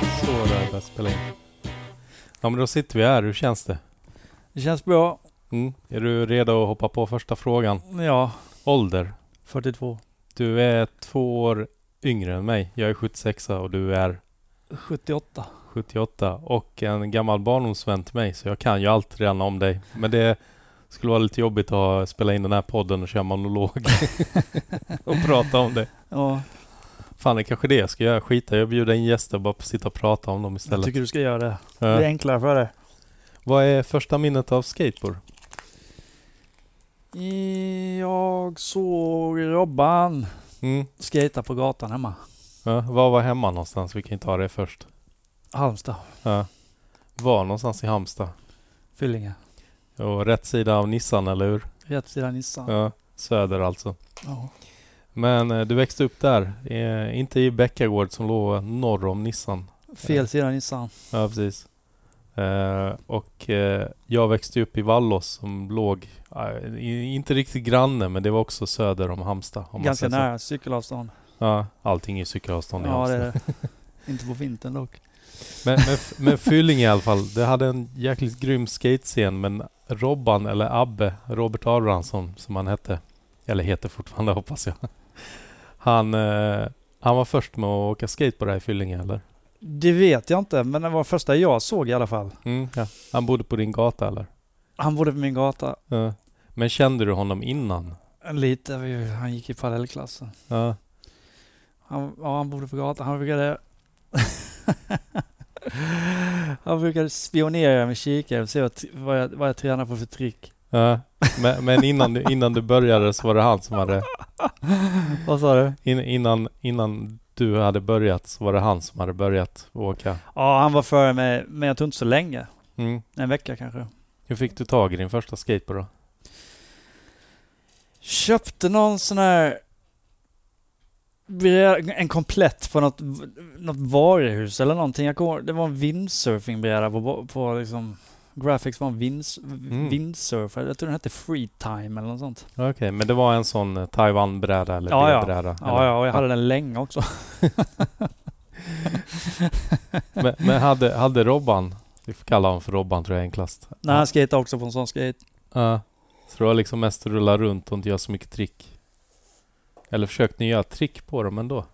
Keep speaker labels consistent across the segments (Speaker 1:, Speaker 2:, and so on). Speaker 1: det börjar spela in. Ja men då sitter vi här, hur känns det?
Speaker 2: Det känns bra.
Speaker 1: Mm. Är du redo att hoppa på första frågan?
Speaker 2: Ja,
Speaker 1: Ålder?
Speaker 2: 42.
Speaker 1: Du är två år yngre än mig. Jag är 76 och du är
Speaker 2: 78.
Speaker 1: 78 och en gammal barndomsvän till mig så jag kan ju allt redan om dig. Men det skulle vara lite jobbigt att ha- spela in den här podden och köra monolog och prata om det.
Speaker 2: Ja,
Speaker 1: Fan det är kanske det jag ska göra, skita jag bjuda in gäster och bara sitta och prata om dem
Speaker 2: jag
Speaker 1: istället.
Speaker 2: tycker du ska göra det.
Speaker 1: Ja.
Speaker 2: Det är enklare för dig.
Speaker 1: Vad är första minnet av skateboard?
Speaker 2: Jag såg Robban
Speaker 1: Mm.
Speaker 2: skejta på gatan hemma.
Speaker 1: Ja, var var hemma någonstans? Vi kan ju ta det först.
Speaker 2: Halmstad,
Speaker 1: Ja. Var någonstans i Halmstad?
Speaker 2: Fyllinge.
Speaker 1: Och rätt sida av Nissan, eller hur?
Speaker 2: Rätt sida Nissan.
Speaker 1: Ja. Söder alltså.
Speaker 2: Ja.
Speaker 1: Men eh, du växte upp där, eh, inte i Bäckagård som låg norr om Nissan.
Speaker 2: Fel sida Nissan.
Speaker 1: Ja, precis. Eh, och eh, jag växte upp i Vallås som låg, eh, i- inte riktigt granne, men det var också söder om Halmstad. Om man
Speaker 2: Ganska
Speaker 1: säger så.
Speaker 2: nära cykelavstånd.
Speaker 1: Ja, allting är cykelavstånd i
Speaker 2: Ja, det
Speaker 1: Halmstad.
Speaker 2: är det. Inte på vintern dock.
Speaker 1: Men, men, f- men Fyllinge i alla fall, det hade en jäkligt grym skatescen men Robban eller Abbe, Robert Abrahamsson som han hette, eller heter fortfarande hoppas jag. Han, eh, han var först med att åka skate på det här i Fyllinge eller?
Speaker 2: Det vet jag inte, men det var första jag såg i alla fall.
Speaker 1: Mm, ja. Han bodde på din gata eller?
Speaker 2: Han bodde på min gata.
Speaker 1: Ja. Men kände du honom innan?
Speaker 2: Lite, vi- han gick i parallellklassen.
Speaker 1: Ja.
Speaker 2: Han, ja, han bodde på gatan. Han brukade... han brukade spionera med kikare och se vad, vad, jag, vad jag tränade på för trick.
Speaker 1: Ja. Men, men innan, du, innan du började så var det han som hade,
Speaker 2: Vad sa du?
Speaker 1: in, innan, innan du hade börjat så var det han som hade börjat åka.
Speaker 2: Ja, han var före mig, men jag tror inte så länge.
Speaker 1: Mm.
Speaker 2: En vecka kanske.
Speaker 1: Hur fick du tag i din första skateboard då?
Speaker 2: Köpte någon sån här... bräda- En komplett på något, något varuhus eller någonting. Jag kommer, det var en windsurfingbräda på, på liksom... Graphics var en vinds, windsurfer. Jag tror den hette Freetime eller något sånt.
Speaker 1: Okej, men det var en sån eh, Taiwan-bräda eller
Speaker 2: Ja, ja.
Speaker 1: bräda?
Speaker 2: Ja, ja, och jag hade den länge också.
Speaker 1: Men, men hade, hade Robban, vi får kalla honom för Robban tror jag är enklast.
Speaker 2: Nej, han skejtade också på en sån skate.
Speaker 1: Ja. så det var liksom mest att rulla runt och inte göra så mycket trick? Eller försökte ni göra trick på dem ändå?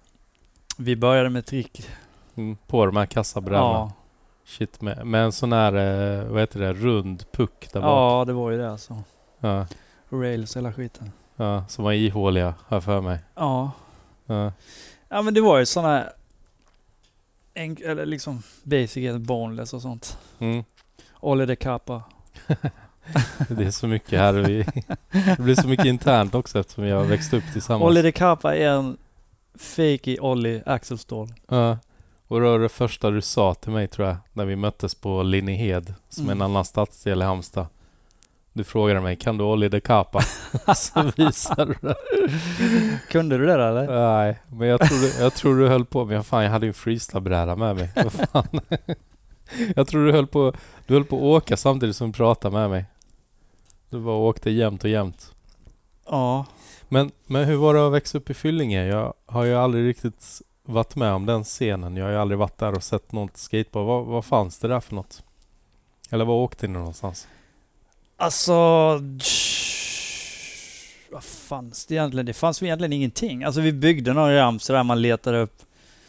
Speaker 2: Vi började med trick.
Speaker 1: Mm, på de här kassabrädorna?
Speaker 2: Ja,
Speaker 1: Shit, med, med en sån här, eh, vad heter det, rund puck där bak?
Speaker 2: ja, det var ju det alltså.
Speaker 1: Ja.
Speaker 2: Rails hela skiten.
Speaker 1: ja, som var ihåliga, har jag för mig.
Speaker 2: Ja.
Speaker 1: Ja.
Speaker 2: ja, men det var ju såna här... Enk- eller liksom basic heter boneless och sånt.
Speaker 1: Mm.
Speaker 2: Olli de Kappa.
Speaker 1: Det är så mycket här och vi, det blir så mycket internt också eftersom vi har växt upp tillsammans.
Speaker 2: Olli de Kappa är en fakey Olli axelstål.
Speaker 1: Ja. Och det var det första du sa till mig tror jag, när vi möttes på Linnehed, som är en
Speaker 2: Mm.
Speaker 1: annan stadsdel i Halmstad. Du frågade mig, kan du Olli de Capa? Så visade du det.
Speaker 2: Kunde du det där eller?
Speaker 1: Nej, men jag tror, du, jag tror du höll på med, fan jag hade ju en freestylebräda med mig. Vad fan. Jag tror du höll på, du höll på att åka samtidigt som du pratade med mig. Du bara åkte jämt och jämt.
Speaker 2: Ja.
Speaker 1: Men, men hur var det att växa upp i Fyllinge? Jag har ju aldrig riktigt varit med om den scenen. Jag har ju aldrig varit där och sett något skateboard. Vad, vad fanns det där för något? Eller var åkte ni någonstans?
Speaker 2: Alltså... Vad fanns det egentligen? Det fanns ju egentligen ingenting. Alltså vi byggde någon ramp så där man letade upp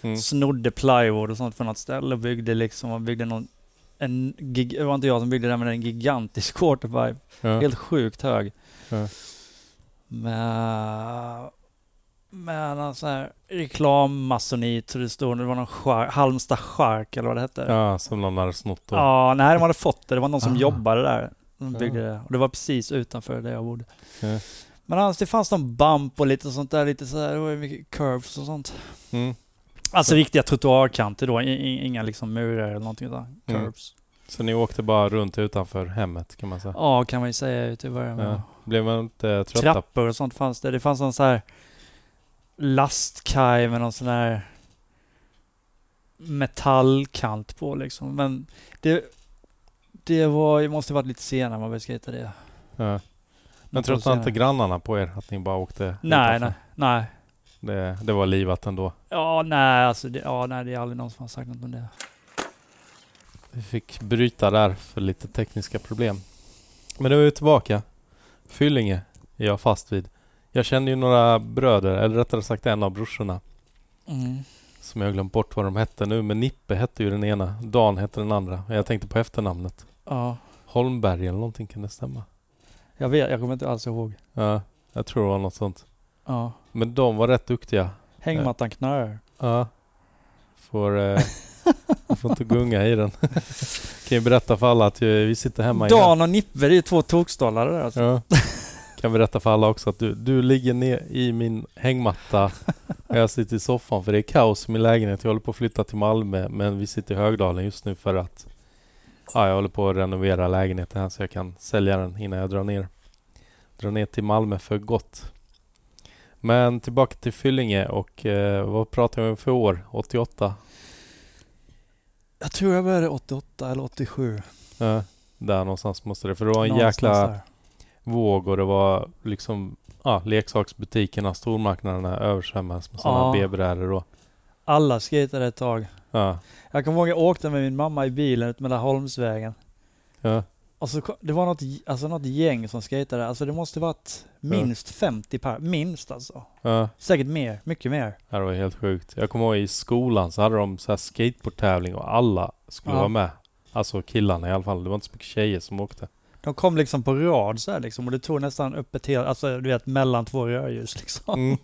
Speaker 1: Mm.
Speaker 2: snodde plywood och sånt från något ställe och byggde liksom, och byggde någon, en, gig, det var inte jag som byggde den men en gigantisk quarterpipe.
Speaker 1: Ja.
Speaker 2: Helt sjukt hög.
Speaker 1: Ja.
Speaker 2: Med, med någon sån alltså här reklammasonit, så det stod, det var någon skär, Halmstad skärk eller vad det hette.
Speaker 1: ja, som någon hade snott då.
Speaker 2: ja, nej de hade fått det, det var någon som
Speaker 1: Ah.
Speaker 2: jobbade där. De
Speaker 1: Ja.
Speaker 2: byggde det, och det var precis utanför där jag bodde.
Speaker 1: Ja.
Speaker 2: Men annars, det fanns någon bump och lite sånt där, lite så här, det var ju mycket curves och sånt.
Speaker 1: Mm.
Speaker 2: Alltså riktiga trottoarkanter då, i- i- inga liksom murar eller någonting utan
Speaker 1: Mm.
Speaker 2: curbs.
Speaker 1: Så ni åkte bara runt utanför hemmet kan man säga?
Speaker 2: Ja, kan man ju säga till att börja med.
Speaker 1: Ja. Blev man inte trött?
Speaker 2: Trappor och sånt fanns det. Det fanns någon sån här lastkaj med någon sån här metallkant på liksom. Men det, det var, det måste varit lite senare man började skejta det.
Speaker 1: Ja. Men
Speaker 2: Något år
Speaker 1: tröttnade inte
Speaker 2: senare.
Speaker 1: grannarna på er? Att ni bara åkte
Speaker 2: Nej,
Speaker 1: utanför?
Speaker 2: nej, nej.
Speaker 1: Det, det var livat ändå?
Speaker 2: Ja, nej, alltså det, ja, nej, det är aldrig någon som har sagt något om det.
Speaker 1: Vi fick bryta där för lite tekniska problem. Men nu är vi tillbaka. Fyllinge är jag fast vid. Jag känner ju några bröder, eller rättare sagt en av brorsorna.
Speaker 2: Mm.
Speaker 1: Som jag har glömt bort vad de hette nu, men Nippe hette ju den ena. Dan hette den andra. Jag tänkte på efternamnet.
Speaker 2: Ja,
Speaker 1: Holmberg eller någonting, kan det stämma?
Speaker 2: jag vet. Jag kommer inte alls ihåg.
Speaker 1: Ja, jag tror det var något sånt.
Speaker 2: Ja.
Speaker 1: Men de var rätt duktiga.
Speaker 2: Hängmattan knarrar.
Speaker 1: Ja. Får, eh, jag får inte gunga i den. kan ju berätta för alla att eh, vi sitter hemma i
Speaker 2: Dan och Nippe, det är ju två tokstollar där alltså.
Speaker 1: Ja. Kan berätta för alla också att du, du ligger ner i min hängmatta och jag sitter i soffan för det är kaos i min lägenhet. Jag håller på att flytta till Malmö men vi sitter i Högdalen just nu för att ja, jag håller på att renovera lägenheten här så jag kan sälja den innan jag drar ner. Drar ner till Malmö för gott. Men tillbaka till Fyllinge och eh, vad pratar vi om för år? 88?
Speaker 2: Jag tror jag började 88 eller 87.
Speaker 1: Eh, där någonstans måste det för det var en
Speaker 2: Någonstans
Speaker 1: jäkla
Speaker 2: där.
Speaker 1: våg och det var liksom ja, leksaksbutikerna, stormarknaderna översvämmades med
Speaker 2: Ja.
Speaker 1: sådana bebisar och
Speaker 2: Alla skejtade ett tag.
Speaker 1: ja,
Speaker 2: Jag kommer ihåg jag åkte med min mamma i bilen ut mellan Holmsvägen.
Speaker 1: ja,
Speaker 2: Och så, ko- det var något, j- alltså något gäng som skejtade. Alltså det måste varit minst 50 per. Minst alltså.
Speaker 1: ja.
Speaker 2: Säkert mer. Mycket mer.
Speaker 1: Ja, Det var helt sjukt. Jag kommer ihåg i skolan så hade de så här skateboardtävling och alla skulle
Speaker 2: Ja.
Speaker 1: vara med. Alltså killarna i alla fall. Det var inte så mycket tjejer som åkte.
Speaker 2: De kom liksom på rad så här liksom. Och det tog nästan upp ett helt, alltså du vet mellan två rödljus liksom.
Speaker 1: Mm.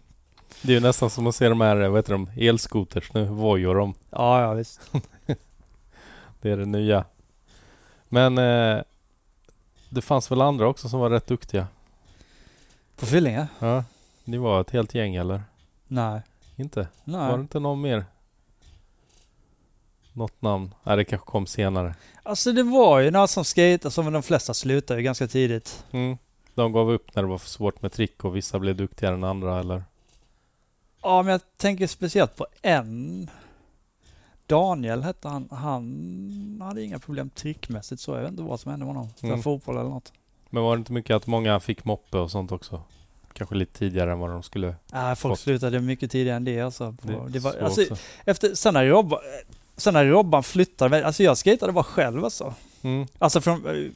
Speaker 1: Det är ju nästan som att se de här, eh, vad heter de, elskoters nu, Voi och de.
Speaker 2: Ja, ja visst.
Speaker 1: Det är det nya. Men eh, det fanns väl andra också som var rätt duktiga?
Speaker 2: På Fyllinge?
Speaker 1: Ja. Ni var ett helt gäng eller?
Speaker 2: Nej.
Speaker 1: Inte? Var det
Speaker 2: Nej.
Speaker 1: inte någon mer? Något namn? Nej, det kanske kom senare.
Speaker 2: Alltså det var ju några som skejtade, som de flesta slutade ju ganska tidigt.
Speaker 1: Mm. De gav upp när det var för svårt med trick och vissa blev duktigare än andra eller?
Speaker 2: Ja, men jag tänker speciellt på en. Daniel hette han. Han hade inga problem trickmässigt så. Jag vet inte vad som hände med honom. Spelade
Speaker 1: Mm.
Speaker 2: fotboll eller något.
Speaker 1: Men var det inte mycket att många fick moppe och sånt också? Kanske lite tidigare än vad de skulle...
Speaker 2: Nej, Äh, folk
Speaker 1: Fått.
Speaker 2: slutade mycket tidigare än det alltså. På, det, var,
Speaker 1: så
Speaker 2: alltså
Speaker 1: också.
Speaker 2: efter, sen när Robban, sen när Robban flyttade mig, alltså jag skejtade bara själv alltså.
Speaker 1: Mm.
Speaker 2: Alltså från, eh,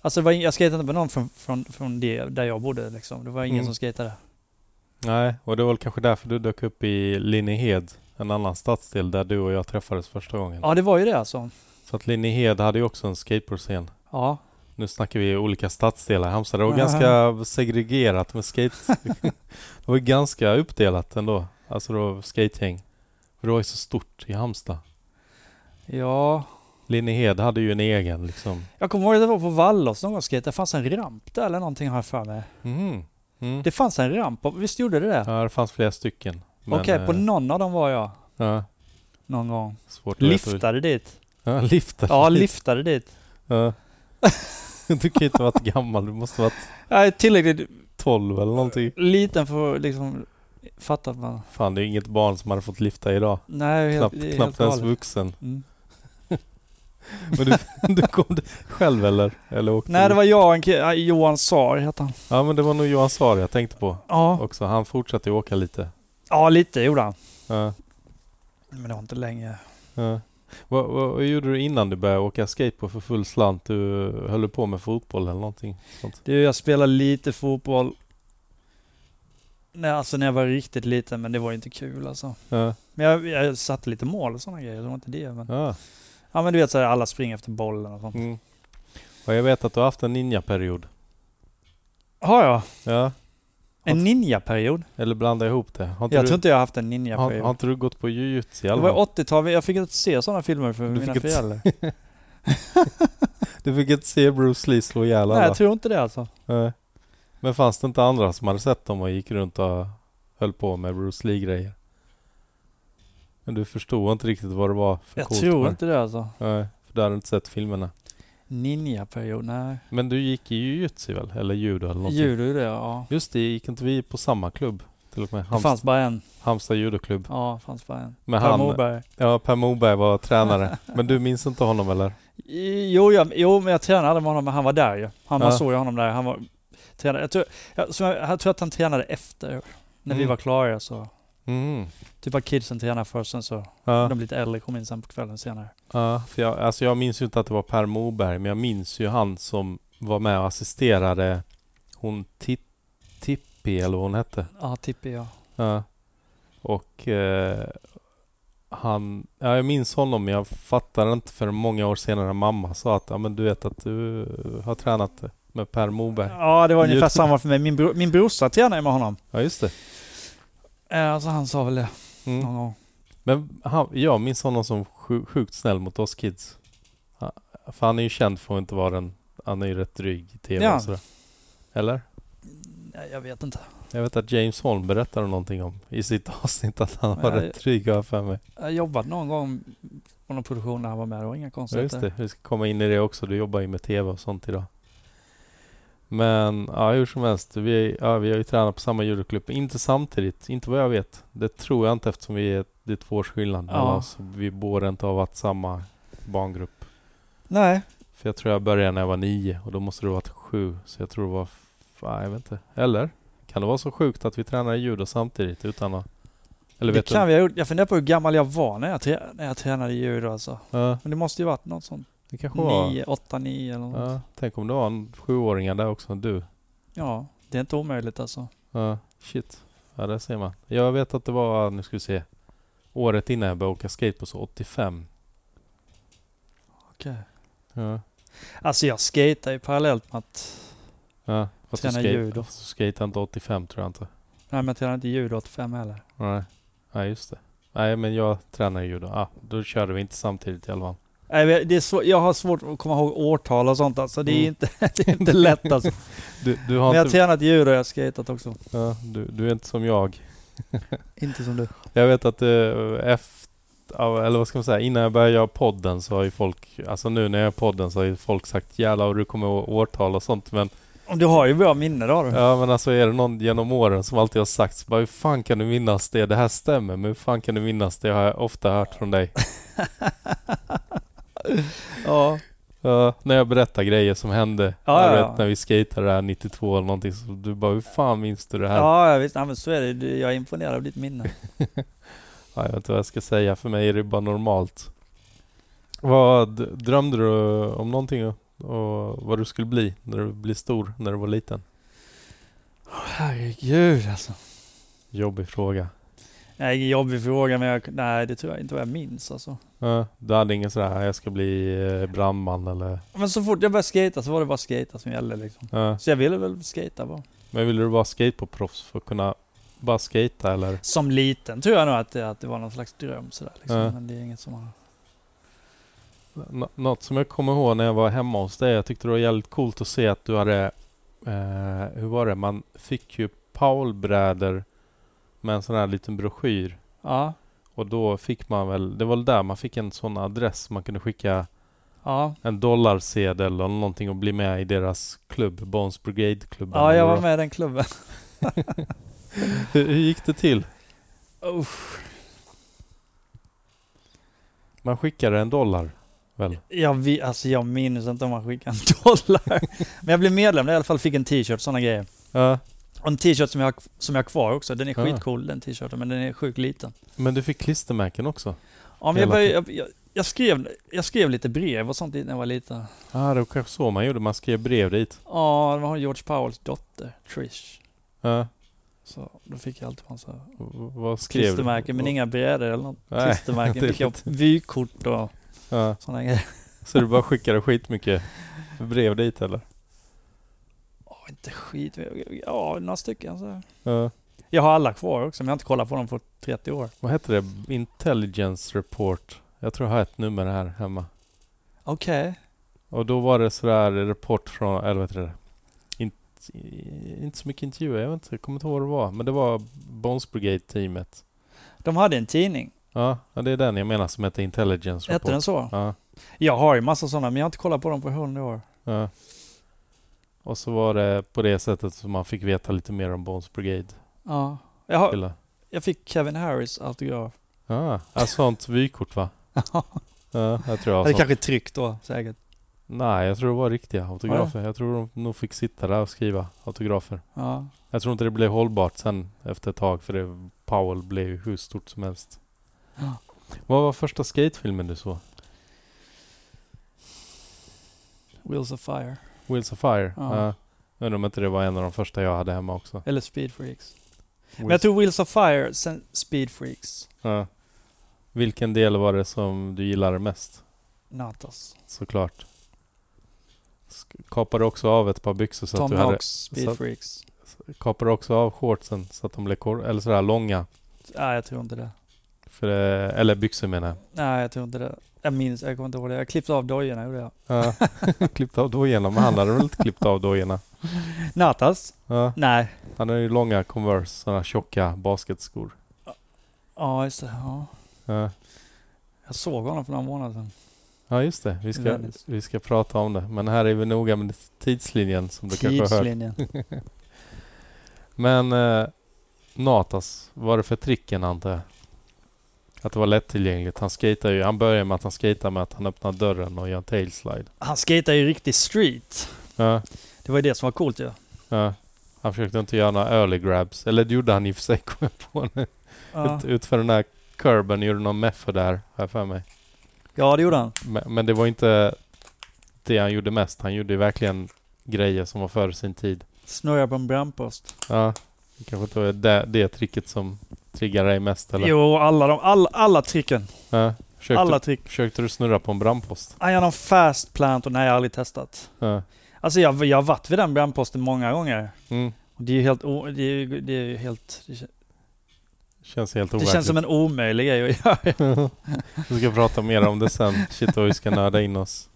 Speaker 2: alltså det var, ing- jag skejtade inte med någon från, från, från det, där jag bodde liksom. Det var ingen
Speaker 1: Mm.
Speaker 2: som skejtade.
Speaker 1: Nej, och det var väl kanske därför du dök upp i Linnehed, en annan stadsdel där du och jag träffades första gången.
Speaker 2: Ja, det var ju det alltså.
Speaker 1: För att Linnehed hade ju också en skateboardscen.
Speaker 2: Ja,
Speaker 1: Nu snackar vi olika stadsdelar i Halmstad. Det var
Speaker 2: Ja.
Speaker 1: ganska segregerat med skate. det var ganska uppdelat ändå. Alltså det var skategäng. För det var ju så stort i Halmstad.
Speaker 2: ja.
Speaker 1: Linnehed hade ju en egen liksom.
Speaker 2: Jag kommer ihåg att jag var på Vallås någon gång och skejtade. Det fanns en ramp där eller någonting har jag för mig.
Speaker 1: Mm. Mm.
Speaker 2: Det fanns en ramp, och- visst gjorde det det?
Speaker 1: Ja, det fanns flera stycken. men,
Speaker 2: Okej, på
Speaker 1: eh,
Speaker 2: någon av dem var jag
Speaker 1: ja,
Speaker 2: någon gång.
Speaker 1: svårt att veta.
Speaker 2: Liftade dit.
Speaker 1: hur- Ja, liftar.
Speaker 2: Ja, liftade dit.
Speaker 1: Ja. Du kan ju inte ha varit gammal. Du måste ha varit
Speaker 2: Jag är tillräckligt
Speaker 1: 12 eller någonting.
Speaker 2: liten för att liksom fatta att man...
Speaker 1: Fan, det är ju inget barn som hade fått lifta idag.
Speaker 2: Nej, helt,
Speaker 1: Knappt,
Speaker 2: det är helt
Speaker 1: knappt ens
Speaker 2: galet.
Speaker 1: vuxen.
Speaker 2: Mm.
Speaker 1: Men du, du kom själv eller? eller åkte
Speaker 2: Nej,
Speaker 1: du?
Speaker 2: det var jag och en kille, nej, Johan Saar hette han.
Speaker 1: Ja men det var nog Johan Saar jag tänkte på
Speaker 2: Ja.
Speaker 1: också. Han fortsatte ju åka lite.
Speaker 2: ja, lite gjorde han.
Speaker 1: Ja,
Speaker 2: Men det var inte länge.
Speaker 1: ja. Vad, vad, vad gjorde du innan du började åka skateboard för full slant? Du höll du på med fotboll eller någonting sånt?
Speaker 2: Du, jag spelade lite fotboll. Nej, alltså när jag var riktigt liten, men det var ju inte kul alltså.
Speaker 1: Ja,
Speaker 2: Men jag, jag satte lite mål och sådana grejer, det var inte det. Men,
Speaker 1: ja.
Speaker 2: ja, men du vet så här, alla springer efter bollen och sånt.
Speaker 1: Mm. Och jag vet att du har haft en ninja-period.
Speaker 2: Har jag?
Speaker 1: Ja,
Speaker 2: En ninja-period?
Speaker 1: eller blanda ihop det. Har inte,
Speaker 2: Jag
Speaker 1: du,
Speaker 2: tror inte jag har haft en
Speaker 1: har,
Speaker 2: ninja-period.
Speaker 1: har inte du gått på jujutsu i
Speaker 2: det
Speaker 1: alla
Speaker 2: var
Speaker 1: fall?
Speaker 2: 80-tal, jag fick inte se sådana filmer för
Speaker 1: Du
Speaker 2: mina
Speaker 1: fick inte-
Speaker 2: föräldrar.
Speaker 1: Du fick inte se Bruce Lee slå ihjäl
Speaker 2: Nej,
Speaker 1: alla.
Speaker 2: jag tror inte det alltså.
Speaker 1: Nej. Men fanns det inte andra som hade sett dem och gick runt och höll på med Bruce Lee-grejer? Men du förstod inte riktigt vad det var för
Speaker 2: Jag
Speaker 1: coolt
Speaker 2: tror
Speaker 1: med det.
Speaker 2: inte det alltså.
Speaker 1: Nej, för du hade inte sett filmerna.
Speaker 2: Ninja-period, nej.
Speaker 1: Men du gick i jujutsu väl? Eller judo eller någonting?
Speaker 2: Judo är det, ja.
Speaker 1: Just det, gick inte vi på samma klubb? Till och med
Speaker 2: Det
Speaker 1: Hamst-
Speaker 2: fanns bara en.
Speaker 1: Halmstad judoklubb.
Speaker 2: Ja, det fanns bara en.
Speaker 1: Men
Speaker 2: Per
Speaker 1: han,
Speaker 2: Morberg.
Speaker 1: Ja, Per Moberg var tränare. men du minns inte honom eller?
Speaker 2: I- Jo, jag, jo, men jag tränade aldrig med honom, men han var där ju. Han, Man
Speaker 1: Ja.
Speaker 2: såg ju honom där. Han var tränade. Jag, tror, jag, som jag, jag tror att han tränade efter. När vi
Speaker 1: Mm.
Speaker 2: var klara så
Speaker 1: Mm.
Speaker 2: Typ att kidsen tränade först, sen så
Speaker 1: Ja.
Speaker 2: de lite äldre kom in sen på kvällen senare.
Speaker 1: Ja, för jag, alltså jag minns ju inte att det var Per Moberg, men jag minns ju han som var med och assisterade hon Ti- Tippi, eller vad hon hette.
Speaker 2: Ja, Tippi ja.
Speaker 1: Ja. Och eh, han... Ja, jag minns honom, men jag fattade inte för många år senare när mamma sa att ja, men du vet att du har tränat med Per Moberg.
Speaker 2: Ja, det var ungefär
Speaker 1: Just-
Speaker 2: samma för mig. Min, bro, min brorsa tränade med honom.
Speaker 1: Ja, just det.
Speaker 2: Eh, Alltså han sa väl det
Speaker 1: Mm.
Speaker 2: någon gång.
Speaker 1: Men han, jag minns honom som sju- sjukt snäll mot oss kids. Ja, För han är ju känd för att inte vara den... Han är ju rätt dryg i tv
Speaker 2: Ja.
Speaker 1: och sådär. Eller?
Speaker 2: Nej, jag vet inte.
Speaker 1: Jag vet att James Holm berättade någonting om i sitt avsnitt att han var
Speaker 2: Ja,
Speaker 1: rätt trygg har jag för mig.
Speaker 2: Jag jobbade någon gång på någon produktion där han var med. Det var inga
Speaker 1: Ja, just
Speaker 2: konstigheter.
Speaker 1: det. Vi ska komma in i det också. Du jobbar ju med tv och sånt idag. Men ja, hur som helst. Vi, ja, vi har ju tränat på samma judoklubb. Inte samtidigt. Inte vad jag vet. Det tror jag inte eftersom vi är, det är två års skillnad mellan
Speaker 2: Ja.
Speaker 1: oss. Vi borde inte ha varit samma barngrupp.
Speaker 2: Nej.
Speaker 1: För jag tror jag började när jag var nio och då måste det ha varit sju. Så jag tror det var... f- Nej, jag vet inte. Eller? Kan det vara så sjukt att vi tränar judo samtidigt utan att... Eller
Speaker 2: det
Speaker 1: vet
Speaker 2: kan vi ha gjort. Jag funderar på hur gammal jag var när jag, trä- när jag tränade judo alltså.
Speaker 1: du? Ja.
Speaker 2: Men det måste ju varit något sånt.
Speaker 1: Det kanske var...
Speaker 2: nio, åtta, nio eller något.
Speaker 1: Ja, tänk om det var en sjuåringar där också, du.
Speaker 2: Ja, det är inte omöjligt alltså.
Speaker 1: Ja, shit. Ja, där ser man. Jag vet att det var, nu ska vi se, året innan jag började åka skate på så 85.
Speaker 2: Okej.
Speaker 1: Ja.
Speaker 2: Alltså jag skatar ju parallellt med att...
Speaker 1: ja. Fast du
Speaker 2: Träna
Speaker 1: skate,
Speaker 2: judo.
Speaker 1: fast du skate inte 85 tror jag inte.
Speaker 2: Nej men jag tränar inte judo 85 heller.
Speaker 1: Nej, Nej just det. Nej, men jag tränar ju då. Ah, då körde vi inte samtidigt i alla fall.
Speaker 2: Nej, men det är svå- jag har svårt att komma ihåg årtal och sånt alltså. Det är,
Speaker 1: Mm. typ.
Speaker 2: inte, det är inte lätt alltså.
Speaker 1: Du, du,
Speaker 2: Men
Speaker 1: har
Speaker 2: jag har
Speaker 1: inte,
Speaker 2: tränat judo och jag har skatat också.
Speaker 1: ja, du, du är inte som jag.
Speaker 2: Inte som du.
Speaker 1: Jag vet att eh, efter, ja, eller vad ska man säga, innan jag började göra podden så har ju folk, alltså nu när jag gör podden så har ju folk sagt jävlar och du kommer ihåg årtal och sånt men
Speaker 2: Du har ju bra minne då har du.
Speaker 1: Ja men alltså är det någon genom åren som alltid har sagt så bara, hur fan kan du minnas det? Det här stämmer men hur fan kan du minnas det? har jag ofta hört från dig.
Speaker 2: Ja.
Speaker 1: Ja, när jag berättar grejer som hände.
Speaker 2: Ja,
Speaker 1: jag
Speaker 2: ja, ja.
Speaker 1: vet när vi skatade där 92 eller någonting så du bara hur fan minns du det här? Ja.
Speaker 2: Ja, ja, visst. Ja, men så är det. Du- Jag är imponerad av ditt minne.
Speaker 1: jag vet inte vad jag ska säga. För mig är det bara normalt. Vad drömde du om någonting och vad du skulle bli när du blev stor, när du var liten?
Speaker 2: Herregud alltså.
Speaker 1: Jobbig fråga.
Speaker 2: Nej, ingen jobbig fråga, men jag, nej, det tror jag inte vad jag minns alltså.
Speaker 1: Ja, du hade ingen sån här, jag ska bli eh, brandman eller?
Speaker 2: Men så fort jag började skata så var det bara skata som gällde liksom.
Speaker 1: Ja.
Speaker 2: Så jag ville väl skata bara.
Speaker 1: Men ville du vara skateboardproffs för att kunna bara skata eller?
Speaker 2: Som liten tror jag nog att det, att det var någon slags dröm sådär liksom.
Speaker 1: Ja.
Speaker 2: Men det är inget som man...
Speaker 1: Nå- något som jag kommer ihåg när jag var hemma hos dig, jag tyckte det var jävligt coolt att se att du hade, eh, hur var det, man fick ju paulbrädor med en sån här liten broschyr.
Speaker 2: Ja.
Speaker 1: Och då fick man väl, det var väl där man fick en sån adress man kunde skicka
Speaker 2: Ja.
Speaker 1: en dollarsedel eller någonting och bli med i deras klubb, Bones Brigade-klubben.
Speaker 2: Ja, jag
Speaker 1: eller
Speaker 2: var
Speaker 1: vad-
Speaker 2: med i den klubben.
Speaker 1: Hur, hur gick det till?
Speaker 2: Uff.
Speaker 1: Man skickade en dollar, väl?
Speaker 2: Jag, vi, alltså jag minns inte om man skickade en dollar. Men jag blev medlem där i alla fall, fick en t-shirt sådana grejer.
Speaker 1: Ja,
Speaker 2: Och en t-shirt som jag, har- som jag har kvar också. Den är
Speaker 1: Ja.
Speaker 2: skitcool den t-shirten, men den är sjukt liten.
Speaker 1: men du fick klistermärken också?
Speaker 2: Ja, men jag,
Speaker 1: Hela
Speaker 2: började, jag, jag, jag, skrev, jag skrev lite brev och sånt när jag var liten.
Speaker 1: Ja, ah, det var kanske så man gjorde. Man skrev brev dit.
Speaker 2: Ja, det var hon George Powells dotter, Trish.
Speaker 1: Ja,
Speaker 2: Så då fick jag alltid massa
Speaker 1: v- vad skrev du?
Speaker 2: klistermärken, men inga brädor eller något.
Speaker 1: Nej,
Speaker 2: klistermärken
Speaker 1: det är
Speaker 2: fick jag vykort och
Speaker 1: Ja,
Speaker 2: sådana grejer.
Speaker 1: så du bara skickade skitmycket brev dit eller?
Speaker 2: Åh, inte skit. Ja, några stycken så. här.
Speaker 1: Ja.
Speaker 2: Jag har alla kvar också, men jag har inte kollat på dem på 30 år.
Speaker 1: Vad hette det? Intelligence report. Jag tror jag har ett nummer här hemma.
Speaker 2: Okej.
Speaker 1: Och då var det sådär rapport från, eller vad heter det? In, i- inte så mycket intervjuer, jag vet inte, jag kommer inte ihåg vad det var. Men det var Bones Brigade teamet.
Speaker 2: De hade en tidning.
Speaker 1: Ja, ja, det är den jag menar som heter Intelligence
Speaker 2: Hette den
Speaker 1: report.
Speaker 2: så?
Speaker 1: Ja,
Speaker 2: Jag har ju massa sådana, men jag har inte kollat på dem på 100 år.
Speaker 1: ja. Och så var det på det sättet som man fick veta lite mer om Bones Brigade.
Speaker 2: Ja. Jag, har,
Speaker 1: Eller?
Speaker 2: jag fick Kevin Harris autograf.
Speaker 1: Ja, ah, sånt vykort va? Ja, jag tror jag
Speaker 2: det
Speaker 1: har
Speaker 2: är
Speaker 1: sånt.
Speaker 2: kanske tryckt då, säkert.
Speaker 1: Nej, jag tror det var riktiga autografer. Jag tror de nog fick sitta där och skriva autografer.
Speaker 2: Ja.
Speaker 1: Jag tror inte det blev hållbart sen efter ett tag för det, Powell blev ju hur stort som helst.
Speaker 2: Ja.
Speaker 1: Vad var första skatefilmen du såg?
Speaker 2: Wheels of Fire.
Speaker 1: Wheels of Fire?
Speaker 2: Ja.
Speaker 1: Ja. Undrar om inte det var en av de första jag hade hemma också.
Speaker 2: Eller Speed Freaks. Men jag
Speaker 1: Wheels-
Speaker 2: tror Wheels of Fire, sen Speed Freaks.
Speaker 1: Ja. Vilken del var det som du gillade mest?
Speaker 2: Natas.
Speaker 1: Såklart. Sk- Kapade också av ett par byxor så att
Speaker 2: Tom
Speaker 1: du hade...
Speaker 2: Hanks, Speed
Speaker 1: så att-
Speaker 2: Freaks.
Speaker 1: Kapade också av shortsen så att de blev kor- eller sådär långa.
Speaker 2: Nej, jag tror inte det.
Speaker 1: För, det- eller byxor menar jag.
Speaker 2: Nej, jag tror inte det. Jag minns, jag kommer inte ihåg det. Jag klippte av dojorna, gjorde jag.
Speaker 1: Ja. klippt av dojorna, men han hade väl inte klippt av dojorna?
Speaker 2: Natas?
Speaker 1: Ja.
Speaker 2: Nej.
Speaker 1: Han har ju långa Converse, sådana tjocka basketskor.
Speaker 2: Ja, just det. Ja.
Speaker 1: Ja.
Speaker 2: Jag såg honom för några månader sedan.
Speaker 1: Ja, just det. Vi ska,
Speaker 2: Världens.
Speaker 1: vi ska prata om det. Men här är vi noga med tidslinjen som du kanske har hört.
Speaker 2: Tidslinjen.
Speaker 1: Men eh, Natas, vad var det för tricken antar jag? Att det var lättillgängligt. Han skatar ju, han börjar med att han skatar med att han öppnar dörren och gör en tailslide.
Speaker 2: Han skejtar ju riktigt street.
Speaker 1: Ja,
Speaker 2: Det var ju det som var coolt ju. Ja.
Speaker 1: ja. Han försökte inte göra några early grabs. Eller det gjorde han i och för sig, kom jag på nu. Ut, utför den här curben gjorde någon meffo där, har jag för mig.
Speaker 2: ja, det gjorde han.
Speaker 1: Men, men det var inte det han gjorde mest. Han gjorde ju verkligen grejer som var före sin tid.
Speaker 2: Snurrar på en brandpost.
Speaker 1: Ja, det kanske inte var det, det tricket som triggade dig mest eller?
Speaker 2: Jo, alla, de, alla, alla tricken.
Speaker 1: Ja. Försökte,
Speaker 2: Alla trick.
Speaker 1: försökte du snurra på en brandpost?
Speaker 2: Han gör någon fast plant och nej, jag har aldrig testat.
Speaker 1: Ja.
Speaker 2: Alltså jag, jag har varit vid den brandposten många gånger.
Speaker 1: Mm.
Speaker 2: Och det är ju helt... O, det, är, ju- det är ju helt... Det, kän-
Speaker 1: Känns helt
Speaker 2: det
Speaker 1: overkligt.
Speaker 2: känns som en omöjlig grej att göra.
Speaker 1: Vi ska prata mer om det sen. Shit vad vi ska nörda in oss.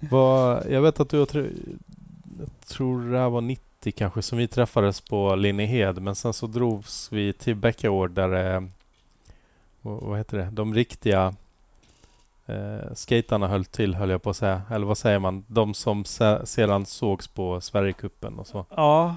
Speaker 1: Vad, jag vet att du och tr- jag tror det här var 90 kanske som vi träffades på Linnehed men sen så drogs vi till Bäckaård där det, vad vad heter det, de riktiga eh, skaterna höll till höll jag på att säga. Eller vad säger man? De som se, sedan sågs på Sverigecupen och så.
Speaker 2: Ja.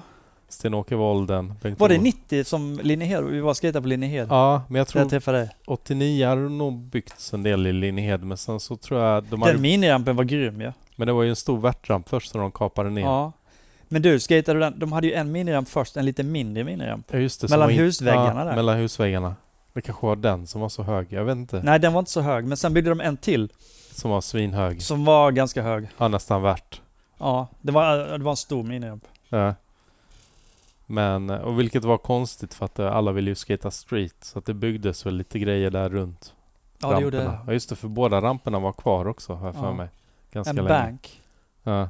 Speaker 1: Sten-Åke Wolden, Bengt
Speaker 2: Var det
Speaker 1: Olof-
Speaker 2: 90 som Linnéhed? Vi var och skejtade på Linnéhed.
Speaker 1: Ja, men jag
Speaker 2: Där
Speaker 1: tror
Speaker 2: jag träffade dig.
Speaker 1: 89 har det nog byggts en del i Linnéhed men sen så tror jag de
Speaker 2: Den
Speaker 1: hade,
Speaker 2: minirampen var grym ju. Ja.
Speaker 1: Men det var ju en stor värtramp först som de kapade ner. Ja,
Speaker 2: ja. Men du, skejtade du den? De hade ju en miniramp först, en lite mindre miniramp.
Speaker 1: just det, som
Speaker 2: Mellan
Speaker 1: var in-
Speaker 2: husväggarna där.
Speaker 1: Mellan husväggarna. Det kanske var den som var så hög, jag vet inte.
Speaker 2: Nej, den var inte så hög. Men sen byggde de en till
Speaker 1: Som var svinhög.
Speaker 2: som var ganska hög.
Speaker 1: Ja, nästan värt.
Speaker 2: Ja, det var, det var en stor miniramp.
Speaker 1: Ja. Men, och vilket var konstigt för att eh, alla ville ju skata street. Så att det byggdes väl lite grejer där runt.
Speaker 2: Ja, det gjorde
Speaker 1: ramperna. Ja, just det, för båda ramperna var kvar också har jag för
Speaker 2: Ja.
Speaker 1: mig. Ganska
Speaker 2: En
Speaker 1: länge.
Speaker 2: bank.
Speaker 1: Ja.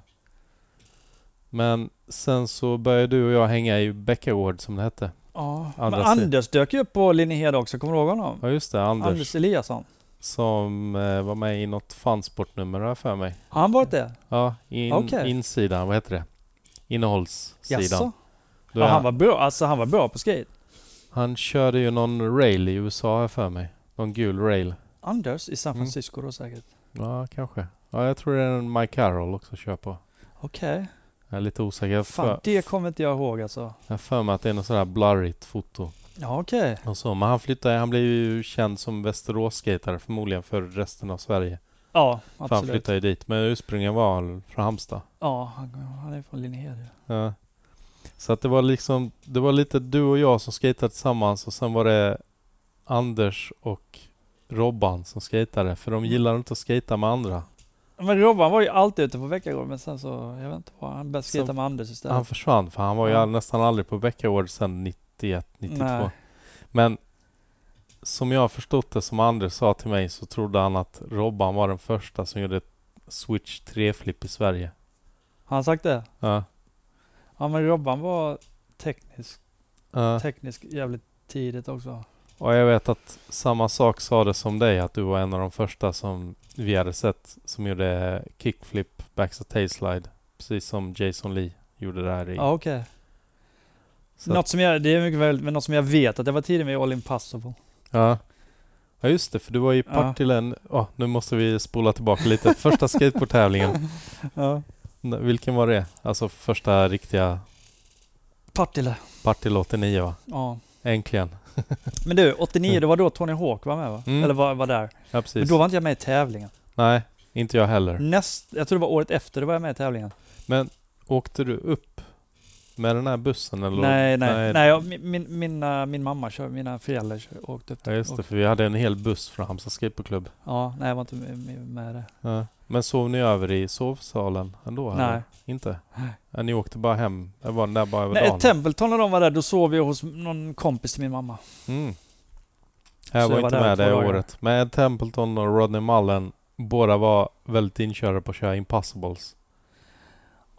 Speaker 1: Men sen så började du och jag hänga i Bäckagård som det hette.
Speaker 2: Ja. Men
Speaker 1: Andra
Speaker 2: Anders dök ju upp på Linnéhed också, kommer du ihåg honom?
Speaker 1: Ja just det, Anders.
Speaker 2: Anders. Eliasson.
Speaker 1: Som eh, var med i något fansportnummer har jag för mig.
Speaker 2: Har han varit det?
Speaker 1: Ja, in,
Speaker 2: Okej.
Speaker 1: insidan, vad heter det? Innehållssidan.
Speaker 2: Jaså?
Speaker 1: Då är
Speaker 2: Ja, han
Speaker 1: han,
Speaker 2: var bra. Alltså han var bra på skate.
Speaker 1: han körde ju någon rail i USA har jag för mig. Någon gul rail.
Speaker 2: Anders i San
Speaker 1: Mm.
Speaker 2: Francisco då säkert.
Speaker 1: Ja, kanske. Ja, jag tror det är en Mike Carroll också kör på.
Speaker 2: Okej.
Speaker 1: Jag är lite osäker. Jag
Speaker 2: Fan,
Speaker 1: för,
Speaker 2: det kommer inte jag ihåg alltså.
Speaker 1: jag har för mig att det är något sådär blurrigt foto.
Speaker 2: Ja, okej.
Speaker 1: Och så, Alltså, men han flyttade, han blev ju känd som Västerås-skatare förmodligen för resten av Sverige.
Speaker 2: Ja,
Speaker 1: För han
Speaker 2: absolut.
Speaker 1: flyttade ju dit, men ursprungligen var han från Halmstad.
Speaker 2: Ja, han, han är från Linnéhed. ju.
Speaker 1: Ja. Så att det var liksom, det var lite du och jag som skejtade tillsammans och sen var det Anders och Robban som skejtade för de gillar inte att skejta med andra.
Speaker 2: Men Robban var ju alltid ute på veckagård men sen så, jag vet inte vad, han började skejta
Speaker 1: Så-
Speaker 2: med Anders istället.
Speaker 1: Han försvann för han var ju
Speaker 2: Ja.
Speaker 1: all- nästan aldrig på Bäckagård sedan 91, 92.
Speaker 2: Nej.
Speaker 1: Men som jag har förstått det som Anders sa till mig så trodde han att Robban var den första som gjorde ett switch 3-flip i Sverige.
Speaker 2: Har han sagt det?
Speaker 1: Ja.
Speaker 2: Ja, men Robban var teknisk
Speaker 1: Ja.
Speaker 2: teknisk jävligt tidigt också.
Speaker 1: Och jag vet att samma sak sades om dig, att du var en av de första som vi hade sett som gjorde kickflip, backside tailslide. Precis som Jason Lee gjorde där i.
Speaker 2: Ja, okej.
Speaker 1: så att,
Speaker 2: Något som jag, det är mycket väl, men något som jag vet att det var tidigt med All Impossible.
Speaker 1: ja. ja, just det, för du var i
Speaker 2: Ja.
Speaker 1: Partille. en- Åh, nu måste vi spola tillbaka lite. Första skateboardtävlingen,
Speaker 2: Ja.
Speaker 1: N- vilken var det? Alltså första riktiga
Speaker 2: Partille.
Speaker 1: Partille 89 va?
Speaker 2: Ja.
Speaker 1: Äntligen.
Speaker 2: Men du, 89, det var då Tony Hawk var med va?
Speaker 1: Mm.
Speaker 2: Eller var, var där.
Speaker 1: Ja,
Speaker 2: Men
Speaker 1: precis.
Speaker 2: då var inte jag med i tävlingen.
Speaker 1: Nej, inte jag heller.
Speaker 2: Näst, jag tror det var året efter, då var jag med i tävlingen.
Speaker 1: Men åkte du upp med den här bussen? Eller?
Speaker 2: Nej, nej. nej. jag, min, min, mina, min mamma kör, mina föräldrar kör, åkte upp
Speaker 1: Ja, just det,
Speaker 2: och,
Speaker 1: för vi hade en hel buss från Halmstad Skateboardklubb.
Speaker 2: ja, nej, jag var inte med, med, med det.
Speaker 1: Ja. Men sov ni över i sovsalen ändå? eller?
Speaker 2: Nej.
Speaker 1: Inte?
Speaker 2: Nej.
Speaker 1: Ja, ni åkte bara hem? Jag var där bara över
Speaker 2: Nej,
Speaker 1: dagen?
Speaker 2: Templeton när de var där, då sov jag hos någon kompis till min mamma.
Speaker 1: Mm.
Speaker 2: jag
Speaker 1: Jag var
Speaker 2: var
Speaker 1: inte
Speaker 2: där
Speaker 1: med
Speaker 2: två
Speaker 1: det
Speaker 2: dagar.
Speaker 1: året. Men Ed Templeton och Rodney Mullen, båda var väldigt inkörda på att köra Impossibles.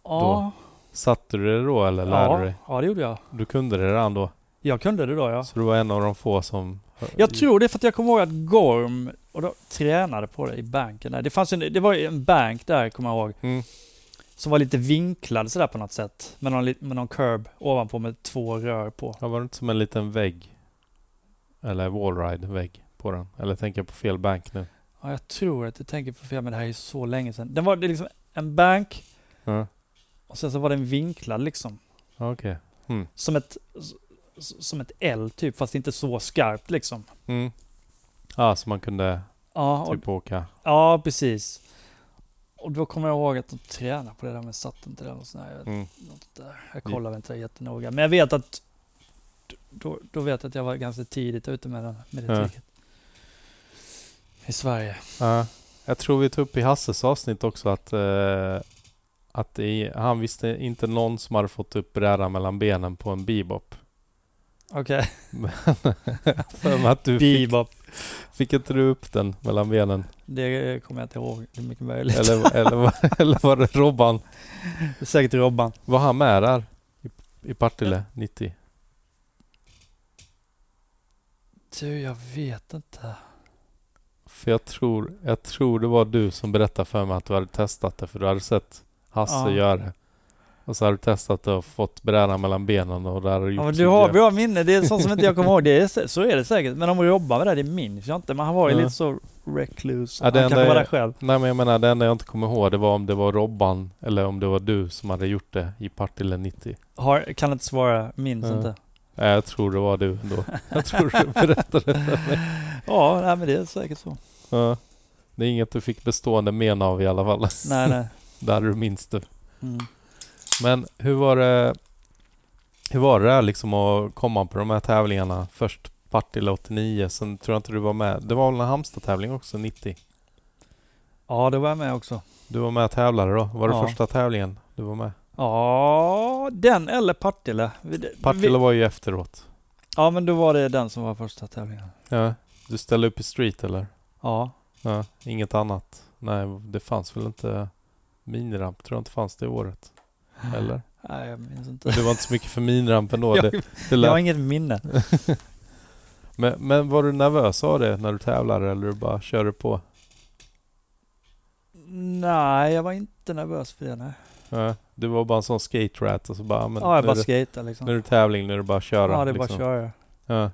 Speaker 2: Ja,
Speaker 1: Satte du det då eller lärde du
Speaker 2: ja,
Speaker 1: dig?
Speaker 2: ja, det gjorde jag.
Speaker 1: Du kunde det redan då?
Speaker 2: Jag kunde det då, ja.
Speaker 1: Så du var en av de få som...
Speaker 2: Jag tror det är för att jag kommer ihåg att Gorm och då tränade på det i banken. Där. Det, fanns en, det var ju en bank där, kommer jag ihåg,
Speaker 1: Mm.
Speaker 2: som var lite vinklad sådär på något sätt. Med någon, li- med någon curb ovanpå med två rör på.
Speaker 1: Ja, var det inte som en liten vägg? Eller wallride-vägg på den? Eller tänker jag på fel bank nu?
Speaker 2: Ja, jag tror att jag tänker på fel, men det här är ju så länge sedan. Den var det är liksom en bank
Speaker 1: Ja,
Speaker 2: och sen så var den vinklad liksom.
Speaker 1: okej. Hmm.
Speaker 2: Som ett, s- s- som ett L typ, fast inte så skarpt liksom.
Speaker 1: Mm. Ja, så man kunde
Speaker 2: Ja, och,
Speaker 1: typ åka.
Speaker 2: ja precis. Och då kommer jag ihåg att de tränade på det där, men satt inte den och sådär. Jag
Speaker 1: Mm.
Speaker 2: något där. Jag kollar väl inte det jättenoga. Men jag vet att då, då vet jag att jag var ganska tidigt ute med, den, med det
Speaker 1: Ja.
Speaker 2: tricket. I Sverige.
Speaker 1: Ja. Jag tror vi tog upp i Hasses avsnitt också att, eh, att i, han visste inte någon som hade fått upp brädan mellan benen på en bebop.
Speaker 2: Okej.
Speaker 1: För mig att du fick,
Speaker 2: Bebop.
Speaker 1: fick inte du upp den mellan benen?
Speaker 2: Det kommer jag inte ihåg. Det är mycket möjligt.
Speaker 1: Eller, eller, var- eller var det Robban?
Speaker 2: Det är Säkert Robban.
Speaker 1: Var han med där? I, i Partille 90?
Speaker 2: Du, jag vet inte.
Speaker 1: För jag tror, jag tror det var du som berättade för mig att du hade testat det för du hade sett Hasse
Speaker 2: Ja.
Speaker 1: göra det. Och så hade du testat det och fått brädan mellan benen och där har du
Speaker 2: Ja,
Speaker 1: gjort
Speaker 2: men du
Speaker 1: sitt
Speaker 2: har
Speaker 1: grepp.
Speaker 2: bra minne. Det är sånt som inte jag kommer ihåg. Det är, sä- så är det säkert. Men om Robban var där, det minns jag inte. Men han var ju
Speaker 1: Ja.
Speaker 2: lite så recluse.
Speaker 1: Ja, det
Speaker 2: han
Speaker 1: enda
Speaker 2: kanske var
Speaker 1: är-
Speaker 2: där själv.
Speaker 1: Nej men jag menar det enda jag inte kommer ihåg det var om det var Robban eller om det var du som hade gjort det i Partille 90.
Speaker 2: Har, kan inte svara. Minns
Speaker 1: Ja.
Speaker 2: inte.
Speaker 1: Nej, jag tror det var du ändå. Jag tror du berättade det för mig.
Speaker 2: Ja, nej, men det är säkert så.
Speaker 1: Ja. Det är inget du fick bestående men av i alla fall.
Speaker 2: Nej, nej.
Speaker 1: Där du minns det.
Speaker 2: Mm.
Speaker 1: Men hur var det Hur var det där liksom att komma på de här tävlingarna? Först Partille 89, sen tror jag inte du var med. Det var väl en Halmstad-tävling också, 90?
Speaker 2: Ja, det var jag med också.
Speaker 1: Du var med och tävlade då? Var det
Speaker 2: Ja.
Speaker 1: första tävlingen du var med?
Speaker 2: Ja, den eller Partille. Vi- det-
Speaker 1: Partille
Speaker 2: vi-
Speaker 1: var ju efteråt.
Speaker 2: Ja, men då var det den som var första tävlingen.
Speaker 1: Ja. Du ställde upp i street eller?
Speaker 2: Ja,
Speaker 1: Ja, inget annat? Nej, det fanns väl inte miniramp? Tror jag inte fanns det året. Eller?
Speaker 2: nej, jag minns inte.
Speaker 1: Det var inte så mycket för miniramp ändå.
Speaker 2: Jag-
Speaker 1: Det, det
Speaker 2: Jag har
Speaker 1: lät.
Speaker 2: inget minne.
Speaker 1: Men, men var du nervös av det när du tävlade eller du bara körde på?
Speaker 2: Nej, jag var inte nervös för det. Nej.
Speaker 1: Ja, du var bara en sån skate rat och så bara, men
Speaker 2: Ja, jag
Speaker 1: nu,
Speaker 2: bara
Speaker 1: är det,
Speaker 2: skejtade
Speaker 1: nu är
Speaker 2: liksom.
Speaker 1: det tävling, nu är det bara att köra.
Speaker 2: Ja, det är bara att
Speaker 1: liksom.
Speaker 2: köra.
Speaker 1: Ja.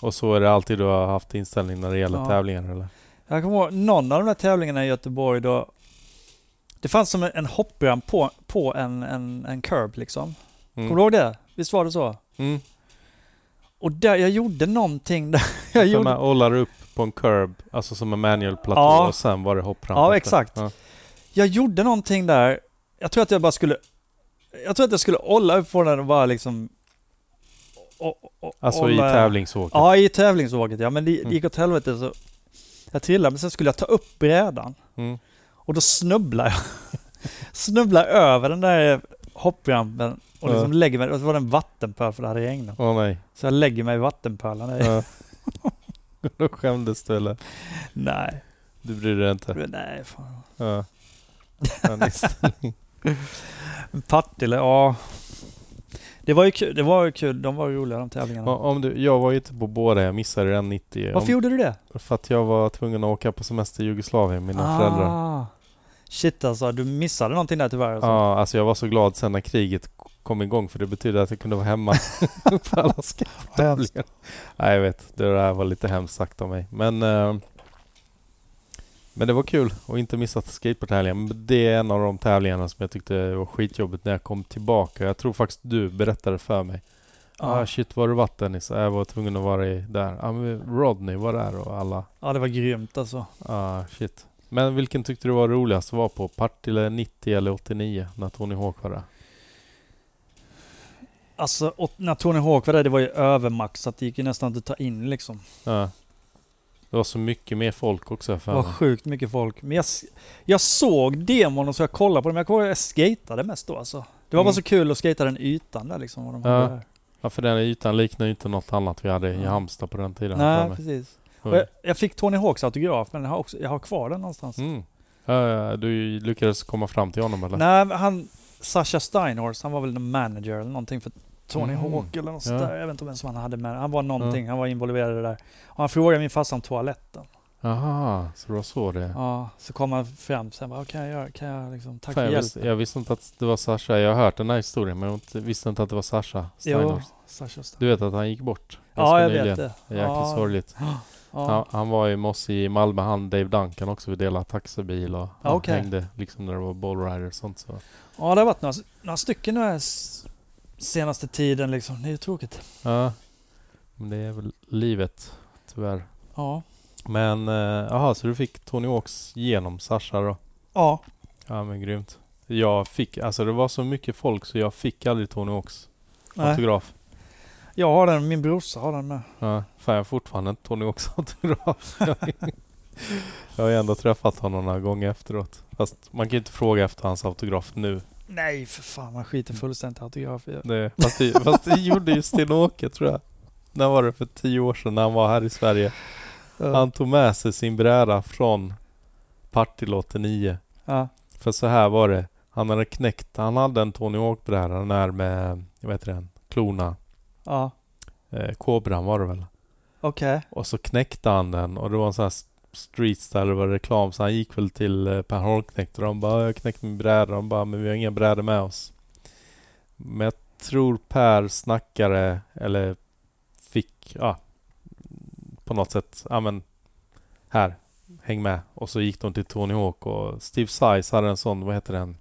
Speaker 1: Och så är det alltid du har haft inställning när det gäller
Speaker 2: Ja.
Speaker 1: tävlingar eller? Mm.
Speaker 2: Jag kommer ihåg någon av de där tävlingarna i Göteborg då. Det fanns som en- en hoppramp på, på en, en, en curb liksom.
Speaker 1: Mm.
Speaker 2: Kommer du ihåg det? Visst var det så?
Speaker 1: Mm.
Speaker 2: Och där, jag gjorde någonting där. Jag
Speaker 1: Jag gjorde...
Speaker 2: gjorde,
Speaker 1: Man ollar upp på en curb, alltså som en manualplatta
Speaker 2: Ja.
Speaker 1: och sen var det hoppramp.
Speaker 2: Ja,
Speaker 1: efter.
Speaker 2: exakt.
Speaker 1: Ja.
Speaker 2: jag gjorde någonting där. Jag tror att jag bara skulle... Jag tror att jag skulle olla upp på den och bara liksom... o- o-
Speaker 1: Alltså
Speaker 2: olla-
Speaker 1: i tävlingsåket.
Speaker 2: eh, Ja, i tävlingsåket ja. Men det
Speaker 1: Mm.
Speaker 2: gick åt helvete så... Jag trillade, men sen skulle jag ta upp brädan.
Speaker 1: Mm.
Speaker 2: Och då snubblar jag. snubblar över den där hopprampen och liksom lägger mig... Och så var det en vattenpöl för det hade regnat.
Speaker 1: Åh nej.
Speaker 2: Så jag lägger mig i vattenpölen. Nej,
Speaker 1: Ja. Då skämdes du eller?
Speaker 2: nej,
Speaker 1: Du bryr dig inte?
Speaker 2: nej fan.
Speaker 1: Ja. Men visst.
Speaker 2: Partille, ja. Det var ju kul. Det var ju kul. De var roliga de tävlingarna.
Speaker 1: Ja, Om du, jag var ju inte på båda, jag missade den 90.
Speaker 2: Varför
Speaker 1: Om,
Speaker 2: gjorde du det?
Speaker 1: för att jag var tvungen att åka på semester i Jugoslavien, mina föräldrar.
Speaker 2: Ah. Shit alltså, du missade någonting där tyvärr. Alltså.
Speaker 1: Ja, alltså jag var så glad sen när kriget kom igång för det betydde att jag kunde vara hemma på alla skattetävlingar. Nej, jag vet. Det där var lite hemskt sagt av mig. Men, eh, men det var kul att inte missa skateboardtävlingen. Men Det är en av de tävlingarna som jag tyckte var skitjobbigt när jag kom tillbaka. Jag tror faktiskt du berättade för mig. Ah,
Speaker 2: Ja.
Speaker 1: shit, var du varit Dennis? Ah, jag var tvungen att vara i- där. Ah, men Rodney var där och alla.
Speaker 2: ja, det var grymt alltså.
Speaker 1: Ah, shit. Men vilken tyckte du var roligast att vara på? Partille 90 eller 89? När Tony Hawk var där?
Speaker 2: Alltså, och när Tony Hawk var där, det var ju övermaxat. Det gick ju nästan inte att ta in liksom.
Speaker 1: Ja. Det var så mycket mer folk också
Speaker 2: Det
Speaker 1: för
Speaker 2: var
Speaker 1: mig.
Speaker 2: sjukt mycket folk. Men jag, s- jag såg demon och så jag kollade på dem. Jag kommer ihåg att jag skatade mest då alltså. Det var bara
Speaker 1: Mm.
Speaker 2: så kul att skata den ytan där liksom. Vad de
Speaker 1: Ja,
Speaker 2: hade där.
Speaker 1: Ja, för den ytan liknar ju inte något annat vi hade i
Speaker 2: Ja.
Speaker 1: Halmstad på den tiden. har jag för
Speaker 2: Nej,
Speaker 1: mig.
Speaker 2: precis. Och jag, jag fick Tony Hawks autograf, men jag har, också, jag har kvar den någonstans.
Speaker 1: Mm. Ja, du lyckades komma fram till honom eller?
Speaker 2: Nej, men han... Sasha Steinhorst, han var väl en manager eller någonting för Tony
Speaker 1: Mm.
Speaker 2: Hawk eller något sånt
Speaker 1: Ja.
Speaker 2: där. Jag vet inte vem som han hade med. Han var någonting, han var involverad i det där. Och han frågade min farsa om toaletten.
Speaker 1: Aha, så det var så det...
Speaker 2: Ja, så kom han fram sen bara, "Vad kan jag göra? Kan jag liksom, tack
Speaker 1: Fan,
Speaker 2: för
Speaker 1: jag, visste,
Speaker 2: hjälpen.
Speaker 1: jag visste inte att det var Sasha. Jag har hört den här historien men jag inte- visste inte att det var Sasha
Speaker 2: Jo,
Speaker 1: Steinhorst.
Speaker 2: Sasha Stein.
Speaker 1: Du vet att han gick bort
Speaker 2: Ja, jag
Speaker 1: nyligen.
Speaker 2: vet det.
Speaker 1: Det är Jäkligt
Speaker 2: ja,
Speaker 1: sorgligt.
Speaker 2: Ja.
Speaker 1: Han, han var ju med oss i Malmö, han Dave Duncan också. Vi delade taxibil och han
Speaker 2: okej.
Speaker 1: hängde liksom när det var ballrider och sånt. Så.
Speaker 2: ja, det har varit några, några stycken nu här s- senaste tiden liksom. Det är ju tråkigt.
Speaker 1: Ja, men det är väl livet tyvärr.
Speaker 2: Ja.
Speaker 1: Men eh, aha, så du fick Tony Hawks genom Sasha då?
Speaker 2: Ja.
Speaker 1: Ja men grymt. Jag fick, alltså det var så mycket folk så jag fick aldrig Tony Hawks
Speaker 2: Nej.
Speaker 1: autograf.
Speaker 2: Jag har den, min brorsa har den med.
Speaker 1: Ja, fan jag har fortfarande inte Tony Hawks autograf. jag har ju ändå träffat honom några gånger efteråt. Fast man kan ju inte fråga efter hans autograf nu.
Speaker 2: Nej för fan, man skiter fullständigt i autografer.
Speaker 1: Det, fast, det, fast det gjorde ju Sten-Åke tror jag. När var det? För tio år sedan när han var här i Sverige. Han tog med sig sin bräda från Partille 89.
Speaker 2: Ja.
Speaker 1: För så här var det. Han hade knäckt, han hade en Tony Hawk-bräda, den där med, vad heter den, klorna.
Speaker 2: Ja.
Speaker 1: Eh, Kobran var det väl.
Speaker 2: Okej.
Speaker 1: Och så knäckte han den och det var en sån här s- street style, det var reklam. Så han gick väl till eh, Per Holmknekt och de bara ”Jag knäckte min bräda”. De bara ”Men vi har inga brädor med oss”. Men jag tror Per snackade eller fick, ja, på något sätt, ja men här, häng med. Och så gick de till Tony Hawk och Steve Size hade en sån, vad heter den?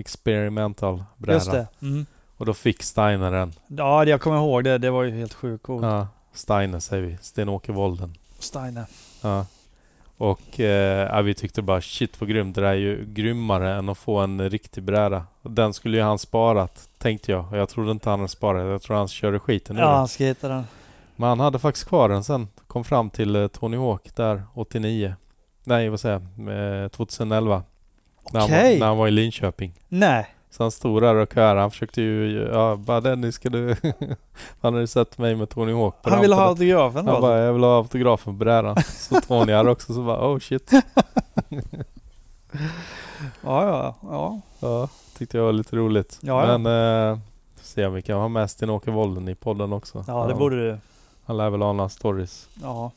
Speaker 1: Experimental
Speaker 2: Just
Speaker 1: bräda.
Speaker 2: det. Mm.
Speaker 1: Och då fick Steiner den.
Speaker 2: Ja, det- jag kommer ihåg det. Det var ju helt sjukt coolt.
Speaker 1: Ja, Steiner säger vi. Sten-Åke Wolden.
Speaker 2: Steiner.
Speaker 1: Ja. Och eh, ja, vi tyckte bara shit vad grymt. Det där är ju grymmare än att få en riktig bräda. Och Den skulle ju han sparat tänkte jag. Och jag trodde inte han hade sparat. Jag tror han körde skiten ur
Speaker 2: Ja,
Speaker 1: den.
Speaker 2: han skejtade den.
Speaker 1: Men han hade faktiskt kvar den sen. Kom fram till eh, Tony Hawk där 89. Nej vad säger jag? Eh, 2011. När, han
Speaker 2: Okej.
Speaker 1: var, när han var i Linköping.
Speaker 2: Nej.
Speaker 1: Så han stod där och körde. Han försökte ju... Ja, bara Dennis ska du... han hade ju sett mig med Tony Hawk på
Speaker 2: Han ville
Speaker 1: rampen.
Speaker 2: ha autografen då?
Speaker 1: Han bara, jag vill ha autografen på brädan. Så Tony hade också så bara, oh shit.
Speaker 2: Ja, ja, ja.
Speaker 1: Ja, tyckte jag var lite roligt.
Speaker 2: Ja, ja.
Speaker 1: Men eh, får se om vi kan ha med Sten-Åke Wolden i podden också.
Speaker 2: Ja, det
Speaker 1: Han-
Speaker 2: borde du.
Speaker 1: Han lär väl ha några stories.
Speaker 2: Ja.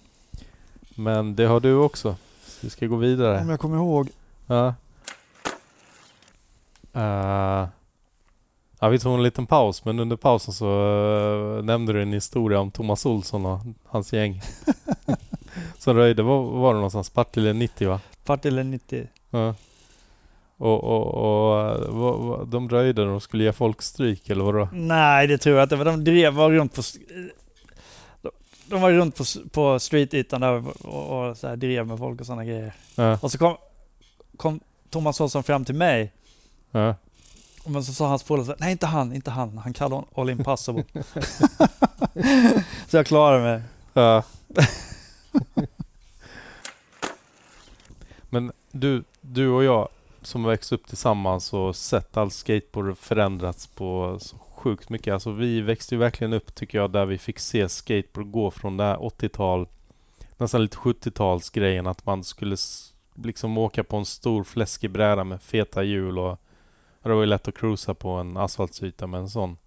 Speaker 1: Men det har du också. Så vi ska gå vidare.
Speaker 2: Om jag kommer ihåg.
Speaker 1: Ja. Eh, ja, vi tog en liten paus, men under pausen så eh, nämnde du en historia om Thomas Olsson och hans gäng. Som röjde, var, var det någonstans? Partille 90 va?
Speaker 2: Partille 90.
Speaker 1: Ja. Och, och, och eh, vad, vad, de röjde och skulle ge folk stryk eller vadå?
Speaker 2: Nej, det tror jag inte. Men de drev var runt på... de- De var runt på, på streetytan där och, och så här drev med folk och sådana grejer.
Speaker 1: Ja,
Speaker 2: Och så kom, kom Thomas Olsson fram till mig.
Speaker 1: ja.
Speaker 2: Men så sa hans polare så här, nej inte han, inte han. Han kallade honom All Impossible. så jag klarade mig.
Speaker 1: ja. Men du, du och jag som växt upp tillsammans och sett all skateboard förändrats på så sjukt mycket. Alltså vi växte ju verkligen upp tycker jag där vi fick se skateboard gå från det här 80-tal, nästan lite 70-talsgrejen att man skulle s- liksom åka på en stor fläskig bräda med feta hjul och och det var ju lätt att cruisa på en asfaltsyta med en sån.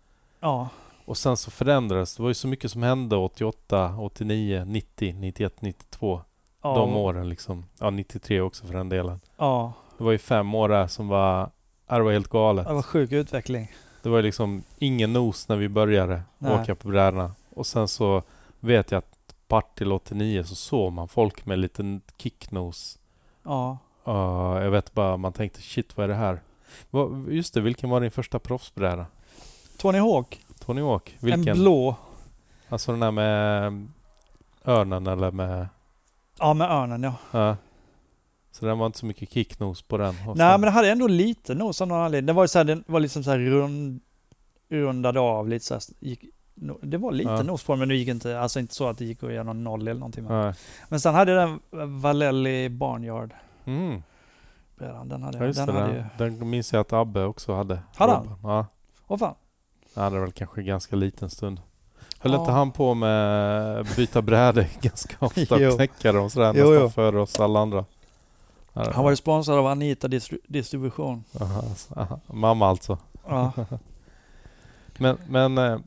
Speaker 2: Ja,
Speaker 1: Och sen så förändrades. Det var ju så mycket som hände 88, 89, 90, 91, 92.
Speaker 2: ja.
Speaker 1: De åren liksom. Ja, 93 också för den delen.
Speaker 2: Ja,
Speaker 1: Det var ju fem år där som var... ja, Det var helt galet.
Speaker 2: det var sjuk utveckling.
Speaker 1: Det var ju liksom ingen nos när vi började
Speaker 2: Nej.
Speaker 1: åka på brädorna. Och sen så vet jag att Partille 89 så såg man folk med liten kicknos.
Speaker 2: Ja.
Speaker 1: Uh, jag vet bara, man tänkte shit vad är det här? Vad- Just det, vilken var din första proffsbräda?
Speaker 2: Tony Hawk,
Speaker 1: Tony Hawk? Vilken?
Speaker 2: en blå.
Speaker 1: Alltså den där med mm, örnen eller med...
Speaker 2: Ja, med örnen ja.
Speaker 1: Ja. Så den var inte så mycket kicknos på den. Och
Speaker 2: Nej,
Speaker 1: sen-
Speaker 2: men den hade ändå lite nos av någon anledning. Den var ju så här, den var liksom så här rund, rundade av lite så här, gick, no- det var lite
Speaker 1: Ja.
Speaker 2: nos på det, men det gick inte, alltså inte så att det gick att göra någon noll eller någonting. Men,
Speaker 1: Nej.
Speaker 2: men sen hade jag den Valelli Barnyard
Speaker 1: Mm.
Speaker 2: brädan, den hade
Speaker 1: Ja,
Speaker 2: jag.
Speaker 1: just
Speaker 2: Den
Speaker 1: det.
Speaker 2: hade ju,
Speaker 1: Den, den minns jag att Abbe också hade.
Speaker 2: Hade han?
Speaker 1: Robban. Ja.
Speaker 2: åh fan.
Speaker 1: Han hade väl kanske ganska liten stund. Höll
Speaker 2: Ja.
Speaker 1: inte han på med att byta brädor ganska ofta
Speaker 2: Jo.
Speaker 1: och knäcka dem sådär
Speaker 2: Jo,
Speaker 1: nästan
Speaker 2: jo.
Speaker 1: före oss alla andra?
Speaker 2: Han var ju sponsrad av Anita Distri- Distribution.
Speaker 1: Aha, alltså, aha. Mamma alltså.
Speaker 2: Ja.
Speaker 1: Men, men eh,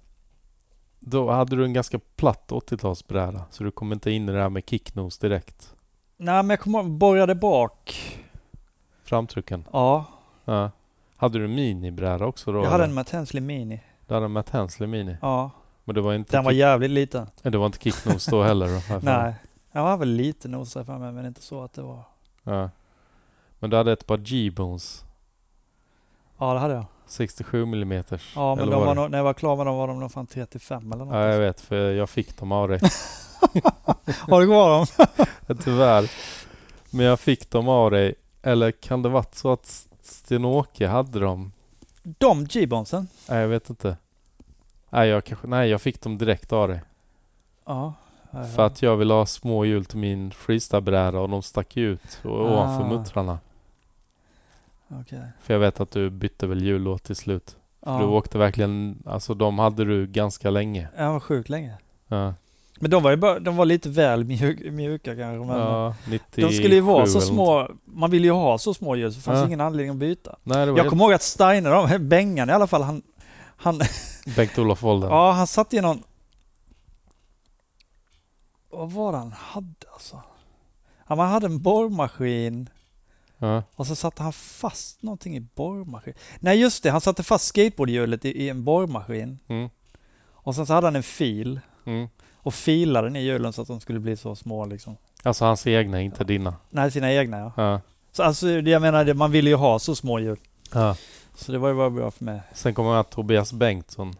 Speaker 1: då hade du en ganska platt 80-talsbräda så du kom inte in i det här med kicknos direkt.
Speaker 2: Nej men jag kommer ihåg, borrade bak.
Speaker 1: Framtrycken.
Speaker 2: Ja,
Speaker 1: Ja. Hade du en minibräda också då?
Speaker 2: jag hade
Speaker 1: eller?
Speaker 2: en Matensley Mini.
Speaker 1: Du hade en Matt Hensley Mini.
Speaker 2: Ja,
Speaker 1: Men det var inte,
Speaker 2: den var
Speaker 1: kick...
Speaker 2: jävligt liten.
Speaker 1: det var inte kicknos då heller? då, här för mig.
Speaker 2: Nej, den var väl lite nosade för mig men inte så att det var.
Speaker 1: Ja. Men du hade ett par G-bones.
Speaker 2: Ja det hade jag.
Speaker 1: 67 mm.
Speaker 2: Ja men
Speaker 1: Eller
Speaker 2: de
Speaker 1: var
Speaker 2: var
Speaker 1: det?
Speaker 2: nog, när jag var klar med dem var de nog fan 35 eller något.
Speaker 1: Ja, jag vet för jag fick dem av dig.
Speaker 2: Har du kvar dem?
Speaker 1: Tyvärr. Men jag fick dem av dig. Eller kan det varit så att Sten-Åke hade dem?
Speaker 2: De G-bonesen?
Speaker 1: Nej, jag vet inte. Nej, jag kanske... Nej, jag fick dem direkt av dig.
Speaker 2: Ja.
Speaker 1: För att jag ville ha små hjul till min freestylebräda och de stack ju ut och, ovanför
Speaker 2: Ah.
Speaker 1: muttrarna.
Speaker 2: Okej.
Speaker 1: För jag vet att du bytte väl hjul åt till slut.
Speaker 2: Ja.
Speaker 1: Du åkte verkligen... Alltså de hade du ganska länge.
Speaker 2: Ja, Den var sjukt länge.
Speaker 1: Ja,
Speaker 2: Men de var, ju bara, de var lite väl mjuk, mjuka kanske. Men eh,
Speaker 1: ja 97
Speaker 2: de skulle ju vara så
Speaker 1: eller något.
Speaker 2: små. Man ville ju ha så små hjul så det fanns
Speaker 1: Ja.
Speaker 2: ingen anledning att byta.
Speaker 1: Nej, det var
Speaker 2: Jag
Speaker 1: helt...
Speaker 2: kommer ihåg att Steiner, de, Bengan i alla fall, han, han,
Speaker 1: Bengt-Olof Wolden.
Speaker 2: ja, han satt i någon... Vad var det han hade alltså? Han hade en borrmaskin
Speaker 1: Ja.
Speaker 2: och så satte han fast någonting i borrmaskinen. Nej just det, han satte fast skateboardhjulet i, i en borrmaskin.
Speaker 1: Mm.
Speaker 2: Och sen så hade han en fil
Speaker 1: Mm.
Speaker 2: och filade ner hjulen så att de skulle bli så små liksom.
Speaker 1: Alltså hans egna, inte dina.
Speaker 2: Nej, sina egna ja.
Speaker 1: Ja.
Speaker 2: Så alltså, det jag menar, det- man ville ju ha så små hjul.
Speaker 1: Ja.
Speaker 2: Så det var ju bara bra för mig.
Speaker 1: Sen kommer jag att Tobias Bengtsson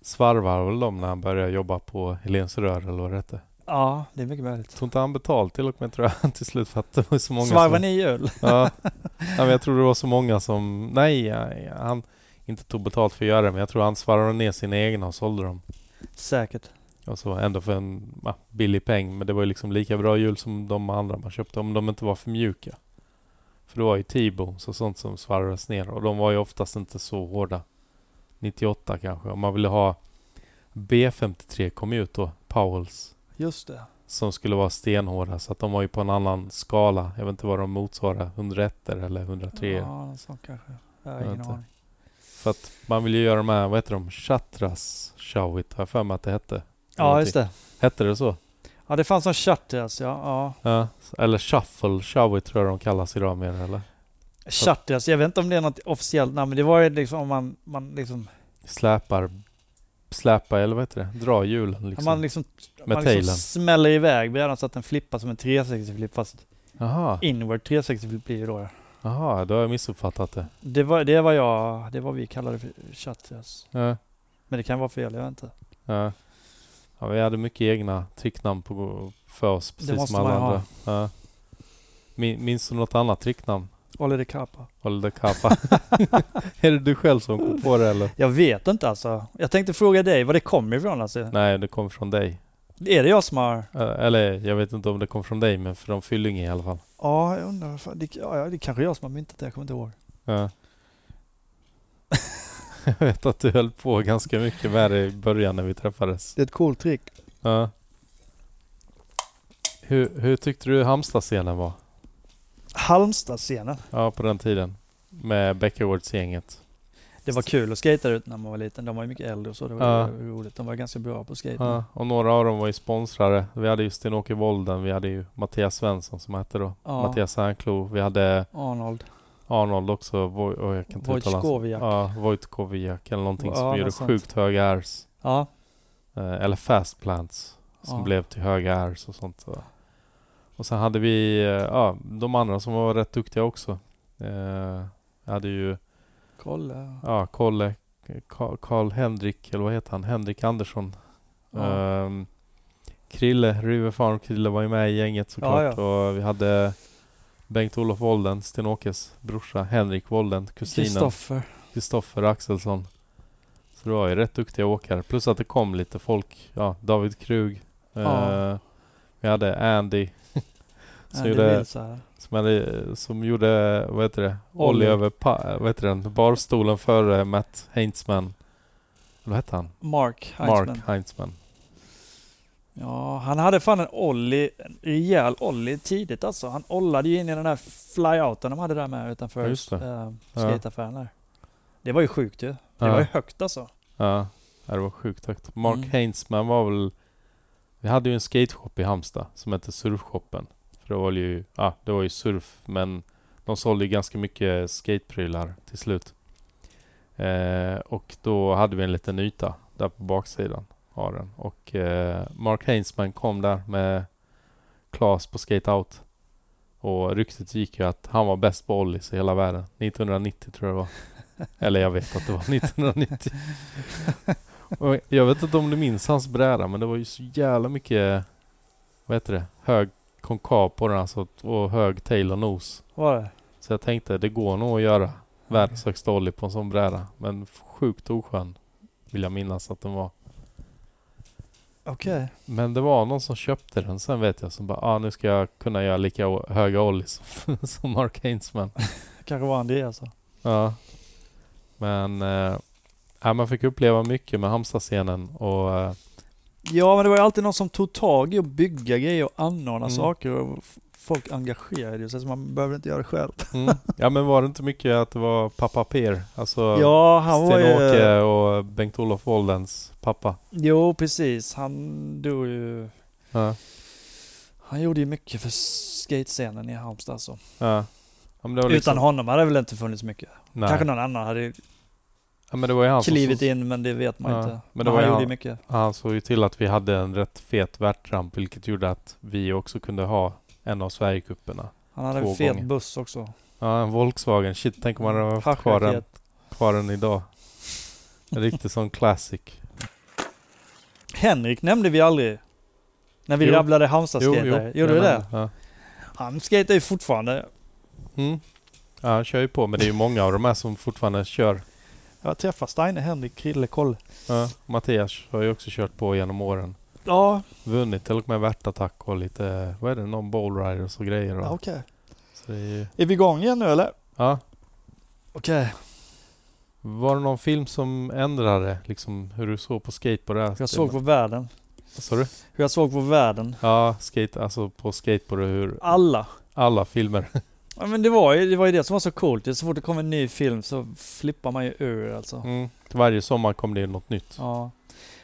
Speaker 1: svarvar väl dem när han började jobba på Helens Rör eller vad det hette.
Speaker 2: Ja, det är mycket möjligt.
Speaker 1: Tror inte han betalt till och med tror jag till slut för att det var så många
Speaker 2: Svarvar
Speaker 1: som...
Speaker 2: ni hjul?
Speaker 1: Ja. ja. men jag tror det var så många som... Nej, ja, ja, han inte tog betalt för att göra det men jag tror han svarvade ner sina egna och sålde dem.
Speaker 2: Säkert.
Speaker 1: Och så Alltså, ändå för en ja, billig peng. Men det var ju liksom lika bra hjul som de andra man köpte om de inte var för mjuka. För det var ju T-bones och sånt som svarvades ner och de var ju oftast inte så hårda. 98 kanske. Om man ville ha B53 kom ju ut då, Powells.
Speaker 2: Just det.
Speaker 1: Som skulle vara stenhårda så att de var ju på en annan skala. Jag vet inte vad de motsvarar, 101 eller 103.
Speaker 2: Ja, någon sån kanske. Jag har
Speaker 1: Jag
Speaker 2: ingen
Speaker 1: vet inte.
Speaker 2: aning.
Speaker 1: För att man ville ju göra de här, vad heter de? Chatras Showit har jag för mig att det hette.
Speaker 2: Ja, just det.
Speaker 1: Hette det så?
Speaker 2: Ja, det fanns en Chartias, ja. ja.
Speaker 1: Ja, eller shuffle, showy tror jag de kallas idag mer eller?
Speaker 2: Chartias, jag vet inte om det är något officiellt namn, men det var ju liksom om man, man liksom...
Speaker 1: Släpar, släpa eller vad heter det? Dra hjulen
Speaker 2: Liksom,
Speaker 1: liksom.
Speaker 2: man liksom,
Speaker 1: Med
Speaker 2: man liksom
Speaker 1: tailen.
Speaker 2: smäller iväg brädan så att den flippar som en 360-flipp fast
Speaker 1: Jaha,
Speaker 2: inward 360-flipp blir ju då det.
Speaker 1: jaha, då har jag missuppfattat det.
Speaker 2: Det var, det var jag, det var vi kallade för Chartias.
Speaker 1: Ja,
Speaker 2: Men det kan vara fel, jag vet inte.
Speaker 1: ja. ja, vi hade mycket egna tricknamn på, för oss, precis
Speaker 2: måste
Speaker 1: som alla
Speaker 2: man ju
Speaker 1: andra. Ja. Min, minns du något annat tricknamn?
Speaker 2: Olli de Kappa.
Speaker 1: Oliver Kappa. är det du själv som kom på det eller?
Speaker 2: Jag vet inte alltså. Jag tänkte fråga dig var det kommer ifrån alltså.
Speaker 1: Nej, det kom från dig.
Speaker 2: Är det jag som har...
Speaker 1: Eh, Eller jag vet inte om det kom från dig, men från Fyllinge i alla fall.
Speaker 2: Ja, jag undrar. varför. Det, ja, ja, det är kanske jag som har myntat det, jag kommer inte ihåg.
Speaker 1: Ja. Jag vet att du höll på ganska mycket med det i början när vi träffades.
Speaker 2: Det är ett coolt trick.
Speaker 1: Ja. Hur, hur tyckte du Halmstadscenen var?
Speaker 2: Halmstadscenen.
Speaker 1: Ja, på den tiden. Med Bäckagårdsgänget.
Speaker 2: Det var kul att skejta ut när man var liten. De var ju mycket äldre och så. Det var
Speaker 1: Ja.
Speaker 2: ju roligt. De var ganska bra på skate.
Speaker 1: Ja, och några av dem var ju sponsrare. Vi hade ju Sten-Åke Wolden, vi hade ju Mattias Svensson som han hette då.
Speaker 2: Ja.
Speaker 1: Mattias Ernklo, vi hade
Speaker 2: Arnold.
Speaker 1: Arnold också. Vo- och jag kan inte uttala hans-
Speaker 2: Wojtkowiak.
Speaker 1: Ja, Wojtkowiak eller någonting
Speaker 2: Ja,
Speaker 1: som gjorde
Speaker 2: något sånt.
Speaker 1: sjukt höga airs.
Speaker 2: Ja.
Speaker 1: Eh, Eller fast plants som
Speaker 2: Ja.
Speaker 1: blev till höga airs och sånt. Så. Och sen hade vi eh, ja, de andra som var rätt duktiga också. Eh, Jag hade ju
Speaker 2: Kolla.
Speaker 1: ja, Kolle, Ka- Karl Henrik, eller vad heter han? Henrik Andersson.
Speaker 2: Ja.
Speaker 1: Ehm, Krille, River Farm Krille var ju med i gänget såklart.
Speaker 2: Ja,
Speaker 1: Och vi hade Bengt-Olof Wolden, Sten-Åkes brorsa, Henrik Wolden, kusinen
Speaker 2: Kristoffer.
Speaker 1: Kristoffer Axelsson. Så det var ju rätt duktiga åkare. Plus att det kom lite folk. Ja, David Krug.
Speaker 2: Ja.
Speaker 1: Eh, vi hade Andy. som,
Speaker 2: Andy
Speaker 1: gjorde,
Speaker 2: Wilson.
Speaker 1: som, hade, som gjorde, vad heter det? Ollie
Speaker 2: Ollie.
Speaker 1: över pa, vad heter den? barstolen före Matt Heintzman. Eller Vad hette han?
Speaker 2: Mark Mark.
Speaker 1: Mark Heintzman.
Speaker 2: Ja, han hade fan en ollie, en rejäl ollie tidigt alltså. Han ollade ju in i den där flyouten de hade där med utanför
Speaker 1: Ja, just det.
Speaker 2: eh,
Speaker 1: Ja.
Speaker 2: skateaffären där. Det var ju sjukt ju. Det
Speaker 1: Ja.
Speaker 2: var ju högt alltså.
Speaker 1: Ja, Ja, det var sjukt högt. Mark
Speaker 2: Mm.
Speaker 1: Heintzman var väl... Vi hade ju en skateshop i Halmstad som hette Surfshoppen. För det var ju, ja, det var ju surf, men de sålde ju ganska mycket skateprylar till slut. Eh, och då hade vi en liten yta där på baksidan av den. Och eh, Mark Heinzman kom där med Klas på Skate Out. Och ryktet gick ju att han var bäst på ollies i hela världen. 1990 tror jag det var. Eller jag vet att det var 1990. Och jag vet inte om du minns hans bräda, men det var ju så jävla mycket, vad heter det, hög konkav på den alltså och hög tail och nos.
Speaker 2: Var det?
Speaker 1: Så jag tänkte, det går nog att göra världens högsta ollie på en sån bräda. Men sjukt oskön, vill jag minnas att den var.
Speaker 2: Okej.
Speaker 1: Men det var någon som köpte den sen vet jag som bara, ah, nu ska jag kunna göra lika o- höga ollies som, som Mark Hainsman.
Speaker 2: Kanske var han det alltså.
Speaker 1: Ja. Men, eh, ja, man fick uppleva mycket med Halmstadscenen och eh,
Speaker 2: Ja, men det var ju alltid någon som tog tag i att bygga grejer och anordna
Speaker 1: Mm.
Speaker 2: saker. Och f- folk engagerade sig så man behövde inte göra det själv.
Speaker 1: Mm. Ja men var det inte mycket att det var pappa Per? Alltså
Speaker 2: Ja, han var ju...
Speaker 1: Sten-Åke och Bengt-Olof Woldens pappa.
Speaker 2: Jo, precis. Han dog ju...
Speaker 1: Ja.
Speaker 2: Han gjorde ju mycket för skatescenen i Halmstad alltså.
Speaker 1: Ja. Ja, men det var liksom-
Speaker 2: Utan honom hade det väl inte funnits mycket.
Speaker 1: nej.
Speaker 2: Kanske någon annan hade ju
Speaker 1: ja, men det var ju han som
Speaker 2: klivit
Speaker 1: såg,
Speaker 2: in, men det vet man
Speaker 1: Ja,
Speaker 2: inte.
Speaker 1: men det
Speaker 2: Men
Speaker 1: var
Speaker 2: han
Speaker 1: ju
Speaker 2: gjorde
Speaker 1: han.
Speaker 2: ju mycket.
Speaker 1: han såg ju till att vi hade en rätt fet värtramp vilket gjorde att vi också kunde ha en av Sverigecuperna.
Speaker 2: Han hade
Speaker 1: Två
Speaker 2: en fet
Speaker 1: gånger.
Speaker 2: buss också.
Speaker 1: Ja, en Volkswagen. Shit, tänk om man hade haft kvar den,
Speaker 2: Haschraket.
Speaker 1: kvar den idag. En riktig sån classic.
Speaker 2: Henrik nämnde vi aldrig. När vi
Speaker 1: Jo.
Speaker 2: rabblade Halmstadskater. Gjorde vi
Speaker 1: Jajamän.
Speaker 2: det?
Speaker 1: Ja.
Speaker 2: Han skater ju fortfarande.
Speaker 1: Mm. ja, han kör ju på. Men det är ju många av de här som fortfarande kör.
Speaker 2: Jag träffade Steine, Henrik, Krille, Kolle.
Speaker 1: Ja, Mattias har ju också kört på genom åren.
Speaker 2: Ja,
Speaker 1: Vunnit till och med värtattack och lite, vad är det, någon bowlriders och grejer.
Speaker 2: ja,
Speaker 1: Och,
Speaker 2: okej.
Speaker 1: så det är ju,
Speaker 2: Är vi igång igen nu eller?
Speaker 1: ja.
Speaker 2: Okej.
Speaker 1: Var det någon film som ändrade liksom hur du såg på skate på det här?
Speaker 2: Jag såg på världen.
Speaker 1: Vad sa du?
Speaker 2: Hur jag såg på världen.
Speaker 1: Ja, skate, alltså på skateboard och hur
Speaker 2: Alla.
Speaker 1: alla filmer.
Speaker 2: Ja, men det var, ju, det var ju det som var så coolt. Det är Så fort det kom en ny film så flippar man ju ur alltså.
Speaker 1: Mm. Varje sommar kom det ju något nytt.
Speaker 2: Ja.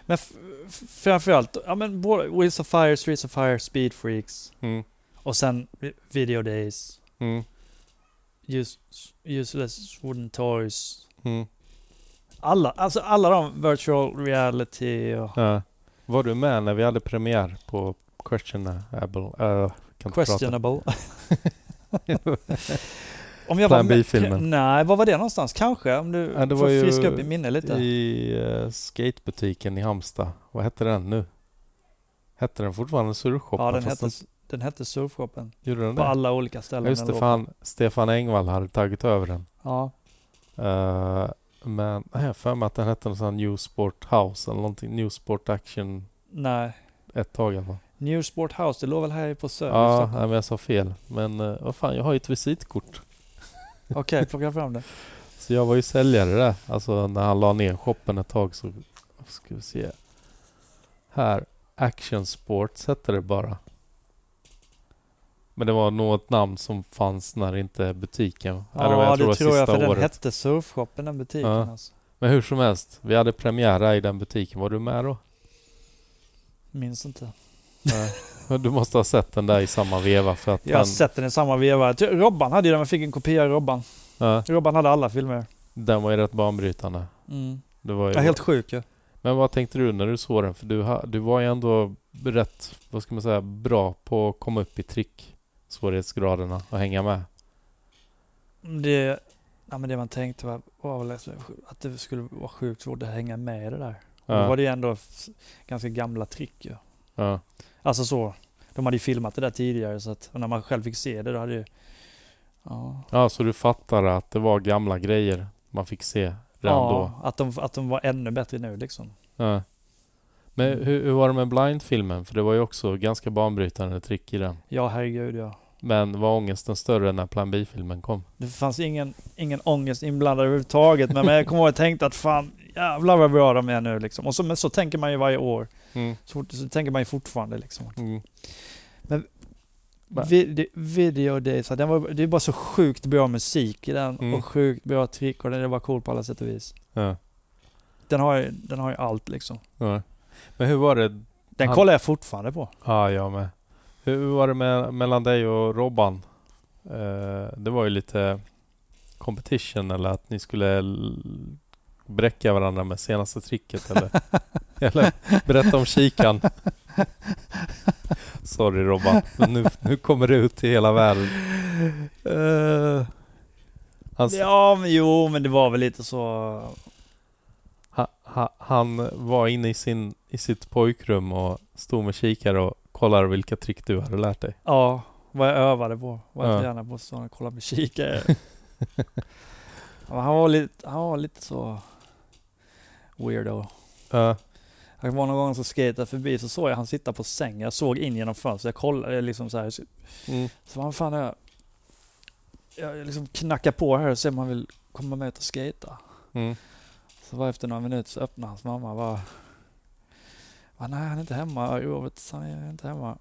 Speaker 2: Men f- f- framförallt, ja men både Wheels of Fire, Streets of Fire, Speed Freaks
Speaker 1: Mm.
Speaker 2: och sen vi- Video Days,
Speaker 1: Mm.
Speaker 2: Use, Useless Wooden Toys.
Speaker 1: Mm.
Speaker 2: Alla, alltså alla de, virtual reality och
Speaker 1: Ja. Var du med när vi hade premiär på Questionable? Uh, kan inte prata.
Speaker 2: questionable. Om jag
Speaker 1: Plan
Speaker 2: var med-
Speaker 1: B-filmen.
Speaker 2: Nej, var var det någonstans? Kanske? Om du
Speaker 1: Ja, det var
Speaker 2: får
Speaker 1: ju
Speaker 2: friska upp i minne lite.
Speaker 1: I eh, skatebutiken i Halmstad. Vad hette den nu? Hette den fortfarande Surfshoppen?
Speaker 2: ja, den
Speaker 1: Fast
Speaker 2: hette, den hette Surfshopen.
Speaker 1: Gjorde den
Speaker 2: På
Speaker 1: det?
Speaker 2: alla olika
Speaker 1: Ja,
Speaker 2: ställen.
Speaker 1: Just det,
Speaker 2: den
Speaker 1: för
Speaker 2: låg.
Speaker 1: han, Stefan Engvall hade tagit över den.
Speaker 2: Ja.
Speaker 1: Eh, men nej, jag har för mig att den hette någon sån här New Sport House eller någonting. New Sport Action
Speaker 2: Nej.
Speaker 1: ett tag i alla fall.
Speaker 2: New Sport House, det låg väl här på Söder? i
Speaker 1: Ja,
Speaker 2: Stockholm?
Speaker 1: nej, men jag sa fel. Men eh, vad fan, jag har ju ett visitkort.
Speaker 2: Okej, plocka fram det.
Speaker 1: Så jag var ju säljare där. Alltså när han la ner shoppen ett tag så... Ska vi se. Här. Action Sports hette det bara. Men det var nog ett namn som fanns när inte butiken...
Speaker 2: Ja,
Speaker 1: eller
Speaker 2: det
Speaker 1: var
Speaker 2: tror jag,
Speaker 1: sista
Speaker 2: för
Speaker 1: året.
Speaker 2: den hette Surfshopen, den butiken
Speaker 1: Ja.
Speaker 2: alltså.
Speaker 1: Men hur som helst. Vi hade premiär där i den butiken. Var du med då?
Speaker 2: Minns inte.
Speaker 1: Nej. Du måste ha sett den där i samma veva för att
Speaker 2: Jag har
Speaker 1: den,
Speaker 2: sett den i samma veva. Ty- Robban hade ju den, man fick en kopia av Robban.
Speaker 1: ja,
Speaker 2: Robban hade alla filmer.
Speaker 1: den var ju rätt banbrytande.
Speaker 2: Mm.
Speaker 1: Det var ju
Speaker 2: Jag är helt sjuk ju. Ja.
Speaker 1: Men vad tänkte du när du såg den? För du, ha, du var ju ändå rätt, vad ska man säga, bra på att komma upp i trick svårighetsgraderna och hänga med.
Speaker 2: Det, ja, men det man tänkte var, var väl att- att det skulle vara sjukt svårt att hänga med i det där.
Speaker 1: Ja,
Speaker 2: Då var det ju ändå f- ganska gamla trick ju.
Speaker 1: ja,
Speaker 2: Alltså så. De hade ju filmat det där tidigare så att och när man själv fick se det då hade ju... Ja.
Speaker 1: ja, så du fattade att det var gamla grejer man fick se redan då.
Speaker 2: ja, att de, att de var ännu bättre nu liksom.
Speaker 1: Ja. Men hur, hur var det med Blind-filmen? För det var ju också ganska banbrytande trick i den.
Speaker 2: Ja, herregud ja.
Speaker 1: Men var ångesten större när Plan B-filmen kom?
Speaker 2: Det fanns ingen, ingen ångest inblandad överhuvudtaget. Men men jag kommer ihåg att jag tänkte att fan, jävlar vad bra de är nu liksom. Och så, men så tänker man ju varje år.
Speaker 1: Mm.
Speaker 2: Så, fort- så tänker man ju fortfarande liksom.
Speaker 1: Mm. Va?
Speaker 2: Vid, video Days, den var, det är bara så sjukt bra musik i den
Speaker 1: Mm.
Speaker 2: och sjukt bra trick och den är bara cool på alla sätt och vis.
Speaker 1: Ja.
Speaker 2: Den har, ju- den har ju allt liksom.
Speaker 1: Ja. Men hur var det?
Speaker 2: Den
Speaker 1: Han-
Speaker 2: kollar jag fortfarande på.
Speaker 1: Ja, jag med. Hur hur var det med, mellan dig och Robban? Eh, det var ju lite competition eller att ni skulle l- bräcka varandra med senaste tricket eller, eller berätta om kikan. Sorry Robban, men nu, nu kommer det ut till hela världen. Mm.
Speaker 2: Eh,
Speaker 1: Hans,
Speaker 2: ja, men jo, men det var väl lite så...
Speaker 1: ha, ha, han var inne i, sin, i sitt pojkrum och stod med kikare och kollade vilka trick du hade lärt dig.
Speaker 2: Ja, vad jag övade på. Vad jag
Speaker 1: Ja.
Speaker 2: gärna på sådana kolla med kikare. Ja, men han, var lite, han var lite så... Weirdo.
Speaker 1: Ja,
Speaker 2: Det var någon gång så skejtade jag förbi så såg jag han sitta på sängen. Jag såg in genom fönstret. Jag kollade liksom så här.
Speaker 1: mm,
Speaker 2: Så vad fan är jag? Jag liksom knackar på här och ser om han vill komma med och skata.
Speaker 1: mm,
Speaker 2: Så var efter några minuter så öppnar hans mamma och bara... Va, nej, han är inte hemma. Robert, han är inte hemma.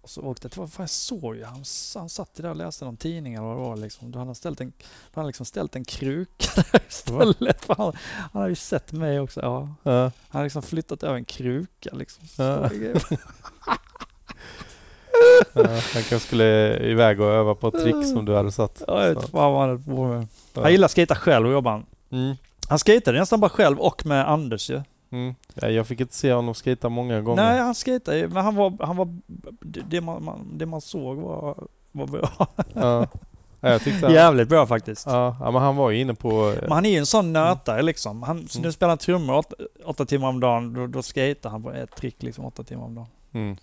Speaker 2: Och så åkte jag till... Vad fan, jag såg ju. Han, han satt ju där och läste någon tidning eller vad det var liksom. Då hade han ställt en, då hade han liksom ställt en kruka där istället. För han, han har ju sett mig också. Ja.
Speaker 1: ja.
Speaker 2: Han har liksom flyttat över en kruka liksom. Så,
Speaker 1: Ja. Ja, han kanske skulle iväg och öva på ett trick som du hade satt.
Speaker 2: Ja, jag vet
Speaker 1: Så.
Speaker 2: fan vad han hade på med.
Speaker 1: Ja.
Speaker 2: Mm. Han gillar att skejta själv och jobbar han.
Speaker 1: Mm.
Speaker 2: Han skejtade nästan bara själv och med Anders ju.
Speaker 1: Mm. Ja, jag fick inte se honom skita många gånger.
Speaker 2: Nej, han skejtade ju, men han var, han var det, det man, man, det man såg var, var bra.
Speaker 1: Ja. Ja, jag tyckte han, ja.
Speaker 2: Jävligt bra faktiskt.
Speaker 1: ja, men han var ju inne på...
Speaker 2: Men han är ju en sån nötare liksom. Han, så
Speaker 1: Mm.
Speaker 2: Nu spelar han trummor åt, åtta timmar om dagen, då, då skejtar han på ett trick liksom åtta timmar om dagen.
Speaker 1: Mm.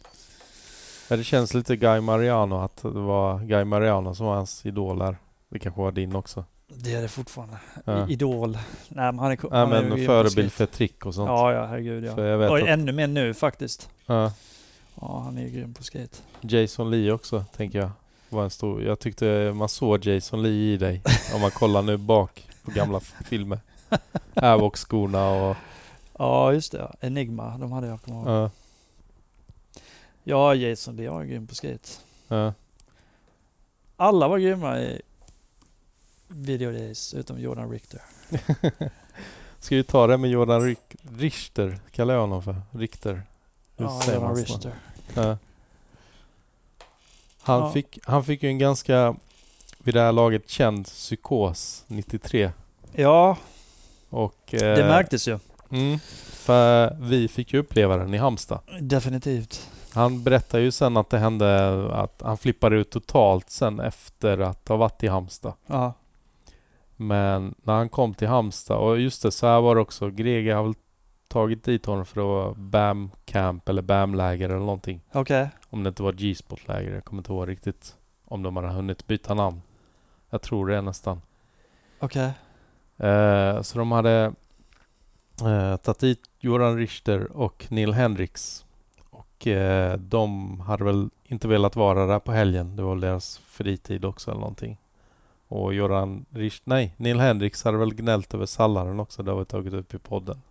Speaker 1: Ja, det känns lite Guy Mariano, att det var Guy Mariano som var hans idol där. Det kanske var din också.
Speaker 2: Det är det fortfarande.
Speaker 1: Ja.
Speaker 2: I- Idol. Nej men han är ko-
Speaker 1: Ja,
Speaker 2: han är
Speaker 1: men
Speaker 2: ju-
Speaker 1: förebild för trick och sånt.
Speaker 2: Ja, ja, herregud ja.
Speaker 1: För jag vet
Speaker 2: Och
Speaker 1: att,
Speaker 2: ännu mer nu faktiskt.
Speaker 1: ja,
Speaker 2: Ja, han är ju grym på skate.
Speaker 1: Jason Lee också, tänker jag. Var en stor, jag tyckte man såg Jason Lee i dig, om man kollar nu bak på gamla f- filmer. Airwalk-skorna och...
Speaker 2: Ja, just det. Enigma, de hade jag, kommer ihåg.
Speaker 1: ja,
Speaker 2: Ja, Jason Lee var grym på skate.
Speaker 1: ja.
Speaker 2: Alla var grymma i Video Days, utom Jordan Richter.
Speaker 1: Ska vi ta det med Jordan Rick- Richter, kallar jag honom för. Richter. Hur
Speaker 2: Ja,
Speaker 1: säger
Speaker 2: Jordan
Speaker 1: man så?
Speaker 2: Richter.
Speaker 1: Ja. Han,
Speaker 2: Ja.
Speaker 1: Fick, han fick ju en ganska, vid det här laget, känd psykos 93.
Speaker 2: Ja,
Speaker 1: Och, eh,
Speaker 2: det märktes ju.
Speaker 1: Mm, för vi fick ju uppleva den i Halmstad.
Speaker 2: Definitivt.
Speaker 1: Han berättar ju sen att det hände att han flippade ut totalt sen efter att ha varit i Halmstad.
Speaker 2: Ja.
Speaker 1: Men när han kom till Halmstad, och just det, så här var det också. Grege har väl tagit dit honom för att vara BAM-camp eller BAM-läger eller någonting.
Speaker 2: Okej.
Speaker 1: Om det inte var G-spot-läger, jag kommer inte ihåg riktigt. Om de hade hunnit byta namn. Jag tror det nästan.
Speaker 2: Okej.
Speaker 1: Eh, så de hade eh, tagit dit Joran Richter och Neil Hendrix. Och eh, de hade väl inte velat vara där på helgen. Det var väl deras fritid också eller någonting. Och Joran Richter, nej, Neil Hendrix hade väl gnällt över sallaren också. Det har vi tagit upp i podden.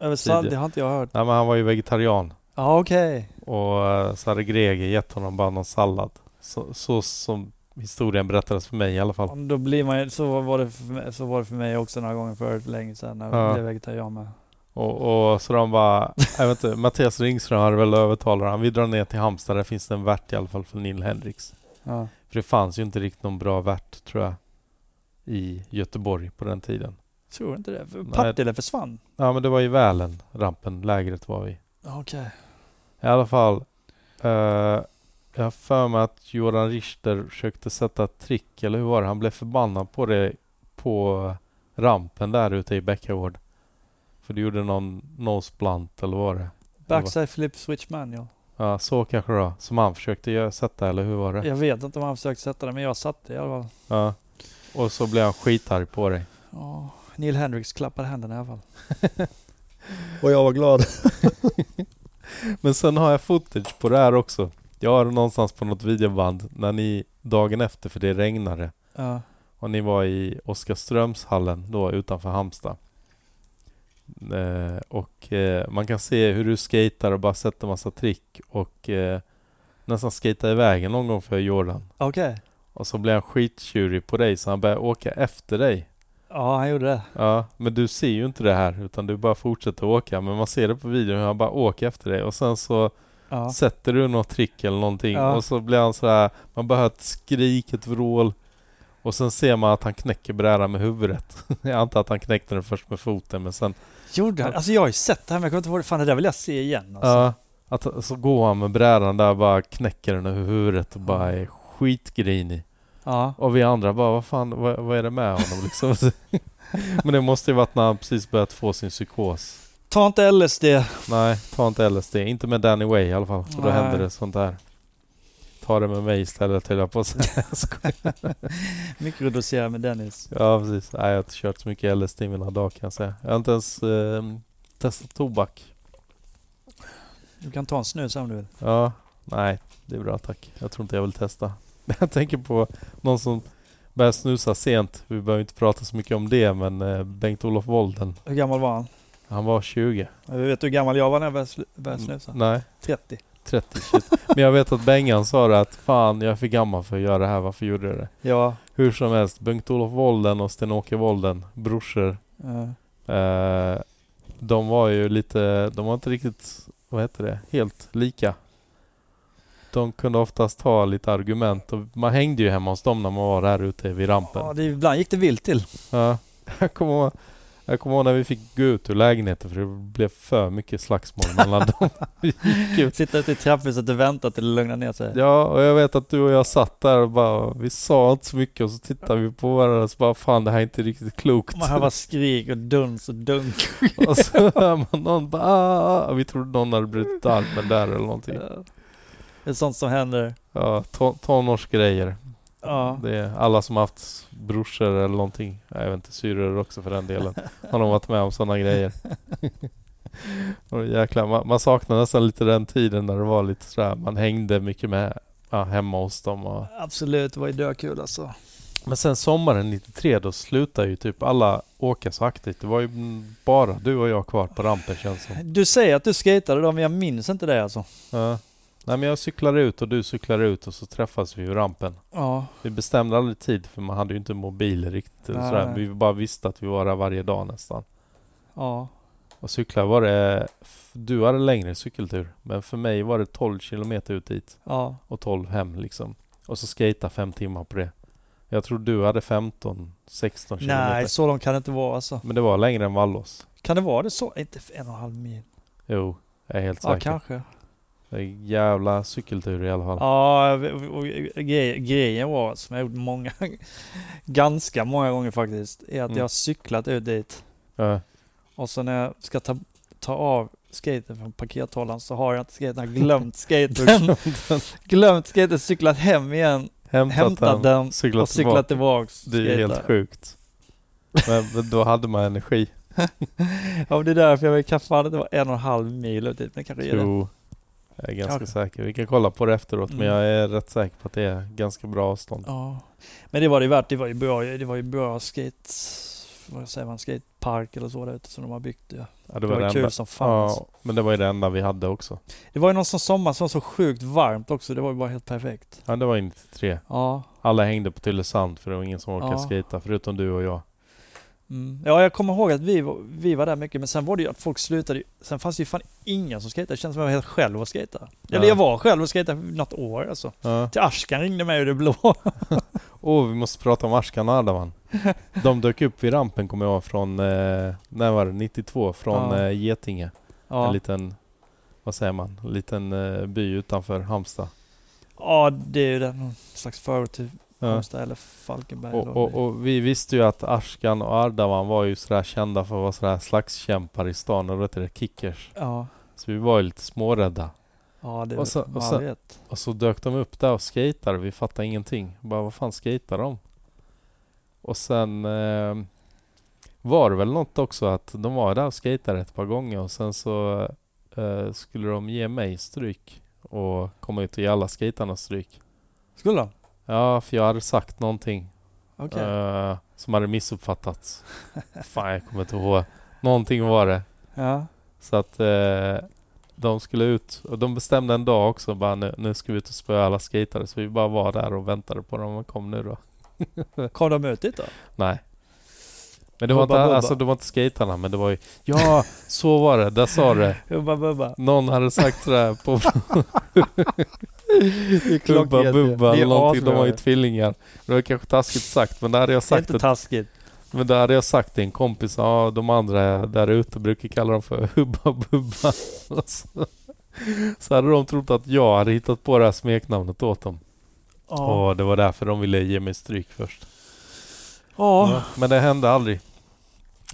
Speaker 2: Över sand,
Speaker 1: Tidigt.
Speaker 2: det har inte jag hört.
Speaker 1: Nej, men han var ju vegetarian.
Speaker 2: Ja, okej.
Speaker 1: Och eh, så hade Greger gett honom bara någon sallad. Så, så som historien berättades för mig i alla fall.
Speaker 2: Då blir man ju, så var, det för mig, så var det för mig också några gånger förut, länge sedan, när
Speaker 1: Ja.
Speaker 2: jag blev vegetarian med.
Speaker 1: Och, och så de bara, jag vet inte, Mattias Ringström hade väl övertalat honom. Vi drar ner till Halmstad, där finns det en värt i alla fall för Neil Hendrix.
Speaker 2: Ja.
Speaker 1: För det fanns ju inte riktigt någon bra värt tror jag, i Göteborg på den tiden.
Speaker 2: Tror inte det. För
Speaker 1: Nej.
Speaker 2: Partille försvann.
Speaker 1: Ja men det var ju Välen, rampen, lägret var vi.
Speaker 2: Okej.
Speaker 1: I alla fall, eh, jag har för mig att Jordan Richter försökte sätta ett trick, eller hur var det? Han blev förbannad på det på rampen där ute i Bäckagård. För du gjorde någon nose blunt, eller vad var det?
Speaker 2: Backside flip switch manual.
Speaker 1: Ja, så kanske det var. Som han försökte göra, sätta, eller hur var det? Ja.
Speaker 2: Jag vet inte om han försökte sätta det, men jag satte det i alla fall.
Speaker 1: Och så blev han skitarg på dig.
Speaker 2: Ja, Neil Hendrix klappade händerna i alla fall.
Speaker 3: Och jag var glad.
Speaker 1: Men sen har jag footage på det här också. Jag har det någonstans på något videoband när ni dagen efter, för det regnade,
Speaker 2: Ja.
Speaker 1: och ni var i Oskarströmshallen då utanför Halmstad. Eh, och eh, man kan se hur du skater och bara sätter massa trick och eh, nästan skatar iväg en någon gång för Jordan.
Speaker 2: Okej.
Speaker 1: Och så blir han skittjurig på dig så han börjar åka efter dig.
Speaker 2: Ja, han gjorde det.
Speaker 1: Ja, men du ser ju inte det här utan du bara fortsätter åka. Men man ser det på videon hur han bara åker efter dig och sen så
Speaker 2: Ja.
Speaker 1: sätter du något trick eller någonting
Speaker 2: Ja.
Speaker 1: och så blir han så här. Man bara hör ett skrik, ett vrål och sen ser man att han knäcker brädan med huvudet. jag antar att han knäckte den först med foten men sen
Speaker 2: Gjorde han? Alltså jag har ju sett det här men jag kommer inte ihåg det. Fan det där vill jag se igen alltså.
Speaker 1: ja, att, så går han med brädan där och bara knäcker den över huvudet och bara är skitgrinig.
Speaker 2: Ja.
Speaker 1: Och vi andra bara, vad fan, vad, vad är det med honom liksom? Men det måste ju varit när han precis börjat få sin psykos.
Speaker 2: Ta inte LSD.
Speaker 1: Nej, ta inte LSD. Inte med Danny Way i alla fall, för då
Speaker 2: Nej.
Speaker 1: händer det sånt där. Ta det med mig istället höll jag på att säga. Jag skojar.
Speaker 2: Mikrodosera med Dennis.
Speaker 1: Ja, precis. Nej, jag har inte kört så mycket LSD i mina dagar kan jag säga. Jag har inte ens eh, testat tobak.
Speaker 2: Du kan ta en snus om du vill.
Speaker 1: Ja, nej, det är bra tack. Jag tror inte jag vill testa. Jag tänker på någon som börjar snusa sent. Vi behöver inte prata så mycket om det, men eh, Bengt-Olof Wolden,
Speaker 2: Hur gammal var han?
Speaker 1: han var 20.
Speaker 2: Jag vet du hur gammal jag var när jag började slu- började snusa?
Speaker 1: Nej,
Speaker 2: 30.
Speaker 1: 30 shit. Men jag vet att Bengan sa det att fan jag är för gammal för att göra det här, varför gjorde jag det?
Speaker 2: Ja.
Speaker 1: Hur som helst, Bengt-Olof Wolden och Sten-Åke Wolden, brorsor,
Speaker 2: eh,
Speaker 1: eh, de var ju lite, de var inte riktigt, vad heter det, helt lika. De kunde oftast ha lite argument och man hängde ju hemma hos dem när man var där ute vid rampen.
Speaker 2: Ja, det, ibland gick det vilt till.
Speaker 1: Ja, jag kommer ihåg, jag kommer ihåg när vi fick gå ut ur lägenheten för det blev för mycket slagsmål mellan dem. Vi gick ut
Speaker 2: Sitta ute i trapphuset och vänta till det lugnar ner sig.
Speaker 1: Ja, och jag vet att du och jag satt där och bara, vi sa inte så mycket och så tittade vi på varandra och så bara, fan det här är inte riktigt klokt.
Speaker 2: Man hör bara skrik och duns och dunk.
Speaker 1: och så hör man någon bara, "Ah!" och vi trodde någon hade brutit armen där eller någonting.
Speaker 2: Ja. Det är sånt som händer.
Speaker 1: Ja, ton- tonårsgrejer.
Speaker 2: Ja.
Speaker 1: Det är alla som haft brorsor eller någonting, jag vet inte, syrror också för den delen, har nog varit med om sådana grejer. och jäklar, man, man saknar nästan lite den tiden när det var lite sådär, man hängde mycket med ja, hemma hos dem och
Speaker 2: Absolut, det var ju dökul alltså.
Speaker 1: Men sen sommaren 93 då slutade ju typ alla åka så aktivt. Det var ju bara du och jag kvar på rampen känns som.
Speaker 2: Du säger att du skatade då, men jag minns inte det alltså.
Speaker 1: Ja. Nej men jag cyklade ut och du cyklade ut och så träffades vi vid rampen.
Speaker 2: Ja.
Speaker 1: Vi bestämde aldrig tid för man hade ju inte mobil riktigt. eller
Speaker 2: Nej.
Speaker 1: Sådär. Vi bara visste att vi var där varje dag nästan.
Speaker 2: Ja.
Speaker 1: Och cykla var det... f- Du hade längre cykeltur. Men för mig var det 12 kilometer ut dit
Speaker 2: Ja.
Speaker 1: och 12 hem liksom. Och så skata fem timmar på det. Jag tror du hade 15, 16 kilometer.
Speaker 2: Nej, så långt kan det inte vara alltså.
Speaker 1: Men det var längre än Vallås.
Speaker 2: Kan det vara det så? Inte för en och en halv mil.
Speaker 1: Jo, jag är helt
Speaker 2: Ja,
Speaker 1: säker.
Speaker 2: kanske.
Speaker 1: Det är jävla cykeltur i alla fall.
Speaker 2: Ja, och gre- grejen var, som jag gjort många, ganska många gånger faktiskt, är att
Speaker 1: Mm.
Speaker 2: jag har cyklat ut dit
Speaker 1: Ja.
Speaker 2: och så när jag ska ta, ta av skaten från pakethållaren så har jag inte skaten, jag har glömt skaten. glömt skaten, cyklat hem igen,
Speaker 1: Hämtat, den,
Speaker 2: hämtat den
Speaker 1: cyklat
Speaker 2: och cyklat
Speaker 1: tillbaka.
Speaker 2: tillbaks.
Speaker 1: Det är ju
Speaker 2: skaten.
Speaker 1: helt sjukt. Men men då hade man energi.
Speaker 2: Ja, men det är därför jag vet kan fan att det var en och en halv mil ut dit, men det kanske är det.
Speaker 1: Jo, jag är ganska
Speaker 2: Kanske.
Speaker 1: säker. Vi kan kolla på det efteråt, men
Speaker 2: Mm.
Speaker 1: jag är rätt säker på att det är ganska bra avstånd.
Speaker 2: Ja. Men det var det ju värt, det var ju bra, det var ju bra skate, vad säger man, skatepark eller så där ute som de har byggt det.
Speaker 1: Ja,
Speaker 2: Det var,
Speaker 1: det enda.
Speaker 2: kul som fan. alltså.
Speaker 1: Ja, men det var ju det enda vi hade också.
Speaker 2: Det var ju någon sån sommar som var så sjukt varmt också. Det var ju bara helt perfekt.
Speaker 1: Ja, det var ju 93.
Speaker 2: Ja.
Speaker 1: Alla hängde på Tylösand för det var ingen som orkade
Speaker 2: Ja.
Speaker 1: skejta förutom du och jag.
Speaker 2: Mm. Ja, jag kommer ihåg att vi, var- vi var där mycket, men sen var det ju att folk slutade ju- Sen fanns det ju fan ingen som skejtade. Det kändes som jag var helt själv och skejta. Eller
Speaker 1: Ja.
Speaker 2: jag var själv och skejtade något år alltså.
Speaker 1: Ja.
Speaker 2: Till Askan ringde mig ur det blå.
Speaker 1: Åh, Oh, vi måste prata om Ashkan och Ardavan. De dök upp vid rampen kommer jag ihåg från, eh, när var det, 92? Från
Speaker 2: Ja.
Speaker 1: eh, Getinge. En
Speaker 2: Ja,
Speaker 1: liten, vad säger man, en liten eh, by utanför Halmstad.
Speaker 2: ja det är ju den någon slags förort till
Speaker 1: Ja.
Speaker 2: Halmstad eller Falkenberg.
Speaker 1: Och,
Speaker 2: eller vad
Speaker 1: och,
Speaker 2: det är.
Speaker 1: och vi visste ju att Ashkan och Ardavan var ju sådär kända för att vara sådär slagskämpar i stan, och då heter det kickers.
Speaker 2: Ja,
Speaker 1: Så vi var ju lite smårädda.
Speaker 2: ja det är
Speaker 1: Och så-
Speaker 2: väl-
Speaker 1: och
Speaker 2: man
Speaker 1: så-
Speaker 2: vet.
Speaker 1: Och så Alltså, dök de upp där och skatade vi fattade ingenting. Bara vad fan skatar de? Och sen eh, var det väl något också att de var där och skatade ett par gånger och sen så eh, skulle de ge mig stryk och komma ut och ge alla skatarna stryk.
Speaker 2: Skulle de?
Speaker 1: Ja, för jag hade sagt någonting
Speaker 2: Okej.
Speaker 1: eh, som hade missuppfattats. Fan, jag kommer inte ihåg. Någonting var det.
Speaker 2: Ja.
Speaker 1: Så att eh, de skulle ut och de bestämde en dag också bara nu, nu ska vi ut och spöa alla skatare så vi bara var där och väntade på dem. Kom nu då.
Speaker 2: Kom de ut dit då?
Speaker 1: Nej. Men det
Speaker 2: Hubba
Speaker 1: var, inte,
Speaker 2: bubba.
Speaker 1: alltså, det var inte skaterna men det var ju Ja, så var det. Där sa det.
Speaker 2: Hubba Bubba.
Speaker 1: Någon hade sagt sådär på
Speaker 3: klockrent
Speaker 1: Klubba
Speaker 3: ju.
Speaker 1: Bubba
Speaker 2: Det är
Speaker 1: eller någonting. De
Speaker 2: asbra
Speaker 1: var ju
Speaker 2: det.
Speaker 1: tvillingar. Det var kanske taskigt sagt men där hade jag
Speaker 2: Det är
Speaker 1: sagt
Speaker 2: inte
Speaker 1: det
Speaker 2: taskigt.
Speaker 1: Men där hade jag sagt till en kompis, ja de andra där ute brukar kalla dem för Hubba Bubba. Och så, så hade de trott att jag hade hittat på det här smeknamnet åt dem.
Speaker 2: Ja.
Speaker 1: Och det var därför de ville ge mig stryk först.
Speaker 2: Ja.
Speaker 1: Men det hände aldrig.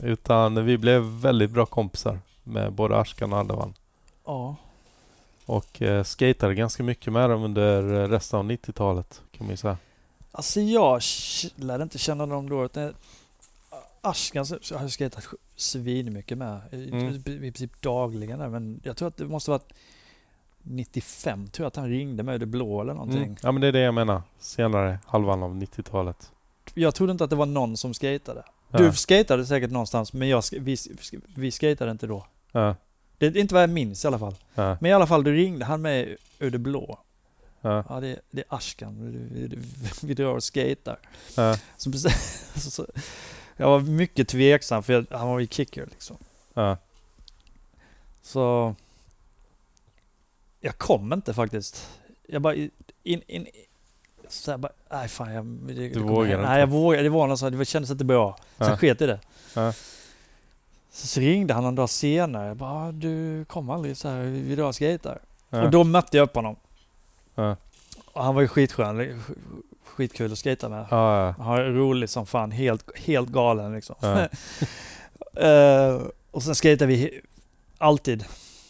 Speaker 1: Utan vi blev väldigt bra kompisar med både Ashkan och Aldavan.
Speaker 2: Ja.
Speaker 1: Och eh, skatade ganska mycket med dem under eh, resten av 90-talet kan man ju säga.
Speaker 2: Alltså jag k- lärde inte känna dem då. utan- Askan så så har jag skejtat svinmycket med. I-
Speaker 1: Mm.
Speaker 2: I i princip dagligen där. Men jag tror att det måste varit 95 tror jag att han ringde mig ur det blå eller någonting.
Speaker 1: Mm. Ja men det är det jag menar. Senare halvan av 90-talet.
Speaker 2: Jag trodde inte att det var någon som skejtade.
Speaker 1: Ja.
Speaker 2: Du skejtade säkert någonstans men jag, sk- vi, sk- vi skejtade inte då.
Speaker 1: Ja,
Speaker 2: Det är inte vad jag minns i alla fall.
Speaker 1: ja,
Speaker 2: Men i alla fall, du ringde han mig ur det blå.
Speaker 1: ja,
Speaker 2: Ja, det, det är Ashkan. Vi, vi, vi drar och skejtar.
Speaker 1: ja,
Speaker 2: Så, precis- så, så, jag var mycket tveksam för jag, han var ju kicker liksom.
Speaker 1: ja.
Speaker 2: Så jag kom inte faktiskt. Jag bara in, in så jag bara, nej fan jag... Det, det kommer-
Speaker 1: vågar inte.
Speaker 2: Nej jag vågar det var något sånt, det kändes inte bra. Så
Speaker 1: Ja.
Speaker 2: jag sket i det.
Speaker 1: Ja.
Speaker 2: Så, så ringde han en dag senare, jag bara, "Ah, du kom aldrig så här, vi vi drar och skejtar.
Speaker 1: ja.
Speaker 2: Och då mötte jag upp honom.
Speaker 1: Ja.
Speaker 2: Och han var ju skitskön, sk- skitkul att skejta med.
Speaker 1: Ja, ja.
Speaker 2: Han är rolig som fan, helt, helt galen liksom.
Speaker 1: Ja.
Speaker 2: Eh, och sen skejtar vi he- alltid.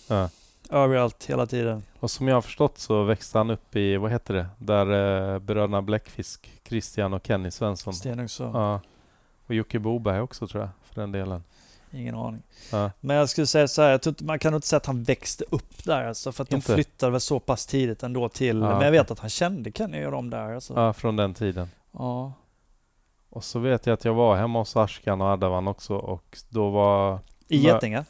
Speaker 1: Ja.
Speaker 2: Överallt, hela tiden.
Speaker 1: Och som jag har förstått så växte han upp i, vad heter det, där eh, bröderna Bläckfisk, Christian och Kenny Svensson.
Speaker 2: Stenungsund.
Speaker 1: Ja. Och Jocke Boberg också tror jag, för den delen.
Speaker 2: Ingen aning.
Speaker 1: Ja.
Speaker 2: Men jag skulle säga så här, jag tror inte, man kan nog inte säga att han växte upp där alltså, för att
Speaker 1: Inte?
Speaker 2: de flyttade väl så pass tidigt ändå till,
Speaker 1: Ja,
Speaker 2: men jag vet att han kände Kenny och dem där alltså.
Speaker 1: ja, från den tiden.
Speaker 2: Ja.
Speaker 1: Och så vet jag att jag var hemma hos Ashkan och Adavan också och då var,
Speaker 2: I
Speaker 1: Men-
Speaker 2: Getinge,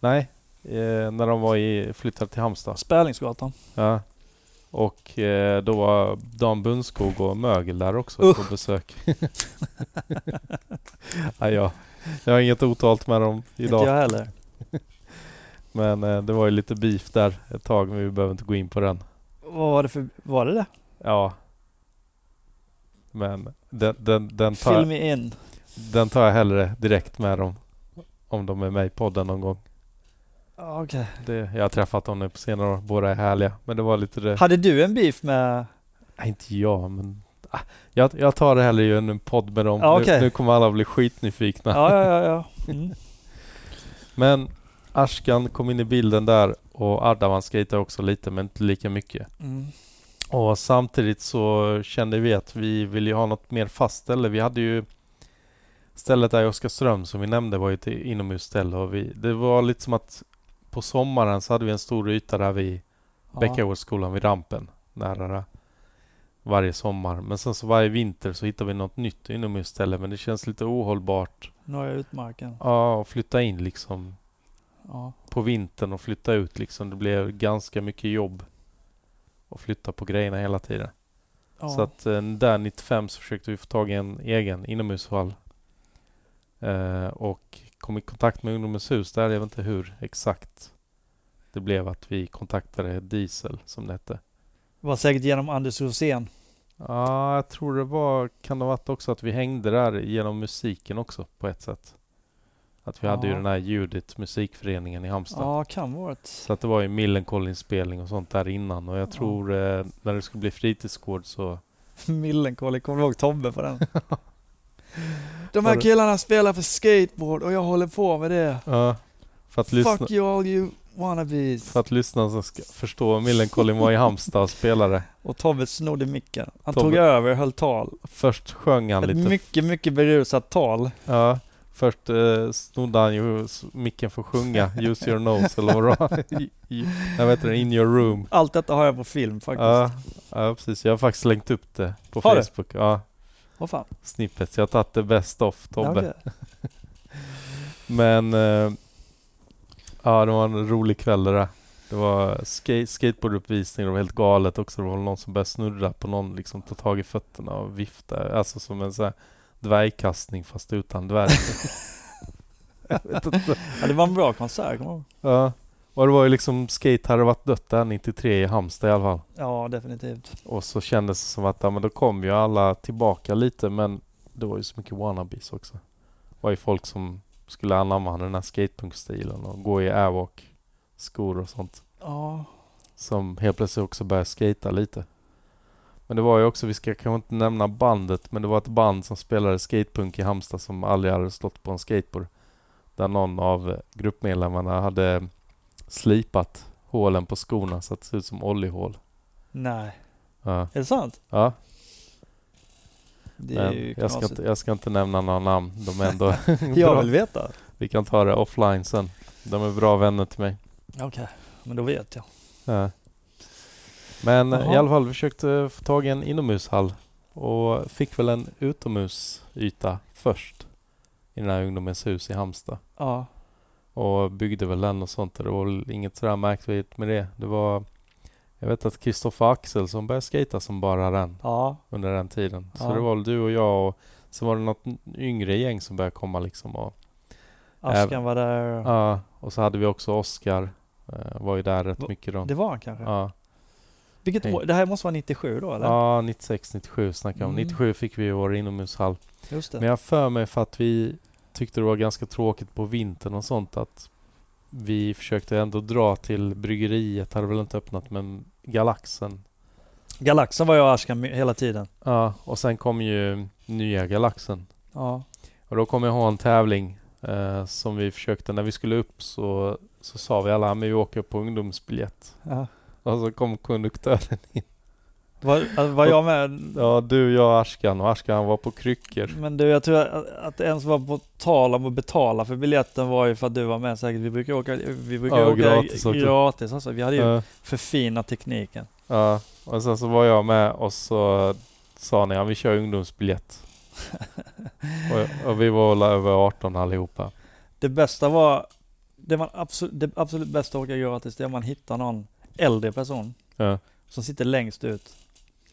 Speaker 1: nej, eh, när de var i, flyttade till Halmstad.
Speaker 2: Spärlingsgatan.
Speaker 1: Ja. Och eh, då var Dan Bunskog och Mögel där också på besök. ja, ja. Jag har inget otalt med dem idag.
Speaker 2: Inte jag heller.
Speaker 1: Men eh, det var ju lite beef där ett tag, men vi behöver inte gå in på den.
Speaker 2: Vad var det för, var det det?
Speaker 1: Ja. Men den, den, den, tar,
Speaker 2: Fill
Speaker 1: jag,
Speaker 2: me in.
Speaker 1: den tar jag hellre direkt med dem. Om de är med i podden någon gång.
Speaker 2: Ja, Okej.
Speaker 1: Det, jag har träffat dem nu på senare år, båda är härliga. Men det var lite det.
Speaker 2: Hade du en beef med
Speaker 1: Nej, inte jag, men... Ah, Jag, jag tar det hellre i en podd med dem.
Speaker 2: Ja,
Speaker 1: nu,
Speaker 2: okej.
Speaker 1: nu kommer alla bli skitnyfikna.
Speaker 2: Ja, ja, ja. ja. Mm.
Speaker 1: Men Ashkan kom in i bilden där och Ardavan skejtade också lite, men inte lika mycket.
Speaker 2: Mm.
Speaker 1: Och samtidigt så kände vi att vi ville ju ha något mer fast ställe. Vi hade ju stället där i Oskarsström som vi nämnde var ju ett inomhusställe och vi, det var lite som att på sommaren så hade vi en stor yta där vid Bäckagårdsskolan vid rampen nära där varje sommar. Men sen så varje vinter så hittade vi något nytt inomhusställe men det känns lite ohållbart
Speaker 2: Norra utmarken.
Speaker 1: ja, att flytta in liksom
Speaker 2: Ja.
Speaker 1: på vintern och flytta ut liksom. Det blev ganska mycket jobb att flytta på grejerna hela tiden.
Speaker 2: Ja.
Speaker 1: Så att eh, där 95 så försökte vi få tag i en egen inomhushall. Eh, och kom i kontakt med Ungdomens hus där. Jag vet inte hur exakt det blev att vi kontaktade Diesel som det hette.
Speaker 2: Det var säkert genom Anders Rosén.
Speaker 1: Ja, jag tror det var, kan det ha varit också att vi hängde där genom musiken också på ett sätt. Att vi hade ju
Speaker 2: Ja.
Speaker 1: den här Judit musikföreningen i Halmstad.
Speaker 2: Ja, kan varit.
Speaker 1: Så att det var ju Millencolin-spelning och sånt där innan och jag
Speaker 2: Ja.
Speaker 1: tror eh, när det skulle bli fritidsgård så
Speaker 2: Millencolin, kommer du ihåg Tobbe på den? De
Speaker 1: Var
Speaker 2: här
Speaker 1: det-
Speaker 2: killarna spelar för skateboard och jag håller på med det.
Speaker 1: Ja, för att lyssna,
Speaker 2: Fuck you all you wannabes.
Speaker 1: För att lyssnarna som ska förstå, Millencolin var i Halmstad och spelade.
Speaker 2: Och Tobbe snodde micken. Han
Speaker 1: Tobbe-
Speaker 2: tog över och höll tal.
Speaker 1: Först sjöng han
Speaker 2: Ett
Speaker 1: lite...
Speaker 2: mycket, mycket berusat tal.
Speaker 1: Ja, Först eh, snodde han ju s- micken för att sjunga Use your nose eller vad det var. I- i- Jag vet inte, In your room.
Speaker 2: Allt detta har jag på film faktiskt.
Speaker 1: Ja, ja, precis. Jag har faktiskt slängt upp det på
Speaker 2: Har du?
Speaker 1: Facebook. Ja,
Speaker 2: Vad fan.
Speaker 1: snippet. Jag har tagit det bäst off Tobbe.
Speaker 2: Ja, okej.
Speaker 1: Men... Eh, ja, det var en rolig kväll det där. Det var skate, skateboarduppvisning, det var helt galet också. Det var någon som började snurra på någon, liksom ta tag i fötterna och vifta. Alltså som en sån här dvärgkastning fast utan dvärg. Jag vet inte.
Speaker 2: ja, det var en bra konsert, kommer jag ihåg.
Speaker 1: Ja. Och det var ju liksom, skate hade varit dött där 93 i Halmstad i alla fall.
Speaker 2: Ja, definitivt.
Speaker 1: Och så kändes det som att, ja men då kom ju alla tillbaka lite men det var ju så mycket wannabes också. Det var ju folk som skulle anamma den här skatepunk-stilen och gå i airwalk, skor och sånt.
Speaker 2: Ja,
Speaker 1: Som helt plötsligt också började skata lite. Men det var ju också, vi ska kanske inte nämna bandet, men det var ett band som spelade skatepunk i Halmstad som aldrig hade slått på en skateboard. Där någon av gruppmedlemmarna hade slipat hålen på skorna så att det såg ut som oljehål.
Speaker 2: nej.
Speaker 1: Ja.
Speaker 2: Är det sant?
Speaker 1: ja.
Speaker 2: Det är ju
Speaker 1: Men jag ska,
Speaker 2: knasigt.
Speaker 1: inte, jag ska inte nämna några namn. De är ändå
Speaker 2: Jag
Speaker 1: bra.
Speaker 2: vill veta.
Speaker 1: Vi kan ta det offline sen. De är bra vänner till mig.
Speaker 2: Okej, men då vet jag.
Speaker 1: Ja. Men
Speaker 2: Jaha.
Speaker 1: i alla fall, vi försökte få tag i en inomhushall och fick väl en utomhusyta först i den här ungdomens hus i Halmstad.
Speaker 2: Ja,
Speaker 1: Och byggde väl den och sånt. Det var väl inget sådär märkvärdigt med det. Det var... Jag vet att Kristoffer Axel som började skata som bara den
Speaker 2: ja,
Speaker 1: under den tiden. Så
Speaker 2: Ja.
Speaker 1: det var väl du och jag och sen var det något yngre gäng som började komma liksom och
Speaker 2: Askan var där.
Speaker 1: Ja, och så hade vi också Oscar. eh, var ju där rätt
Speaker 2: Va-
Speaker 1: mycket då.
Speaker 2: Det var han kanske.
Speaker 1: Ja,
Speaker 2: Vilket
Speaker 1: Hej.
Speaker 2: år? Det här måste vara 97 då eller?
Speaker 1: ja 96, 97 snackar jag om.
Speaker 2: Mm.
Speaker 1: 97 fick vi vår inomhushall.
Speaker 2: Just det.
Speaker 1: Men jag har för mig för att vi tyckte det var ganska tråkigt på vintern och sånt att vi försökte ändå dra till bryggeriet, hade väl inte öppnat, men Galaxen.
Speaker 2: Galaxen var jag och Askan my- hela tiden.
Speaker 1: Ja, och sen kom ju nya Galaxen.
Speaker 2: Ja.
Speaker 1: Och då kommer jag ha en tävling eh, som vi försökte, när vi skulle upp så, så sa vi alla, men vi åker på ungdomsbiljett.
Speaker 2: ja.
Speaker 1: Och så kom konduktören
Speaker 2: Var, var jag med?
Speaker 1: Ja, du, jag och Askan. Och Askan var på kryckor.
Speaker 2: Men du, jag tror att, att det ens var på tal om att betala för biljetten var ju för att du var med säkert. Vi brukar åka, vi brukar
Speaker 1: Ja,
Speaker 2: åka
Speaker 1: gratis
Speaker 2: gratis,
Speaker 1: också.
Speaker 2: alltså. Vi hade ju
Speaker 1: Ja,
Speaker 2: förfinat tekniken.
Speaker 1: ja. Och sen så var jag med och så sa ni, ja vi kör ungdomsbiljett. och, och vi var väl över 18 allihopa.
Speaker 2: Det bästa var, det, man absolut, det absolut bästa att åka gratis, det är om man hittar någon äldre person
Speaker 1: Ja.
Speaker 2: som sitter längst ut.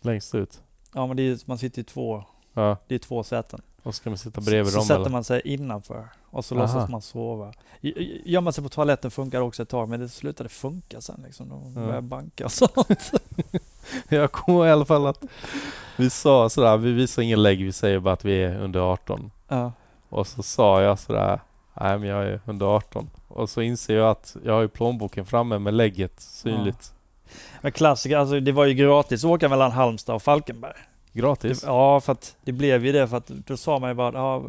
Speaker 1: Längst ut.
Speaker 2: Ja men det är, man sitter ju två,
Speaker 1: Ja.
Speaker 2: det är två säten.
Speaker 1: Och ska man sitta bredvid
Speaker 2: så
Speaker 1: dem
Speaker 2: sätter
Speaker 1: eller?
Speaker 2: man sig innanför och så
Speaker 1: Aha.
Speaker 2: låtsas man sova. I- i- Gömma sig på toaletten funkar också ett tag men det slutade funka sen liksom. De
Speaker 1: Ja.
Speaker 2: började banka och sånt.
Speaker 1: Jag kommer ihåg i alla fall att vi sa sådär, vi visar ingen lägg, vi säger bara att vi är under 18.
Speaker 2: Ja.
Speaker 1: Och så sa jag sådär, nej men jag är under 18. Och så inser jag att jag har ju plånboken framme med lägget synligt.
Speaker 2: Men klassiker, alltså det var ju gratis att åka mellan Halmstad och Falkenberg.
Speaker 1: Gratis.
Speaker 2: Det, ja, för att det blev ju det för att då sa man ju bara ja,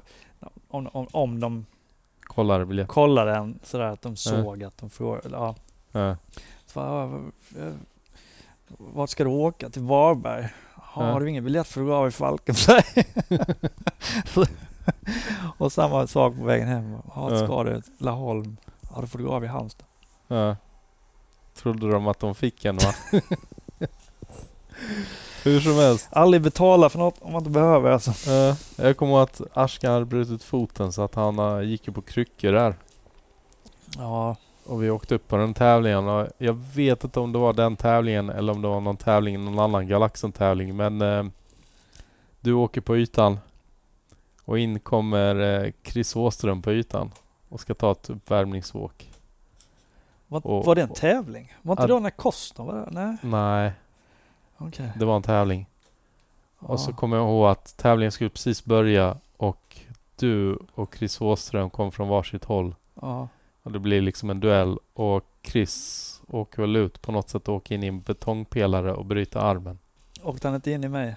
Speaker 2: om, om, om de
Speaker 1: Kollar biljett.
Speaker 2: kollade en sådär att de såg att de frågade. Ja.
Speaker 1: Ja.
Speaker 2: Så, bara, ja, eh, vart ska du åka? Till Varberg? Ja,
Speaker 1: Ja.
Speaker 2: Har du ingen biljett för att gå av i Falkenberg? och samma sak på vägen hem. Ja,
Speaker 1: Ja.
Speaker 2: ska du till Laholm? Ja, då får du gå av i Halmstad.
Speaker 1: Ja. Trodde de att de fick en va? Hur som helst.
Speaker 2: Aldrig betala för något om man inte behöver alltså.
Speaker 1: Eh, jag kommer ihåg att Askan hade brutit foten så att han eh, gick ju på kryckor där.
Speaker 2: Ja,
Speaker 1: Och vi åkte upp på den tävlingen och jag vet inte om det var den tävlingen eller om det var någon tävling, någon annan Galaxen-tävling men eh, du åker på ytan och in kommer eh, Chris Åström på ytan och ska ta ett uppvärmningsåk.
Speaker 2: var,
Speaker 1: Och-
Speaker 2: var det en tävling? Var inte
Speaker 1: Ad-
Speaker 2: då när Koston var där? Nej,
Speaker 1: Nej,
Speaker 2: okej.
Speaker 1: det var en tävling.
Speaker 2: Ja.
Speaker 1: Och så kommer jag ihåg att tävlingen skulle precis börja och du och Chris Åström kom från varsitt håll.
Speaker 2: Ja.
Speaker 1: Och det blir liksom en duell och Chris åker väl ut på något sätt och åker in i en betongpelare och bryter armen.
Speaker 2: Åkte han inte in i mig?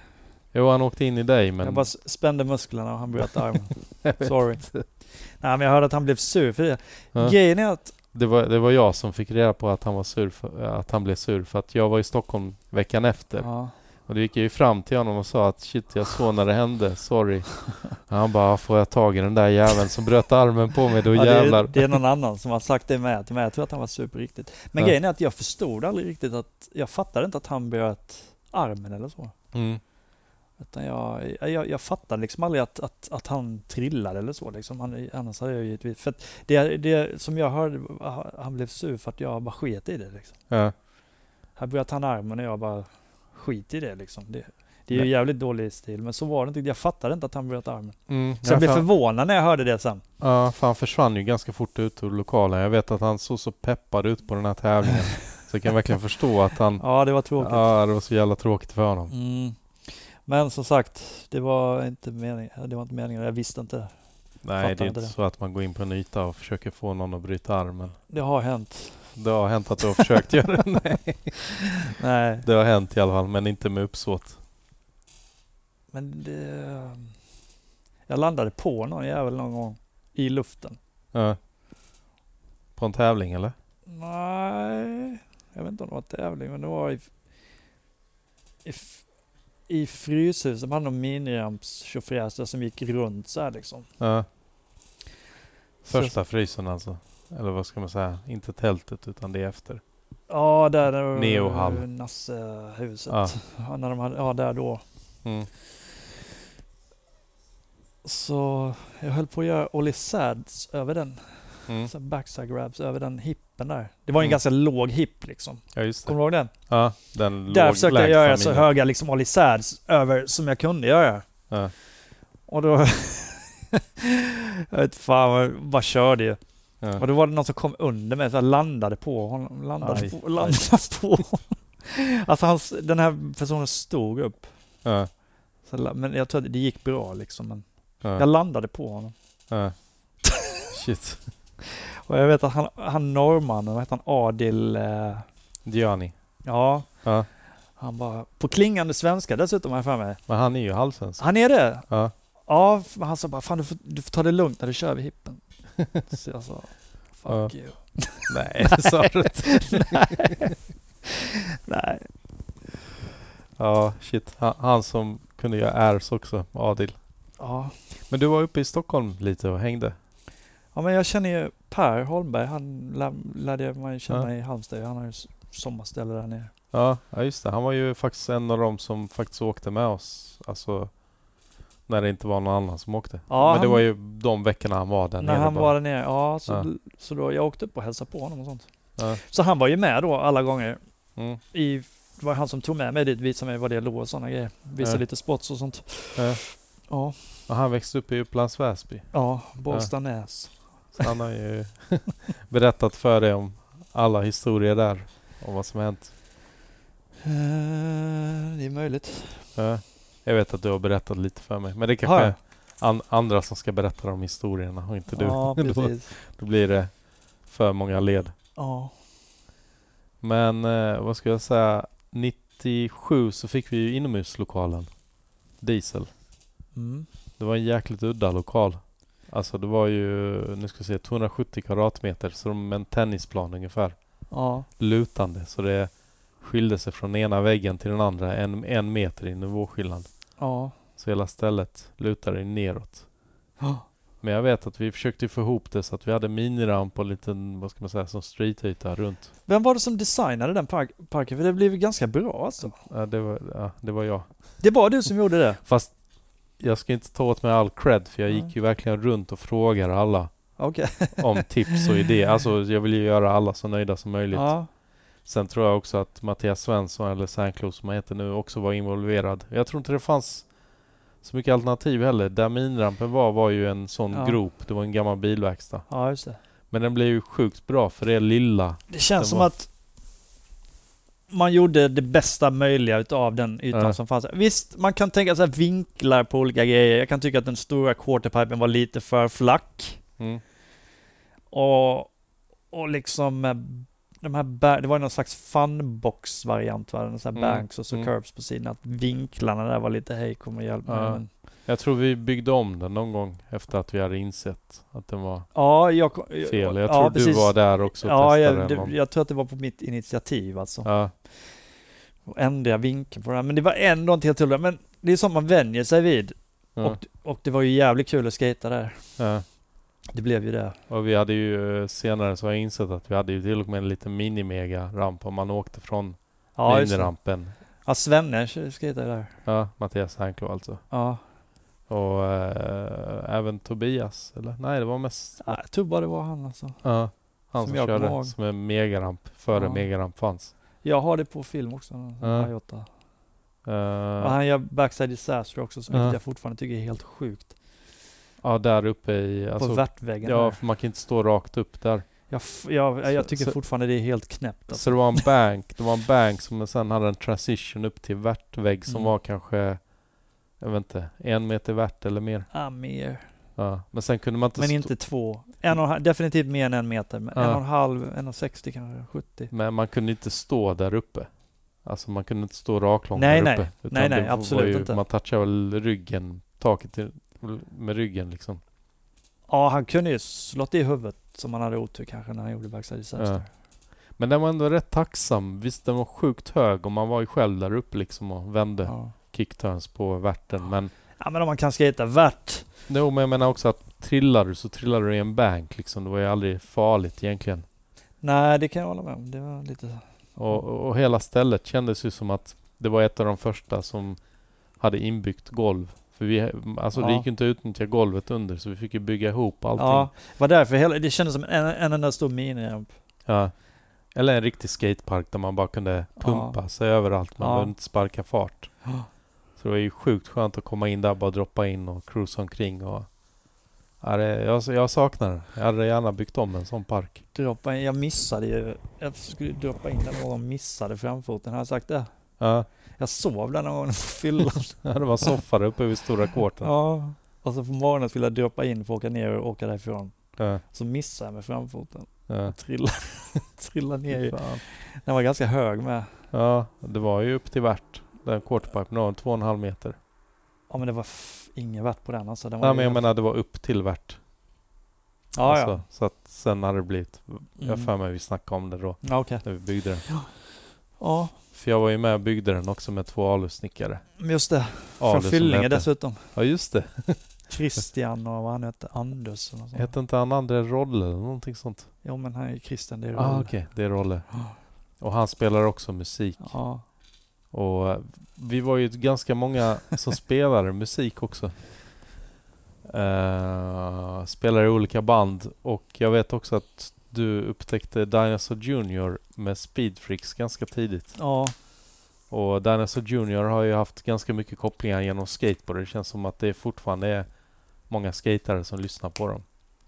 Speaker 1: Jo, han åkte in i dig men...
Speaker 2: Jag bara s- spände musklerna och han bröt armen. Sorry. Nej men jag hörde att han blev sur för det.
Speaker 1: Ja.
Speaker 2: Grejen är att,
Speaker 1: det, var, det var jag som fick reda på att han var sur för, att han blev sur för att jag var i Stockholm veckan efter.
Speaker 2: ja,
Speaker 1: Och det gick jag ju fram till honom och sa att shit, jag såg när det hände, sorry. Han bara, får jag tag i den där jäveln som bröt armen på mig, då
Speaker 2: Ja, det, är,
Speaker 1: jävlar.
Speaker 2: det är någon annan som har sagt det med till mig. Jag tror att han var superriktigt. Men
Speaker 1: Ja.
Speaker 2: grejen är att jag förstod aldrig riktigt att... Jag fattade inte att han bröt armen eller så.
Speaker 1: Mm.
Speaker 2: Utan jag, jag, jag fattade liksom aldrig att, att, att han trillade eller så. Liksom. Han, annars hade jag givetvis... För att det, det som jag hörde, var- han blev sur för att jag bara sket i det. Liksom.
Speaker 1: Ja.
Speaker 2: Här bröt han armen och jag bara skit i det. Liksom. Det, det är ju
Speaker 1: Nej.
Speaker 2: jävligt dålig stil, men så var det inte. Jag fattade inte att han bröt armen.
Speaker 1: Mm.
Speaker 2: Så jag blev
Speaker 1: Ja, fan-
Speaker 2: förvånad när jag hörde det sen.
Speaker 1: Ja, för han försvann ju ganska fort ut ur lokalen. Jag vet att han såg så peppad ut på den här tävlingen. Så jag kan verkligen förstå att han...
Speaker 2: Ja, det var tråkigt.
Speaker 1: Ja, det var så jävla tråkigt för honom.
Speaker 2: Mm. Men som sagt, det var inte meningen. Det var inte meningen. Jag visste inte.
Speaker 1: Nej, det
Speaker 2: Fattar
Speaker 1: är
Speaker 2: inte
Speaker 1: inte
Speaker 2: det.
Speaker 1: så att man går in på en yta och försöker få någon att bryta armen.
Speaker 2: Det har hänt.
Speaker 1: Det har hänt att du har försökt göra det. Nej.
Speaker 2: Nej,
Speaker 1: Det har hänt i alla fall, men inte med uppsåt.
Speaker 2: men det... Jag landade på någon jävel någon gång i luften.
Speaker 1: Ja. På en tävling eller?
Speaker 2: Nej, jag vet inte om det var tävling, men det var i... I, f- i Fryshuset, som hade någon miniramps-tjofräs som gick runt så här liksom.
Speaker 1: Ja.
Speaker 2: Så jag-
Speaker 1: Första frysen alltså. Eller vad ska man säga? Inte tältet utan det är efter.
Speaker 2: Ja, där... där
Speaker 1: Neohall.
Speaker 2: Nassehuset.
Speaker 1: Ja.
Speaker 2: Ja, när de hade, ja, där då.
Speaker 1: Mm.
Speaker 2: Så jag höll på att göra Ollie Sads över den.
Speaker 1: Mm.
Speaker 2: Så backside grabs över den hippen där. Det var en
Speaker 1: Mm.
Speaker 2: ganska låg hipp liksom.
Speaker 1: Ja just
Speaker 2: Kommer
Speaker 1: det.
Speaker 2: du ihåg den?
Speaker 1: Ja, den
Speaker 2: där
Speaker 1: låg
Speaker 2: försökte jag
Speaker 1: lägst
Speaker 2: göra
Speaker 1: av
Speaker 2: så
Speaker 1: mina.
Speaker 2: höga liksom Ollie Sads över som jag kunde göra.
Speaker 1: Ja.
Speaker 2: Och då... jag vet fan, jag bara körde ju. Och
Speaker 1: Ja.
Speaker 2: då var det någon som kom under mig så jag landade på honom. Landade
Speaker 1: Aj,
Speaker 2: på, landade på honom. Alltså hans, den här personen stod upp.
Speaker 1: Ja.
Speaker 2: Så, la- men jag tror att det gick bra liksom. Men jag
Speaker 1: Ja.
Speaker 2: landade på honom.
Speaker 1: Ja. Shit.
Speaker 2: Och jag vet att han, han norrmannen, vad heter han, Adil... Eh,
Speaker 1: Diani.
Speaker 2: ja,
Speaker 1: Ja.
Speaker 2: han bara... På klingande svenska dessutom har jag för mig.
Speaker 1: Men han är ju halsens.
Speaker 2: Han är det!
Speaker 1: Ja.
Speaker 2: Ja, men han sa bara fan du får, du får ta det lugnt när du kör vid hippen. Så jag
Speaker 1: Ja.
Speaker 2: sa fuck you.
Speaker 1: Nej, det sa du inte.
Speaker 2: Nej.
Speaker 1: Ja, shit. Han, han som kunde göra airs också, Adil.
Speaker 2: Ja.
Speaker 1: Men du var uppe i Stockholm lite och hängde.
Speaker 2: ja, men jag känner ju Per Holmberg. Han lär- lärde jag mig känna
Speaker 1: Ja.
Speaker 2: i Halmstad. Han har ju s- sommarställe där nere.
Speaker 1: Ja, ja, just det. Han var ju faktiskt en av dem som faktiskt åkte med oss. Alltså, när det inte var någon annan som åkte.
Speaker 2: Ja,
Speaker 1: Men det
Speaker 2: han-
Speaker 1: var ju de veckorna han var där
Speaker 2: När
Speaker 1: nere
Speaker 2: han
Speaker 1: bara.
Speaker 2: var där nere. Ja, så,
Speaker 1: Ja.
Speaker 2: så då, jag åkte upp och hälsade på honom och sånt.
Speaker 1: Ja.
Speaker 2: Så han var ju med då alla gånger.
Speaker 1: Mm.
Speaker 2: i, det var han som tog med mig dit, visade mig vad det låg och sådana grejer. Visade
Speaker 1: Ja.
Speaker 2: lite spots och sånt.
Speaker 1: Ja.
Speaker 2: Ja,
Speaker 1: Och han växte upp i Upplands Väsby.
Speaker 2: ja Bollstanäs.
Speaker 1: Så han har ju berättat för dig om alla historier där. Om vad som har hänt.
Speaker 2: Eh, det är möjligt.
Speaker 1: Ja. Jag vet att du har berättat lite för mig. Men det
Speaker 2: Har
Speaker 1: kanske
Speaker 2: jag?
Speaker 1: är an- andra som ska berätta de historierna och inte du.
Speaker 2: Ja,
Speaker 1: Då-
Speaker 2: precis.
Speaker 1: Då blir det för många led.
Speaker 2: Ja.
Speaker 1: Men eh, vad ska jag säga? 97 så fick vi ju inomhuslokalen. Diesel.
Speaker 2: Mm.
Speaker 1: Det var en jäkligt udda lokal. Alltså det var ju, nu ska jag se, 270 kvadratmeter. Så de en tennisplan ungefär.
Speaker 2: Ja.
Speaker 1: Lutande. Så det skilde sig från ena väggen till den andra. En, en meter i nivåskillnad.
Speaker 2: Ja.
Speaker 1: Så hela stället lutade ju neråt.
Speaker 2: Ja.
Speaker 1: Men jag vet att vi försökte få ihop det så att vi hade miniramp och liten, vad ska man säga, som streetyta runt.
Speaker 2: Vem var det som designade den park- parken? För det blev ju ganska bra alltså.
Speaker 1: Ja, det var, ja, det var jag.
Speaker 2: Det var du som gjorde det?
Speaker 1: Fast jag ska inte ta åt mig all cred för jag
Speaker 2: Nej.
Speaker 1: gick ju verkligen runt och frågade alla
Speaker 2: Okej.
Speaker 1: om tips och idéer. Alltså jag vill ju göra alla så nöjda som möjligt.
Speaker 2: Ja.
Speaker 1: Sen tror jag också att Mattias Svensson, eller Särnklo som han heter nu, också var involverad. Jag tror inte det fanns så mycket alternativ heller. Där minrampen var, var ju en sån
Speaker 2: Ja.
Speaker 1: grop. Det var en gammal bilverkstad.
Speaker 2: ja, just det.
Speaker 1: Men den blev ju sjukt bra för det lilla.
Speaker 2: Det känns
Speaker 1: Den
Speaker 2: som
Speaker 1: var-
Speaker 2: att man gjorde det bästa möjliga utav den ytan
Speaker 1: Ja.
Speaker 2: som fanns. Visst, man kan tänka sig vinklar på olika grejer. Jag kan tycka att den stora quarterpipen var lite för flack.
Speaker 1: Mm.
Speaker 2: Och, och liksom eh, de här, ba- det var ju någon slags funbox-variant va? Någon sån här
Speaker 1: Mm,
Speaker 2: banks och så
Speaker 1: mm.
Speaker 2: curbs på sidan. Att vinklarna där var lite hej kom och hjälp mig.
Speaker 1: Ja.
Speaker 2: Men-
Speaker 1: Jag tror vi byggde om den någon gång efter att vi hade insett att den var
Speaker 2: Ja, jag... kom-
Speaker 1: fel. Jag tror
Speaker 2: ja,
Speaker 1: du var där också och
Speaker 2: Ja,
Speaker 1: testade
Speaker 2: jag,
Speaker 1: den. om-
Speaker 2: det, jag tror att det var på mitt initiativ alltså.
Speaker 1: Ja.
Speaker 2: Och ändra vinkeln på den. här. Men det var ändå inte helt hundra. Men det är sånt man vänjer sig vid.
Speaker 1: Ja.
Speaker 2: Och, och det var ju jävligt kul att skata där.
Speaker 1: ja.
Speaker 2: Det blev ju det.
Speaker 1: Och vi hade ju eh, senare så har jag insett att vi hade ju till och med en liten mini-mega-ramp om man åkte från
Speaker 2: Ja, just det.
Speaker 1: minirampen.
Speaker 2: Ja, Svenne skejtade där.
Speaker 1: Ja, Mattias Hanklo alltså.
Speaker 2: Ja,
Speaker 1: Och eh, även Tobias, eller? Nej, det var mest
Speaker 2: Ja, Tubba det var han alltså.
Speaker 1: ja, han
Speaker 2: Som
Speaker 1: som,
Speaker 2: jag kommer
Speaker 1: körde
Speaker 2: ihåg.
Speaker 1: som en megaramp, före
Speaker 2: Ja.
Speaker 1: megaramp fanns.
Speaker 2: Jag har det på film också. den här
Speaker 1: Ja.
Speaker 2: Iota.
Speaker 1: Eh,
Speaker 2: Och han gör Backside Disaster också, som
Speaker 1: Ja.
Speaker 2: jag fortfarande tycker är helt sjukt.
Speaker 1: ja, där uppe i...
Speaker 2: på
Speaker 1: Alltså,
Speaker 2: värtväggen
Speaker 1: ja,
Speaker 2: där.
Speaker 1: för man kan inte stå rakt upp där.
Speaker 2: Jag, f- jag, jag
Speaker 1: Så-
Speaker 2: tycker
Speaker 1: så-
Speaker 2: fortfarande det är helt knäppt. Alltså.
Speaker 1: Så det var en bank, det var en bank som sen hade en transition upp till värtvägg som
Speaker 2: Mm.
Speaker 1: var kanske, jag vet inte, en meter värt eller mer.
Speaker 2: Ah, mer.
Speaker 1: Ja. Men sen kunde man inte,
Speaker 2: Men
Speaker 1: stå-
Speaker 2: inte två. En och en, halv- definitivt mer än en meter. Men
Speaker 1: Ja.
Speaker 2: En och en halv, en och sextio kanske, 70.
Speaker 1: men man kunde inte stå där uppe. Alltså man kunde inte stå raklång
Speaker 2: Nej,
Speaker 1: där
Speaker 2: nej.
Speaker 1: uppe. Utan
Speaker 2: Nej, nej,
Speaker 1: det var
Speaker 2: absolut
Speaker 1: ju,
Speaker 2: inte.
Speaker 1: Man touchade väl ryggen, taket till, med ryggen liksom.
Speaker 2: Ja, han kunde ju slått i huvudet som han hade otur kanske när han gjorde backside disaster.
Speaker 1: Ja. Men den var ändå rätt tacksam. Visst, den var sjukt hög och man var ju själv där uppe liksom och vände
Speaker 2: Ja.
Speaker 1: kickturns på värten. Men
Speaker 2: ja, men om man kan skejta värt.
Speaker 1: Jo, men jag menar också att trillar du så trillar du i en bank liksom. Det var ju aldrig farligt egentligen.
Speaker 2: Nej, det kan jag hålla med om. Det var lite...
Speaker 1: Och, och hela stället kändes ju som att det var ett av de första som hade inbyggt golv. För vi, alltså det
Speaker 2: Ja.
Speaker 1: gick ju inte att utnyttja golvet under så vi fick ju bygga ihop allting.
Speaker 2: Ja,
Speaker 1: Ja.
Speaker 2: var därför hela, det kändes som en, en enda stor miniramp.
Speaker 1: Eller en riktig skatepark där man bara kunde pumpa sig överallt. Man
Speaker 2: Ja.
Speaker 1: behövde inte sparka fart.
Speaker 2: Ja.
Speaker 1: Så det var ju sjukt skönt att komma in där, bara droppa in och cruisa omkring. Och, ja, det, jag, jag saknar den. Jag hade gärna byggt om en sån park.
Speaker 2: Droppa in, jag missade ju. Jag skulle droppa in den och missade framfoten. Har jag sagt det?
Speaker 1: Ja.
Speaker 2: Jag sov den någon gång på fyllan.
Speaker 1: Ja, det var soffa där uppe vid stora kåten.
Speaker 2: ja. Och så på morgonen skulle jag droppa in för att åka ner och åka därifrån.
Speaker 1: Ja,
Speaker 2: Så missade jag med framfoten.
Speaker 1: ja.
Speaker 2: Jag trillade, trillade ner. i-
Speaker 1: Fan.
Speaker 2: Den var ganska hög med.
Speaker 1: ja, det var ju upp till värt. Den quarterpipen, den var två och en halv meter.
Speaker 2: Ja men det var f- inget värt på den alltså. Den var
Speaker 1: Nej,
Speaker 2: ju
Speaker 1: men jag
Speaker 2: helt-
Speaker 1: menar det var upp till värt.
Speaker 2: Ja,
Speaker 1: Alltså,
Speaker 2: ja.
Speaker 1: Så att sen hade det blivit... Jag har
Speaker 2: Mm.
Speaker 1: för mig vi snackade om det då,
Speaker 2: Ja, okej.
Speaker 1: när vi byggde den.
Speaker 2: Ja,
Speaker 1: För jag var ju med och byggde den också med två alussnickare.
Speaker 2: men just det.
Speaker 1: Alu
Speaker 2: Från
Speaker 1: som
Speaker 2: Fyllinge
Speaker 1: hette-
Speaker 2: dessutom.
Speaker 1: Ja, just det.
Speaker 2: Christian och vad han hette, Anders eller något sånt.
Speaker 1: Hette inte han André Rolle eller någonting sånt?
Speaker 2: Jo men han är ju kristen, det är Ah.
Speaker 1: Ja,
Speaker 2: ju
Speaker 1: ah,
Speaker 2: roll.
Speaker 1: okej. Det är Rolle. Och han spelar också musik.
Speaker 2: Ja.
Speaker 1: Och eh, vi var ju ganska många som spelade musik också. Eh, spelade i olika band och jag vet också att du upptäckte Dinosaur Junior med Speedfreaks ganska tidigt.
Speaker 2: ja,
Speaker 1: Och Dinosaur Junior har ju haft ganska mycket kopplingar genom skateboard. Det känns som att det fortfarande är många skatare som lyssnar på dem.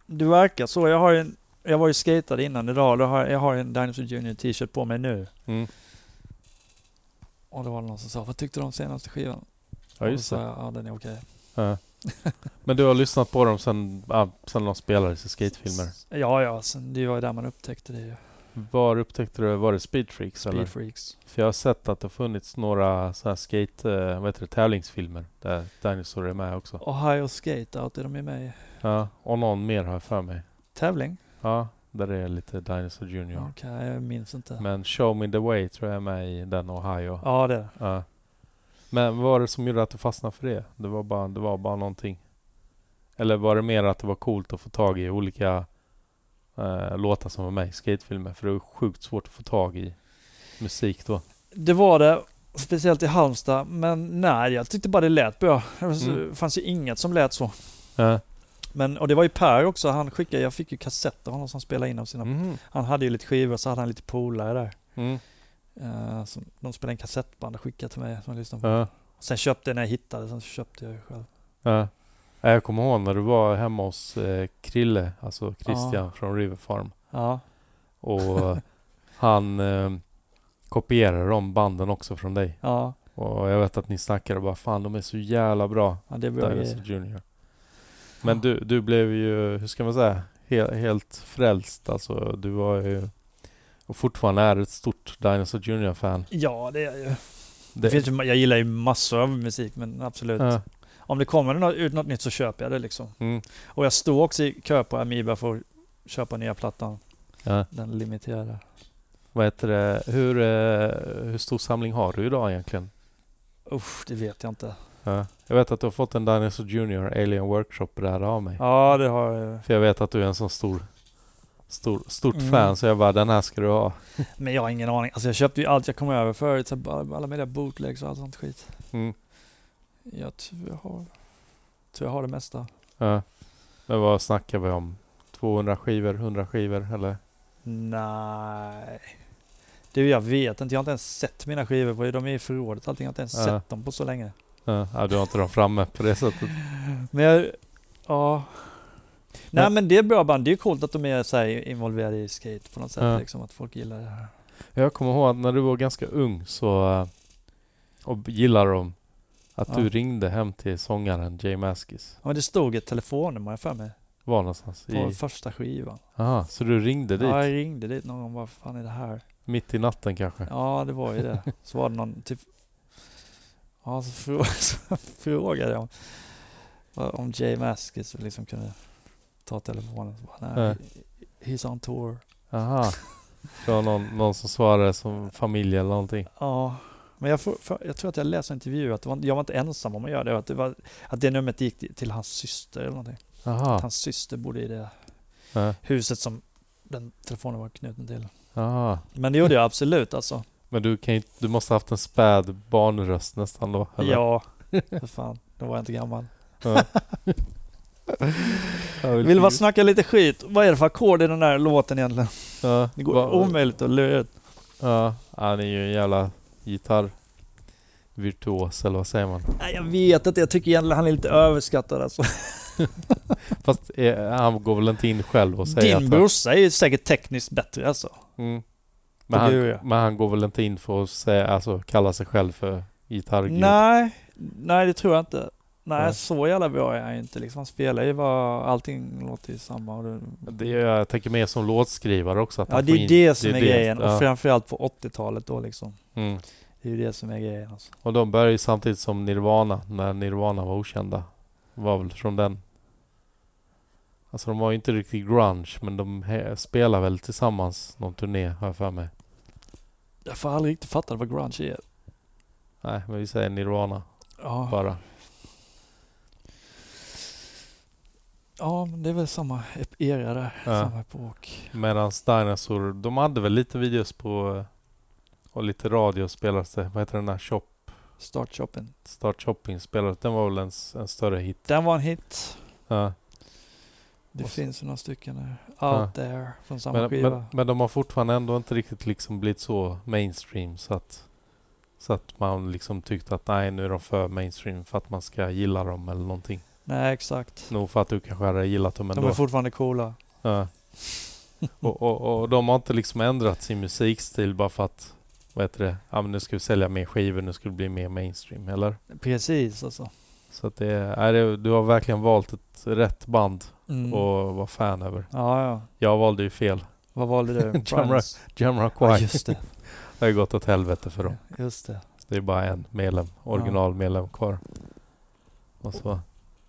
Speaker 2: det verkar så. Jag har ju en, jag var ju skatad innan idag. Då har, jag har en Dinosaur Junior t-shirt på mig nu.
Speaker 1: Mm.
Speaker 2: Och då var det någon som sa, vad tyckte du om senaste skivan?
Speaker 1: Ja, just
Speaker 2: och
Speaker 1: det.
Speaker 2: då sa jag, ja den är okej.
Speaker 1: Ja. Men du har lyssnat på dem sen, ah, sen de spelades i skatefilmer.
Speaker 2: Ja, ja, sen, det var ju där man upptäckte det ju.
Speaker 1: Var upptäckte du, var det Speedfreaks eller?
Speaker 2: Speed Freaks.
Speaker 1: För jag har sett att det har funnits några sådana här skate, eh, vad heter det, tävlingsfilmer där Dinosaur är med också.
Speaker 2: Ohio Skate Out är de ju med i.
Speaker 1: Ja, och någon mer har jag för mig.
Speaker 2: Tävling?
Speaker 1: Ja, där det är lite Dinosaur Junior.
Speaker 2: Okej, jag minns inte.
Speaker 1: Men Show Me The Way tror jag är med i den Ohio. Ja.
Speaker 2: Ja, det är det.
Speaker 1: Men vad var det som gjorde att du fastnade för det? Det var, bara, det var bara någonting. Eller var det mer att det var coolt att få tag i olika eh, låtar som var med i skatefilmer? För det var sjukt svårt att få tag i musik då.
Speaker 2: Det var det, speciellt i Halmstad. Men nej, jag tyckte bara det lät bra.
Speaker 1: Mm.
Speaker 2: Det fanns ju inget som lät så.
Speaker 1: Ja.
Speaker 2: Men, och det var ju Per också, han skickade, jag fick ju kassetter av honom som spelade in av sina...
Speaker 1: Mhm.
Speaker 2: Han hade ju lite skivor, så hade han lite polare där.
Speaker 1: Mm.
Speaker 2: Eh, som, de spelade en kassettband och skickade till mig som jag lyssnade på.
Speaker 1: Ja.
Speaker 2: Sen köpte jag när jag hittade, sen köpte jag ju själv.
Speaker 1: Ja. Ja, Jag kommer ihåg när du var hemma hos eh, Krille, alltså Christian
Speaker 2: Ja.
Speaker 1: från River Farm.
Speaker 2: Ja,
Speaker 1: Och eh, han eh, kopierade de banden också från dig.
Speaker 2: ja,
Speaker 1: Och jag vet att ni snackade och bara fan de är så jävla bra,
Speaker 2: ja det var
Speaker 1: Dinosaur
Speaker 2: ju...
Speaker 1: Junior. Men du, du blev ju, hur ska man säga, he- helt frälst alltså. Du var ju, och fortfarande är ett stort Dinosaur Junior-fan.
Speaker 2: Ja, det är ju. Det,
Speaker 1: Det-
Speaker 2: finns ju. Jag gillar ju massor av musik, men absolut.
Speaker 1: Ja.
Speaker 2: Om det kommer något, ut något nytt så köper jag det liksom.
Speaker 1: Mm.
Speaker 2: Och jag stod också i kö på Amiba för att köpa nya plattan.
Speaker 1: Ja.
Speaker 2: Den limiterade.
Speaker 1: Vad heter det? Hur, eh, hur stor samling har du idag egentligen?
Speaker 2: Usch, det vet jag inte.
Speaker 1: Ja. Jag vet att du har fått en Dinosaur Junior Alien Workshop där av mig.
Speaker 2: Ja, det har jag.
Speaker 1: För jag vet att du är en sån stor, stor stort
Speaker 2: Mm.
Speaker 1: fan så jag bara den här ska du ha.
Speaker 2: Men jag har ingen aning. Alltså jag köpte ju allt jag kom över förut. Så här, alla, alla möjliga bootlegs och allt sånt skit.
Speaker 1: Mm.
Speaker 2: Jag tror jag har, tror jag har det mesta.
Speaker 1: Ja. Men vad snackar vi om? 200 skivor, 100 skivor eller?
Speaker 2: Nej. Du, jag vet inte. Jag har inte ens sett mina skivor. på- De är i förrådet och allting. Jag har inte ens
Speaker 1: Ja.
Speaker 2: sett dem på så länge.
Speaker 1: Ja, ja, du har inte dem framme på det sättet.
Speaker 2: Men jag... Ja. Nej
Speaker 1: Men-
Speaker 2: men det är bra band. Det är ju coolt att de är så här involverade i skate på något sätt.
Speaker 1: Ja.
Speaker 2: Liksom, att folk gillar det här.
Speaker 1: Jag kommer ihåg att när du var ganska ung så eh, och gillade dem att
Speaker 2: Ja.
Speaker 1: du ringde hem till sångaren Jay Maskis.
Speaker 2: Ja, men det stod ett telefonnummer har jag för mig.
Speaker 1: Var någonstans?
Speaker 2: På
Speaker 1: I...
Speaker 2: första skivan.
Speaker 1: Aha, så du ringde dit?
Speaker 2: Ja, jag ringde dit någon gång. Vad fan är det här?
Speaker 1: Mitt i natten kanske?
Speaker 2: Ja, det var ju det. Så var det någon typ... Ja, så, frå- så frågade jag om, om Jay Maskis liksom kunde ta telefonen. Så bara, nej,
Speaker 1: Ja.
Speaker 2: he's on tour.
Speaker 1: Aha. Det var någon, någon som svarade som familj eller någonting.
Speaker 2: Ja, men jag, får, för, jag tror att jag läste en intervju att det var, jag var inte ensam om att göra det. Att det, var, att det numret gick till hans syster eller någonting. Att
Speaker 1: Aha.
Speaker 2: hans syster bodde i det
Speaker 1: Ja.
Speaker 2: huset som den telefonen var knuten till.
Speaker 1: Aha.
Speaker 2: Men det gjorde jag absolut alltså.
Speaker 1: Men du, kan ju, du måste haft en späd barnröst nästan då? eller?
Speaker 2: Ja, för fan. Då var jag inte gammal.
Speaker 1: Ja. Jag
Speaker 2: Vill bara snacka lite skit. Vad är det för ackord i den där låten egentligen?
Speaker 1: Ja,
Speaker 2: Det går
Speaker 1: va-
Speaker 2: omöjligt att lura ut.
Speaker 1: Ja, han är ju en jävla gitarrvirtuos eller vad säger man?
Speaker 2: Nej, jag vet inte. Jag tycker egentligen han är lite överskattad alltså.
Speaker 1: Fast eh, han går väl inte in själv och säger
Speaker 2: Din
Speaker 1: att...
Speaker 2: brorsa är ju säkert tekniskt bättre alltså.
Speaker 1: Mm. Men,
Speaker 2: Det gör
Speaker 1: han,
Speaker 2: jag.
Speaker 1: men han går väl inte in för att säga, alltså, kalla sig själv för gitarrgud?
Speaker 2: Nej, nej det tror jag inte. Nej,
Speaker 1: Nej.
Speaker 2: så jävla bra är han ju inte. Liksom, han spelar ju vad allting låter ju samma. Och det,
Speaker 1: Det är, jag tänker mer som låtskrivare också. Att
Speaker 2: ja,
Speaker 1: han
Speaker 2: det
Speaker 1: får
Speaker 2: är
Speaker 1: in,
Speaker 2: det som är,
Speaker 1: det.
Speaker 2: grejen.
Speaker 1: Ja.
Speaker 2: Och framförallt på 80-talet då liksom.
Speaker 1: Mm.
Speaker 2: Det är ju det som är grejen alltså.
Speaker 1: Och de började ju samtidigt som Nirvana, när Nirvana var okända. Var väl från den... Alltså de var ju inte riktigt grunge, men de he- spelar väl tillsammans någon turné, har jag för mig.
Speaker 2: Jag får aldrig riktigt fatta vad grunge är.
Speaker 1: Nej, men vi säger Nirvana
Speaker 2: Ja,
Speaker 1: bara.
Speaker 2: ja men det är väl samma ep- era där.
Speaker 1: Ja.
Speaker 2: Samma epok.
Speaker 1: Medan Dinosaur, de hade väl lite videos på... eh, Och lite radio spelades det. Vad heter den där? Shop,
Speaker 2: Start shopping.
Speaker 1: Start Shopping spelades. Den var väl en, s- en större hit.
Speaker 2: Den var en hit.
Speaker 1: Ja.
Speaker 2: Det
Speaker 1: Och så-
Speaker 2: finns ju några stycken där. Out
Speaker 1: Ja.
Speaker 2: there. Från samma
Speaker 1: Men,
Speaker 2: skiva.
Speaker 1: men, men de har fortfarande ändå inte riktigt liksom blivit så mainstream så att, så att man liksom tyckt att nej nu är de för mainstream för att man ska gilla dem eller någonting.
Speaker 2: Nej, exakt.
Speaker 1: Nog för att du kanske hade gillat dem
Speaker 2: De
Speaker 1: ändå.
Speaker 2: är fortfarande coola.
Speaker 1: Ja. och, och, och de har inte liksom ändrat sin musikstil bara för att vad heter det? Ja, men nu ska vi sälja mer skivor, nu ska det bli mer mainstream, eller?
Speaker 2: Precis alltså.
Speaker 1: Så att det är, nej, det, du har verkligen valt ett rätt band
Speaker 2: Mm.
Speaker 1: och var fan över.
Speaker 2: Ja, ja.
Speaker 1: Jag valde ju fel.
Speaker 2: Vad valde du?
Speaker 1: Jamra-
Speaker 2: Primus? Ja,
Speaker 1: Jamiroquai.
Speaker 2: just det.
Speaker 1: det har ju gått åt helvete för dem.
Speaker 2: Just det.
Speaker 1: Det är bara en medlem, originalmedlem kvar. Och så.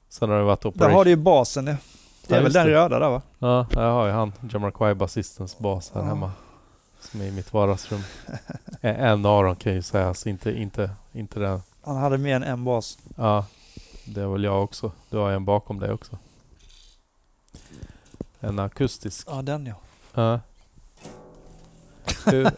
Speaker 1: Sen har det varit
Speaker 2: Där
Speaker 1: Operation...
Speaker 2: har du ju basen nu. Det
Speaker 1: Ja,
Speaker 2: är väl
Speaker 1: just
Speaker 2: den
Speaker 1: det.
Speaker 2: röda där va?
Speaker 1: Ja, jag har ju han, Jamiroquai basistens bas här
Speaker 2: Ja.
Speaker 1: hemma. Som är i mitt vardagsrum. Eh, en av dem kan jag ju säga, alltså inte, inte, inte den.
Speaker 2: Han hade mer än en bas.
Speaker 1: Ja, det är väl jag också. Du har en bakom dig också. En akustisk.
Speaker 2: Ja, den ja.
Speaker 1: Ja. Hur...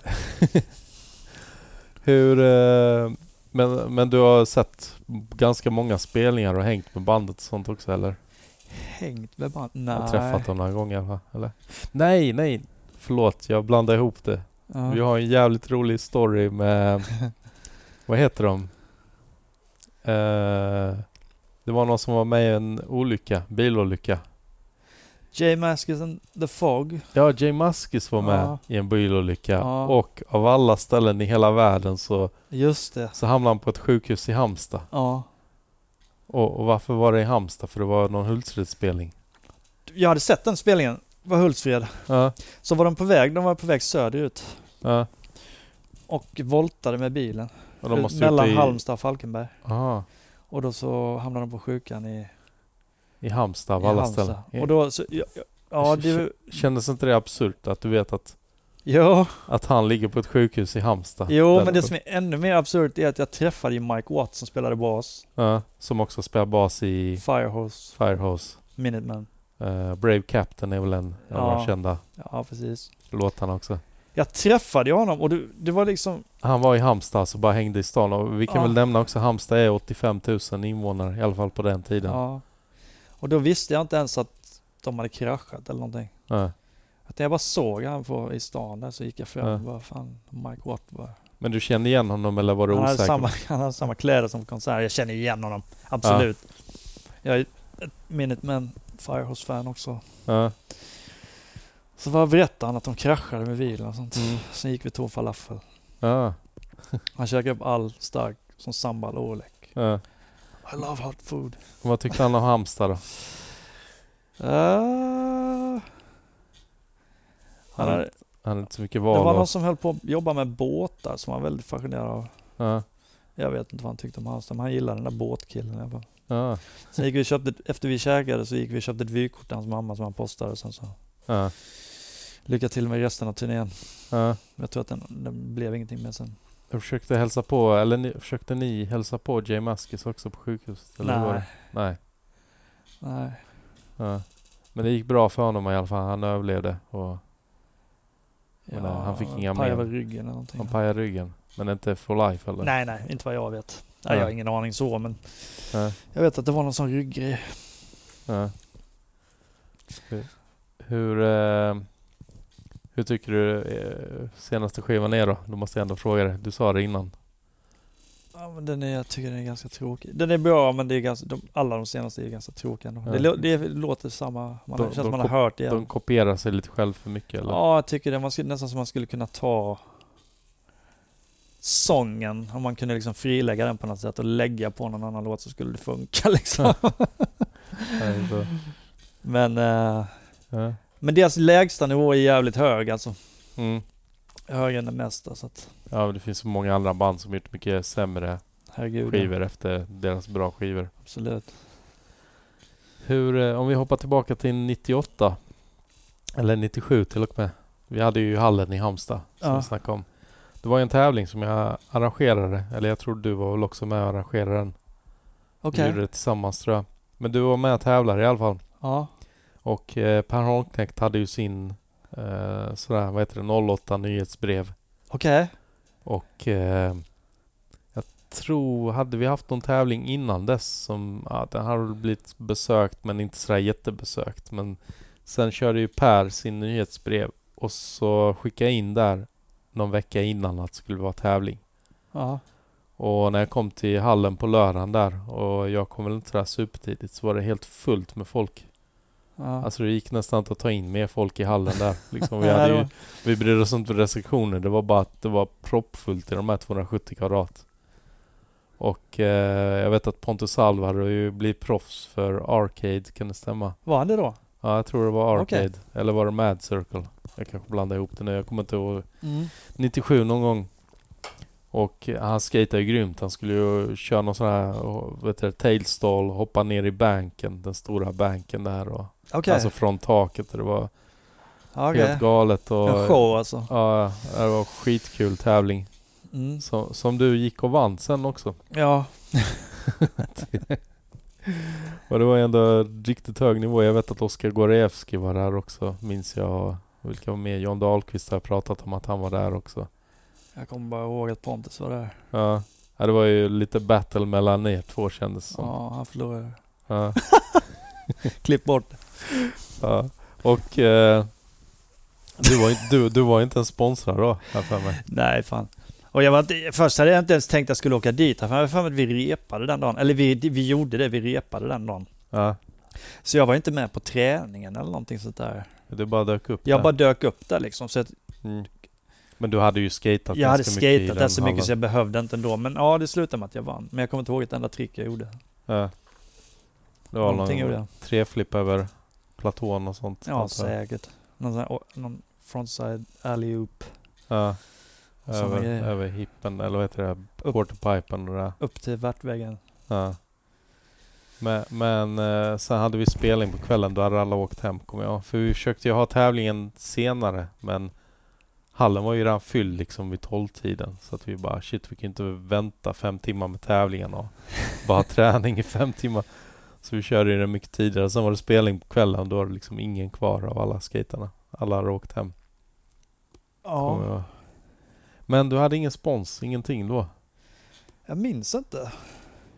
Speaker 1: Hur eh, men, men du har sett ganska många spelningar och hängt med bandet och sånt också eller?
Speaker 2: Hängt med band.
Speaker 1: Jag har
Speaker 2: Nej.
Speaker 1: träffat dem några gånger va? Eller? Nej, nej! Förlåt, jag blandade ihop det.
Speaker 2: Ja.
Speaker 1: Vi har en jävligt rolig story med... vad heter de? Eh, det var någon som var med i en olycka, bilolycka.
Speaker 2: Jay Maskis and the Fog.
Speaker 1: Ja, Jay Muskis var med
Speaker 2: Ja.
Speaker 1: i en bilolycka.
Speaker 2: Ja.
Speaker 1: Och av alla ställen i hela världen så,
Speaker 2: Just det.
Speaker 1: så hamnade han på ett sjukhus i Halmstad.
Speaker 2: Ja.
Speaker 1: Och, och varför var det i Halmstad? För det var någon Hultsfredsspelning.
Speaker 2: Jag hade sett den spelningen. Var Hultsfred.
Speaker 1: Ja,
Speaker 2: Så var de på väg. De var på väg söderut.
Speaker 1: ja.
Speaker 2: Och voltade med bilen.
Speaker 1: Och de måste
Speaker 2: mellan
Speaker 1: ut i,
Speaker 2: Halmstad och Falkenberg.
Speaker 1: Aha,
Speaker 2: Och då så hamnade de på sjukan i,
Speaker 1: I Halmstad av
Speaker 2: i
Speaker 1: alla
Speaker 2: Halmstad.
Speaker 1: ställen.
Speaker 2: Och då så... Ja, ja, ja det...
Speaker 1: Kändes inte det absurt att du vet att
Speaker 2: Ja,
Speaker 1: Att han ligger på ett sjukhus i Halmstad.
Speaker 2: jo
Speaker 1: Där
Speaker 2: men det
Speaker 1: uppe.
Speaker 2: som är ännu mer absurt är att jag träffade ju Mike Watt som spelade bas.
Speaker 1: Ja, som också spelar bas i
Speaker 2: Firehose,
Speaker 1: Firehose.
Speaker 2: Minutemen.
Speaker 1: Eh, Brave Captain är väl en av
Speaker 2: Ja.
Speaker 1: de kända
Speaker 2: Ja, precis.
Speaker 1: låtarna också.
Speaker 2: Jag träffade ju honom och det, det var liksom...
Speaker 1: Han var i Halmstad så bara hängde i stan och vi kan
Speaker 2: Ja.
Speaker 1: väl nämna också Halmstad är 85 000 invånare i alla fall på den tiden.
Speaker 2: Ja. Och då visste jag inte ens att de hade kraschat eller någonting.
Speaker 1: Ja.
Speaker 2: Att när jag bara såg han på, i stan där så gick jag fram
Speaker 1: Ja.
Speaker 2: och bara fan, Mike Watt bara.
Speaker 1: Men du kände igen honom eller var du
Speaker 2: Han hade,
Speaker 1: osäker?
Speaker 2: samma, han hade samma kläder som konsert. Jag känner ju igen honom. Absolut. Jag är ett Minutemen Firehose-fan också.
Speaker 1: Ja.
Speaker 2: Så bara berättade han att de kraschade med bilen och sånt.
Speaker 1: Mm.
Speaker 2: Sen gick vi och tog en falafel.
Speaker 1: Ja.
Speaker 2: Han käkade upp all stark som sambal och olek.
Speaker 1: Ja.
Speaker 2: I love hot food.
Speaker 1: Och Vad tyckte han om Halmstad då?
Speaker 2: Eh, han
Speaker 1: Han,
Speaker 2: hade,
Speaker 1: han hade inte så mycket
Speaker 2: det var
Speaker 1: val.
Speaker 2: någon
Speaker 1: Och,
Speaker 2: som höll på att jobba med båtar som han var väldigt fascinerad av.
Speaker 1: ja.
Speaker 2: Jag vet inte vad han tyckte om Halmstad, men han gillade den där båtkillen i alla fall.
Speaker 1: Ja.
Speaker 2: Sen gick vi och köpte, efter vi käkade så gick vi och köpte ett vykort till hans mamma som han postade. Sen så
Speaker 1: Ja.
Speaker 2: lycka till med resten av turnén.
Speaker 1: Ja.
Speaker 2: Jag tror att den, den blev ingenting med sen.
Speaker 1: Jag försökte hälsa på, eller ni, försökte ni hälsa på Jay Maskis också på sjukhuset? Eller hur var
Speaker 2: Nej,
Speaker 1: det? Nej.
Speaker 2: nej.
Speaker 1: Ja. Men det gick bra för honom i alla fall. Han överlevde och Men, eh, han fick inga
Speaker 2: pajade
Speaker 1: men.
Speaker 2: väl ryggen eller någonting.
Speaker 1: han pajade ryggen. Men inte for life eller?
Speaker 2: Nej, nej, inte vad jag vet. Nej,
Speaker 1: Nej.
Speaker 2: Jag har ingen aning så, men
Speaker 1: Nej.
Speaker 2: jag vet att det var någon sån ryggrej.
Speaker 1: Ja. Hur, hur, eh, hur tycker du eh, senaste skivan är då? Då måste jag ändå fråga dig. Du sa det innan.
Speaker 2: Ja, men den är, jag tycker den är ganska tråkig. Den är bra, men det är ganska, de, alla de senaste är ganska tråkiga. ändå.
Speaker 1: Ja.
Speaker 2: Det, lå- det låter samma, man,
Speaker 1: De-
Speaker 2: det känns
Speaker 1: de
Speaker 2: som man har
Speaker 1: kop-
Speaker 2: hört igen.
Speaker 1: De kopierar sig lite själv för mycket eller?
Speaker 2: Ja, jag tycker det. Man skulle, nästan som man skulle kunna ta sången, om man kunde liksom frilägga den på något sätt och lägga på någon annan låt så skulle det funka liksom.
Speaker 1: Nej, så,
Speaker 2: men, eh,
Speaker 1: ja.
Speaker 2: men deras lägsta nivå är jävligt hög alltså.
Speaker 1: Mm.
Speaker 2: Högre än det mesta så att,
Speaker 1: ja, men det finns så många andra band som gjort mycket sämre
Speaker 2: herregud.
Speaker 1: skivor efter deras bra skivor.
Speaker 2: Absolut.
Speaker 1: Hur, eh, om vi hoppar tillbaka till 98 eller 97 till och med. Vi hade ju hallen i Halmstad som
Speaker 2: Ja.
Speaker 1: vi snackade om. Det var ju en tävling som jag arrangerade, eller jag tror du var väl också med och arrangerade den. Vi
Speaker 2: Okej.
Speaker 1: gjorde det tillsammans tror jag. Men du var med och tävlade i alla fall.
Speaker 2: Ja.
Speaker 1: Och eh, Per Holmknekt hade ju sin eh, sådär, vad heter det, 08 nyhetsbrev.
Speaker 2: Okej.
Speaker 1: Och eh, jag tror, hade vi haft någon tävling innan dess som, ja den hade väl blivit besökt men inte sådär jättebesökt. Men sen körde ju Per sin nyhetsbrev och så skickade jag in där någon vecka innan att det skulle vara tävling.
Speaker 2: Ja.
Speaker 1: Och när jag kom till hallen på lördagen där och jag kom väl inte sådär supertidigt så var det helt fullt med folk.
Speaker 2: ja.
Speaker 1: Alltså det gick nästan inte att ta in mer folk i hallen där. Liksom, vi,
Speaker 2: Nej,
Speaker 1: hade
Speaker 2: det
Speaker 1: ju,
Speaker 2: var-
Speaker 1: vi brydde oss inte om restriktioner. Det var bara att det var proppfullt i de här 270 kvadrat. Och eh, jag vet att Pontus Salva hade ju blivit proffs för Arcade, kan det stämma?
Speaker 2: Var han det då?
Speaker 1: Ja, jag tror det var
Speaker 2: Okej.
Speaker 1: Arcade. Eller var det Mad Circle? Jag kanske blandar ihop det nu. Jag kommer inte ihåg 97 någon gång. Och eh, han skejtade ju grymt. Han skulle ju köra någon sån här, vet du, tailstall, hoppa ner i banken, den stora banken där och
Speaker 2: Okej.
Speaker 1: Alltså från taket. och Det var
Speaker 2: Ja,
Speaker 1: helt
Speaker 2: okej.
Speaker 1: galet och...
Speaker 2: En show alltså.
Speaker 1: Ja, det var en skitkul tävling.
Speaker 2: Mm.
Speaker 1: Som, som du gick och vann sen också.
Speaker 2: Ja.
Speaker 1: Och det var ändå riktigt hög nivå. Jag vet att Oskar Gorevski var där också, minns jag. Och Vilka var med? John Dahlqvist har jag pratat om att han var där också.
Speaker 2: Jag kommer bara ihåg att Pontus var där.
Speaker 1: Ja, Ja, det var ju lite battle mellan er två kändes det som.
Speaker 2: Ja, han förlorade.
Speaker 1: Ja.
Speaker 2: Klipp bort.
Speaker 1: Ja. Och eh, du, var, ju- du, du var ju inte ens sponsrad då, här för mig.
Speaker 2: Nej, fan. Och jag var inte, först hade jag inte ens tänkt att jag skulle åka dit. Jag hade för mig att vi repade den dagen. Eller vi, vi gjorde det, vi repade den dagen.
Speaker 1: Ja,
Speaker 2: Så jag var inte med på träningen eller någonting sånt där.
Speaker 1: du bara dök upp
Speaker 2: Jag
Speaker 1: där.
Speaker 2: bara dök upp där liksom. Så jag,
Speaker 1: Mm. Men du hade ju skatat
Speaker 2: jag hade
Speaker 1: ganska mycket i
Speaker 2: skatat där
Speaker 1: den
Speaker 2: så mycket så
Speaker 1: hallen.
Speaker 2: jag behövde inte ändå. Men ja, det slutade med att jag vann. Men jag kommer inte ihåg ett enda trick jag gjorde.
Speaker 1: Ja. Det var
Speaker 2: Någonting gjorde
Speaker 1: någon
Speaker 2: jag.
Speaker 1: treflipp över platån och sånt.
Speaker 2: Ja,
Speaker 1: antar jag.
Speaker 2: säkert. Någon, sån här, oh, någon frontside alley-oop.
Speaker 1: ja.
Speaker 2: Och såna
Speaker 1: Över,
Speaker 2: grejer.
Speaker 1: över hippen, eller vad heter det? Quarterpipen och det där.
Speaker 2: Upp till värtväggen.
Speaker 1: Ja. Men, men eh, sen hade vi spelning på kvällen, då hade alla åkt hem kommer jag ihåg. För vi försökte ju ha tävlingen senare men hallen var ju redan fylld liksom vid tolvtiden. Så att vi bara shit, vi kan ju inte vänta fem timmar med tävlingen och bara ha träning i fem timmar. Så vi körde ju den mycket tidigare. Sen var det spelning på kvällen och då var det liksom ingen kvar av alla skaterna. Alla hade åkt hem. kommer
Speaker 2: Ja,
Speaker 1: jag ihåg. Men du hade ingen spons, ingenting då?
Speaker 2: jag minns inte.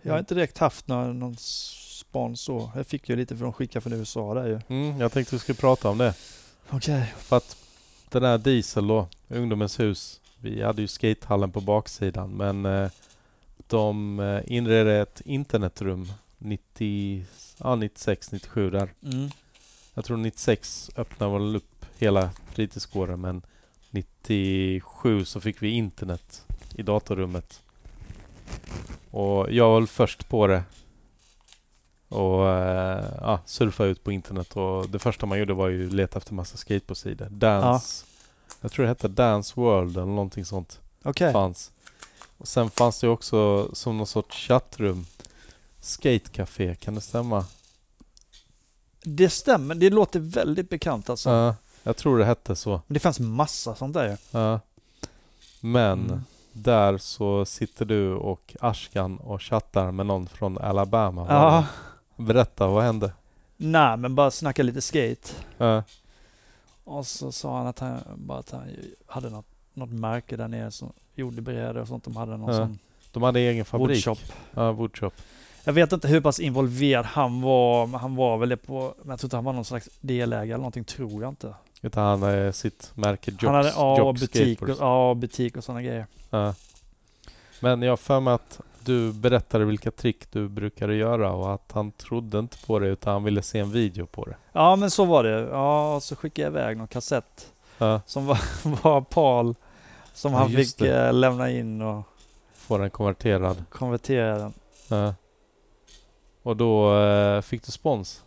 Speaker 2: Jag har inte direkt haft någon, någon spons så. Jag fick ju lite för de skickade från USA där ju.
Speaker 1: Mm, jag tänkte vi skulle prata om det.
Speaker 2: Okej.
Speaker 1: För att den här Diesel då, Ungdomens hus. Vi hade ju skatehallen på baksidan men eh, de eh, inredde ett internetrum 90, ja, 96, 97 där.
Speaker 2: Mm.
Speaker 1: Jag tror 96 öppnade väl upp hela fritidsgården men 97 så fick vi internet i datorrummet. Och jag var väl först på det. Och eh, ja, surfa ut på internet och det första man gjorde var ju leta efter massa skateboardsidor. Dance. Jag tror det hette Dance World eller någonting sånt
Speaker 2: Okej.
Speaker 1: fanns. Och sen fanns det också som någon sorts chattrum. Skatecafé, kan det stämma?
Speaker 2: Det stämmer. Det låter väldigt bekant alltså.
Speaker 1: Ja, jag tror det hette så.
Speaker 2: Men det fanns massa sånt där ju.
Speaker 1: Ja. Men
Speaker 2: Mm.
Speaker 1: där så sitter du och Ashkan och chattar med någon från Alabama.
Speaker 2: Ja.
Speaker 1: Berätta, vad hände?
Speaker 2: Nej, men bara snacka lite skate.
Speaker 1: Ja.
Speaker 2: Och så sa han att han, bara att han hade något, något märke där nere som gjorde brädor och sånt. De hade någon
Speaker 1: Ja,
Speaker 2: sån
Speaker 1: de hade egen fabrik.
Speaker 2: woodshop.
Speaker 1: Ja, woodshop.
Speaker 2: Jag vet inte hur pass involverad han var, men han var väl det på... Men jag tror inte han var någon slags delägare eller någonting, tror jag inte.
Speaker 1: Utan han hade sitt märke Jobs,
Speaker 2: han hade ja,
Speaker 1: Jobs
Speaker 2: butik och,
Speaker 1: Skateboards.
Speaker 2: ja, butik och sådana grejer.
Speaker 1: Ja. Men jag har för mig att du berättade vilka trick du brukade göra och att han trodde inte på det utan han ville se en video på det.
Speaker 2: Ja, men så var det. Ja, och så skickade jag iväg någon kassett
Speaker 1: Ja,
Speaker 2: som var, var PAL som
Speaker 1: Ja,
Speaker 2: han
Speaker 1: just
Speaker 2: fick
Speaker 1: det.
Speaker 2: eh, lämna in och
Speaker 1: får den konverterad.
Speaker 2: konvertera den.
Speaker 1: Ja. Och då eh, fick du spons.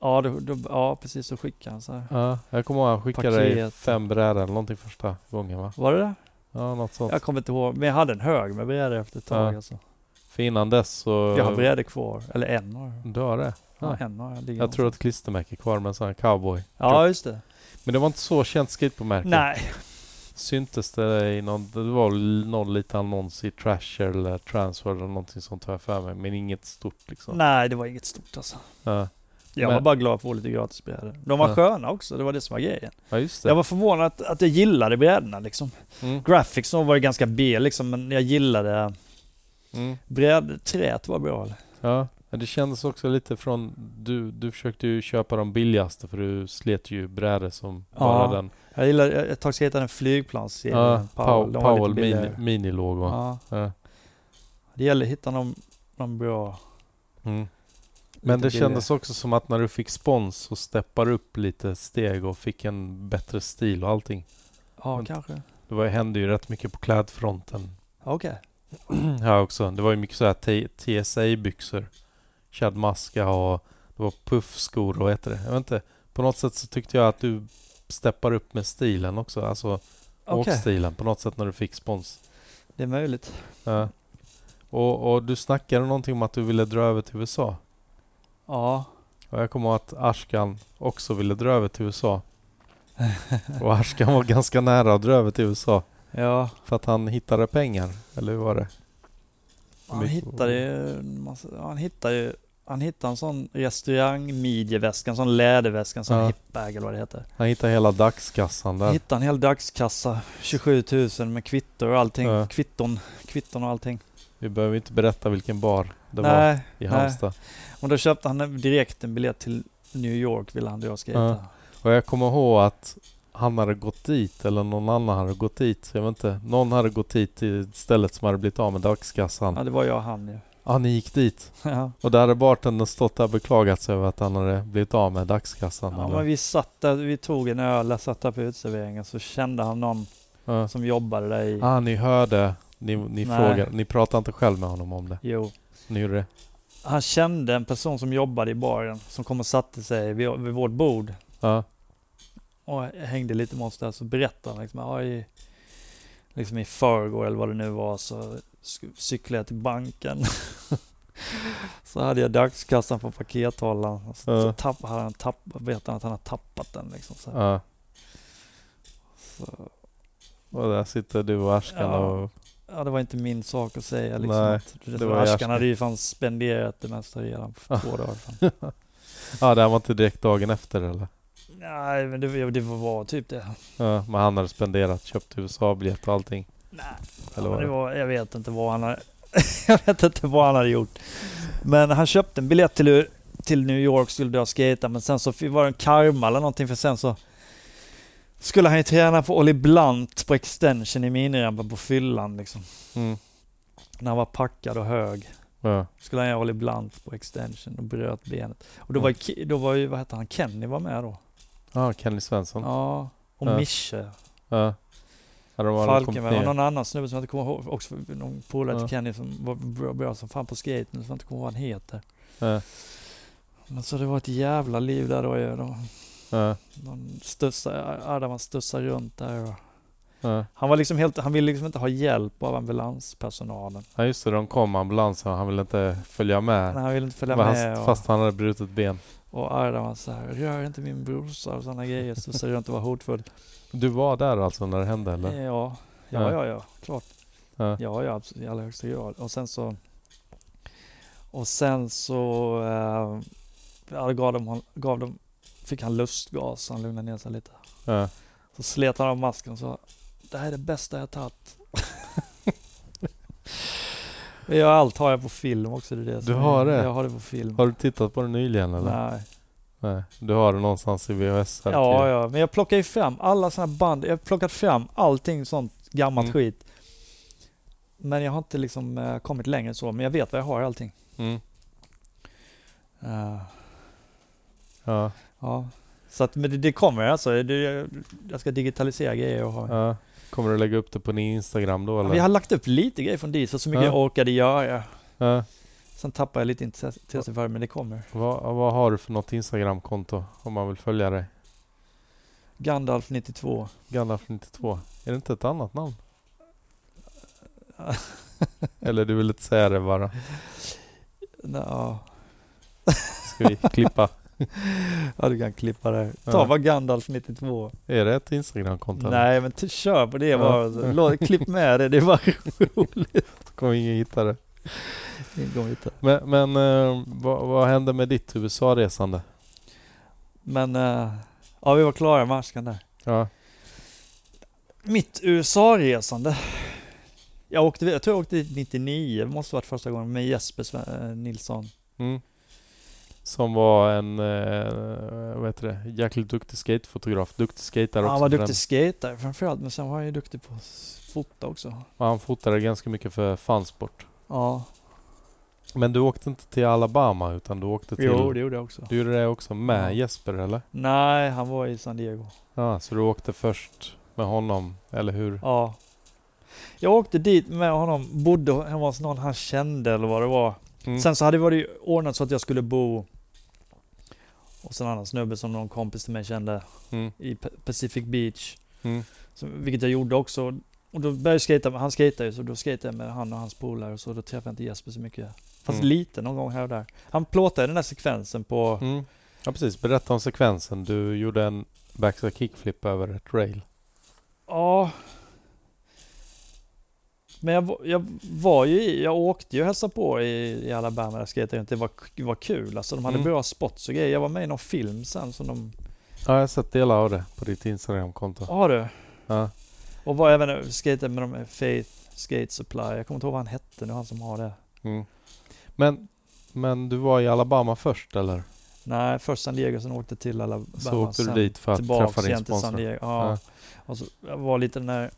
Speaker 2: Ja, då, då, ja precis, så skickade han så här.
Speaker 1: Ja, jag kommer ihåg han skickade dig
Speaker 2: Paket.
Speaker 1: fem brädor eller någonting första gången va?
Speaker 2: Var det det?
Speaker 1: Ja, något sånt.
Speaker 2: Jag kommer inte ihåg, men jag hade en hög med brädor efter ett tag
Speaker 1: Ja.
Speaker 2: alltså.
Speaker 1: För innan dess så...
Speaker 2: Jag har brädor kvar, eller en har jag.
Speaker 1: Du har det?
Speaker 2: Ja,
Speaker 1: Ja.
Speaker 2: en har jag. ligger
Speaker 1: Jag tror
Speaker 2: någonstans.
Speaker 1: att klistermärke är kvar med en sån här cowboy.
Speaker 2: Ja, just det.
Speaker 1: Men det var inte så känt skateboardmärke.
Speaker 2: Nej,
Speaker 1: Syntes det i någon... Det var väl någon liten annons i Trasher eller Transfer eller någonting sånt har jag för mig. Men inget stort liksom.
Speaker 2: nej, det var inget stort alltså.
Speaker 1: Ja.
Speaker 2: Jag
Speaker 1: Men-
Speaker 2: var bara glad för att få lite gratis brädor. De var
Speaker 1: Ja.
Speaker 2: sköna också, det var det som var grejen.
Speaker 1: ja, just det.
Speaker 2: Jag var förvånad att, att jag gillade brädorna liksom.
Speaker 1: Mm.
Speaker 2: Graphics de var ju ganska B liksom, men jag gillade
Speaker 1: Mm.
Speaker 2: bräd, trät var bra.
Speaker 1: Ja. Men det kändes också lite från... Du, du försökte ju köpa de billigaste för du slet ju brädor som
Speaker 2: Ja.
Speaker 1: bara den.
Speaker 2: Jag gillade, jag- ett tag så hittade jag en flygplansserie.
Speaker 1: Ja,
Speaker 2: Powell,
Speaker 1: Powell, Powell
Speaker 2: billigare.
Speaker 1: mini, minilåg va?
Speaker 2: Ja,
Speaker 1: Ja.
Speaker 2: det gäller att hitta någon, någon bra.
Speaker 1: Mm. Men
Speaker 2: lite
Speaker 1: det kändes också som att när du fick spons så steppade du upp lite steg och fick en bättre stil och allting.
Speaker 2: billigare. Ja,
Speaker 1: Men-
Speaker 2: kanske.
Speaker 1: Det var, hände ju rätt mycket på klädfronten
Speaker 2: Okej.
Speaker 1: här också. Det var ju mycket så här T- TSA-byxor, chadmaska och det var puffskor och heter det. Jag vet inte. På något sätt så tyckte jag att du steppar upp med stilen också. Alltså
Speaker 2: Okej,
Speaker 1: åkstilen på något sätt när du fick spons.
Speaker 2: det är möjligt.
Speaker 1: Ja. Och, och du snackade någonting om att du ville dra över till USA.
Speaker 2: Ja.
Speaker 1: Och jag kommer ihåg att Ashkan också ville dra över till USA. Och Ashkan var ganska nära att dra över till USA.
Speaker 2: Ja,
Speaker 1: För att han hittade pengar, eller hur var det?
Speaker 2: han
Speaker 1: Mycket-
Speaker 2: hittade ju en massa, ja, han hittade ju, han hittade en sån restaurangmidjeväska, en sån läderväska, en sån
Speaker 1: Ja.
Speaker 2: hipbag eller vad det heter.
Speaker 1: Han hittade hela dagskassan
Speaker 2: Jag
Speaker 1: där.
Speaker 2: hittade en hel dagskassa, 27 000 med kvittor och allting.
Speaker 1: Ja.
Speaker 2: Kvitton, kvitton och allting.
Speaker 1: Vi behöver inte berätta vilken bar det var
Speaker 2: Nej,
Speaker 1: i Halmstad.
Speaker 2: och då köpte han direkt en biljett till New York ville han dra och skejta.
Speaker 1: Ja. Och jag kommer ihåg att han hade gått dit, eller någon annan hade gått dit. Jag vet inte. Någon hade gått dit till stället som hade blivit av med dagskassan.
Speaker 2: ja, det var jag och han ju.
Speaker 1: Ja, ni gick dit.
Speaker 2: Ja.
Speaker 1: Och där hade bartendern stått där och beklagat sig över att han hade blivit av med dagskassan.
Speaker 2: Ja,
Speaker 1: eller?
Speaker 2: men vi satt där, vi tog en öl, jag satt där på uteserveringen så kände han någon
Speaker 1: Ja.
Speaker 2: som jobbade där i...
Speaker 1: Ah, ni hörde. Ni, ni
Speaker 2: Nej.
Speaker 1: frågade. Ni pratade inte själv med honom om det.
Speaker 2: Jo.
Speaker 1: Ni gjorde det.
Speaker 2: Han kände en person som jobbade i baren som kom och satte sig vid, vid vårt bord
Speaker 1: Ja.
Speaker 2: och hängde lite med oss där. Så berättade han liksom, ja, i, liksom i förrgår eller vad det nu var så sk- cyklade jag till banken. så hade jag dagskassan på pakethållaren. och Så,
Speaker 1: Ja.
Speaker 2: så tapp, hade han tapp, vet han att han har tappat den liksom. Så, här.
Speaker 1: Ja.
Speaker 2: så,
Speaker 1: Och där sitter du och Ashkan
Speaker 2: Ja,
Speaker 1: och...
Speaker 2: Ja, det var inte min sak att säga liksom.
Speaker 1: Nej,
Speaker 2: att det
Speaker 1: det
Speaker 2: var
Speaker 1: var
Speaker 2: Askan
Speaker 1: Ashkan.
Speaker 2: hade ju fan spenderat det mesta redan för två dagar sedan.
Speaker 1: Ja, det här var inte direkt dagen efter eller?
Speaker 2: Nej, men det, ja, det var typ det.
Speaker 1: Ja, men han hade spenderat, köpt USA-biljett och allting.
Speaker 2: Nej,
Speaker 1: Eller
Speaker 2: men
Speaker 1: vad
Speaker 2: det
Speaker 1: det var...
Speaker 2: var, jag vet inte vad han hade, Jag vet inte vad han hade gjort. Men han köpte en biljett till, till New York, skulle dra och skata, men sen så fi- var det en karma eller någonting för sen så skulle han ju träna för Olly Blunt på extension i minirampen på fyllan liksom.
Speaker 1: Mm.
Speaker 2: När han var packad och hög.
Speaker 1: Ja.
Speaker 2: Skulle han göra Olly Blunt på extension och bröt benet. Och då
Speaker 1: Mm.
Speaker 2: var, ju Ki- då var ju, vad hette han, Kenny var med då.
Speaker 1: Ah, Kenny Svensson. Ja.
Speaker 2: Ja. Och
Speaker 1: Ja.
Speaker 2: Mische.
Speaker 1: ja. de har aldrig kommit
Speaker 2: Falkenberg och
Speaker 1: ner.
Speaker 2: någon annan snubbe som jag inte kommer ihåg, också någon polare till
Speaker 1: Ja.
Speaker 2: Kenny som var bra, bra som fan på skate nu som jag inte kommer ihåg vad han heter.
Speaker 1: Ja.
Speaker 2: Men så det var ett jävla liv där då ju. De,
Speaker 1: Ja.
Speaker 2: de stussade, Ardaman stussade runt där och
Speaker 1: Ja.
Speaker 2: han var liksom helt, han ville liksom inte ha hjälp av ambulanspersonalen.
Speaker 1: ja, just det. De kom, ambulansen, och han ville inte följa med.
Speaker 2: Men han ville inte följa
Speaker 1: Men
Speaker 2: med
Speaker 1: han,
Speaker 2: och,
Speaker 1: fast han hade brutit ben.
Speaker 2: och Ardaman så här, rör inte min brorsa och sådana grejer. Stussade runt och var hotfull.
Speaker 1: Du var där alltså när det hände eller?
Speaker 2: Eh, Ja, ja,
Speaker 1: Ja.
Speaker 2: ja, ja, klart.
Speaker 1: Ja.
Speaker 2: Ja, ja, absolut, i allra högsta grad. Och sen så... Och sen så... Eh, ja, gav de, hon- gav de, fick han lustgas, så han lugnade ner sig lite.
Speaker 1: Ja.
Speaker 2: Så slet han av masken och sa Det här är det bästa jag tagit. ja, allt har jag på film också. Det är det som
Speaker 1: har
Speaker 2: är-
Speaker 1: det?
Speaker 2: Jag har det på film.
Speaker 1: Har du tittat på den nyligen eller?
Speaker 2: Nej.
Speaker 1: Nej. Du har den någonstans i VHS? -arkivet.
Speaker 2: Ja, ja, men jag plockar ju fram alla sådana här band. Jag har plockat fram allting sånt gammalt
Speaker 1: Mm.
Speaker 2: skit. Men jag har inte liksom eh, kommit längre än så. Men jag vet vad jag har i allting.
Speaker 1: Mm.
Speaker 2: Eh,
Speaker 1: Ja.
Speaker 2: ja. Så att, men det, det kommer alltså. Det, jag, jag ska digitalisera grejer och ha.
Speaker 1: ja. Kommer du lägga upp det på din Instagram då
Speaker 2: Ja,
Speaker 1: eller?
Speaker 2: vi har lagt upp lite grejer från Diesel, så mycket
Speaker 1: Ja.
Speaker 2: jag orkade göra.
Speaker 1: ja.
Speaker 2: Sen tappar jag lite intresse intresse för det, men det kommer.
Speaker 1: vad, vad har du för något Instagramkonto om man vill följa dig?
Speaker 2: Gandalf 92.
Speaker 1: Gandalf 92. Är det inte ett annat namn? Eller du vill inte säga det bara?
Speaker 2: Nå, Ja,
Speaker 1: Ska vi klippa?
Speaker 2: ja, du kan klippa det. här. Ta
Speaker 1: Ja.
Speaker 2: bara Gandalf 92.
Speaker 1: Är det ett Instagramkonto? eller?
Speaker 2: Nej, men t- kör på det
Speaker 1: Ja.
Speaker 2: bara. Lå- Klipp med det, det var
Speaker 1: Kommer ingen hitta det.
Speaker 2: Ingångyta.
Speaker 1: Men, men eh, vad, vad hände med ditt USA-resande?
Speaker 2: Men eh, ja, vi var klara med Askan där.
Speaker 1: Ja.
Speaker 2: Mitt USA-resande. Jag, åkte, jag tror jag åkte dit 99, det måste ha varit första gången, med Jesper Sve- eh, Nilsson.
Speaker 1: Mm. Som var en, eh, vad heter det, jäkligt duktig skatefotograf. Duktig skater också.
Speaker 2: Han var
Speaker 1: för
Speaker 2: duktig skater framförallt, men sen var han ju duktig på att fota också.
Speaker 1: den. Och han fotade ganska mycket för fansport.
Speaker 2: Ja,
Speaker 1: Men du åkte inte till Alabama utan du åkte till...
Speaker 2: jo det gjorde jag också.
Speaker 1: Du gjorde det också med
Speaker 2: Ja.
Speaker 1: Jesper eller?
Speaker 2: Nej, han var i San Diego.
Speaker 1: Ja, så du åkte först med honom, eller hur?
Speaker 2: Ja. Jag åkte dit med honom, bodde hemma hos någon han kände eller vad det var.
Speaker 1: Mm.
Speaker 2: Sen så hade det ju ordnat så att jag skulle bo hos en annan snubbe som någon kompis till mig kände
Speaker 1: Mm.
Speaker 2: i Pa- Pacific Beach.
Speaker 1: Mm.
Speaker 2: Som, vilket jag gjorde också. Och då började jag skata, han skejtade ju så då skejtade jag med han och hans polare så då träffade jag inte Jesper så mycket. Fast
Speaker 1: Mm.
Speaker 2: lite någon gång här och där. Han plåtade den där sekvensen på,
Speaker 1: Mm. Ja, precis. Berätta om sekvensen. Du gjorde en backside kickflip över ett rail.
Speaker 2: ja. Men jag, va- jag var ju i, jag åkte ju och hälsade på i, i Alabama där skejtade jag inte. Det var, det var kul alltså. De hade
Speaker 1: Mm.
Speaker 2: bra spots och grejer. Jag var med i någon film sen som de,
Speaker 1: Ja, jag har sett delar av det på ditt Instagramkonto.
Speaker 2: har du?
Speaker 1: Ja.
Speaker 2: Och var även skate med de Faith Skate Supply. Jag kommer inte ihåg vad han hette nu, han som har det.
Speaker 1: Mm. Men, men du var i Alabama först eller?
Speaker 2: Nej, först San Diego, sen åkte till Alabama.
Speaker 1: Så åkte du
Speaker 2: sen
Speaker 1: dit för att
Speaker 2: tillbaks
Speaker 1: träffa din
Speaker 2: igen till San
Speaker 1: sponsor?
Speaker 2: Diego. Ja.
Speaker 1: Ja.
Speaker 2: Och så var lite den där...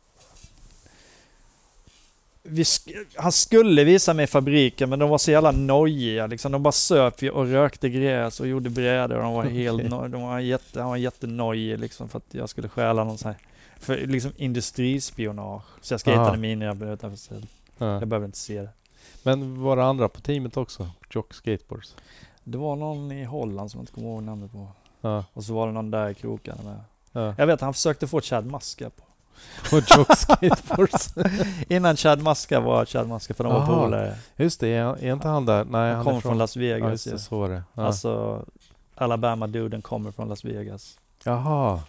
Speaker 2: Vi sk- han skulle visa mig fabriken, men de var så jävla nojiga. Liksom. De bara söp ju och rökte gräs och gjorde brädor. och De var helt
Speaker 1: Okej.
Speaker 2: no- de var jätte, han var jättenojig liksom, för att jag skulle stjäla någon sån här... För liksom industrispionage. Så jag
Speaker 1: Aha.
Speaker 2: skejtade minirabben utanför Sälen.
Speaker 1: Ja.
Speaker 2: Jag behövde inte se det.
Speaker 1: Men var det andra på teamet också? Jock Skateboards?
Speaker 2: Det var någon i Holland som jag inte kommer ihåg namnet på.
Speaker 1: Ja.
Speaker 2: Och så var det någon där i krokarna med.
Speaker 1: ja.
Speaker 2: Jag vet, han försökte få Chad Maska på.
Speaker 1: Och Jock Skateboards.
Speaker 2: Innan Chad Maska var Chad Maska, för de var
Speaker 1: Aha.
Speaker 2: polare.
Speaker 1: Just det, är, är inte han där? Nej,
Speaker 2: Han
Speaker 1: han,
Speaker 2: kommer
Speaker 1: är
Speaker 2: från Las
Speaker 1: Ja,
Speaker 2: Vegas
Speaker 1: just
Speaker 2: ju.
Speaker 1: det, så var det. Ja.
Speaker 2: Alltså, Alabama-duden kommer från Las Vegas.
Speaker 1: Jaha.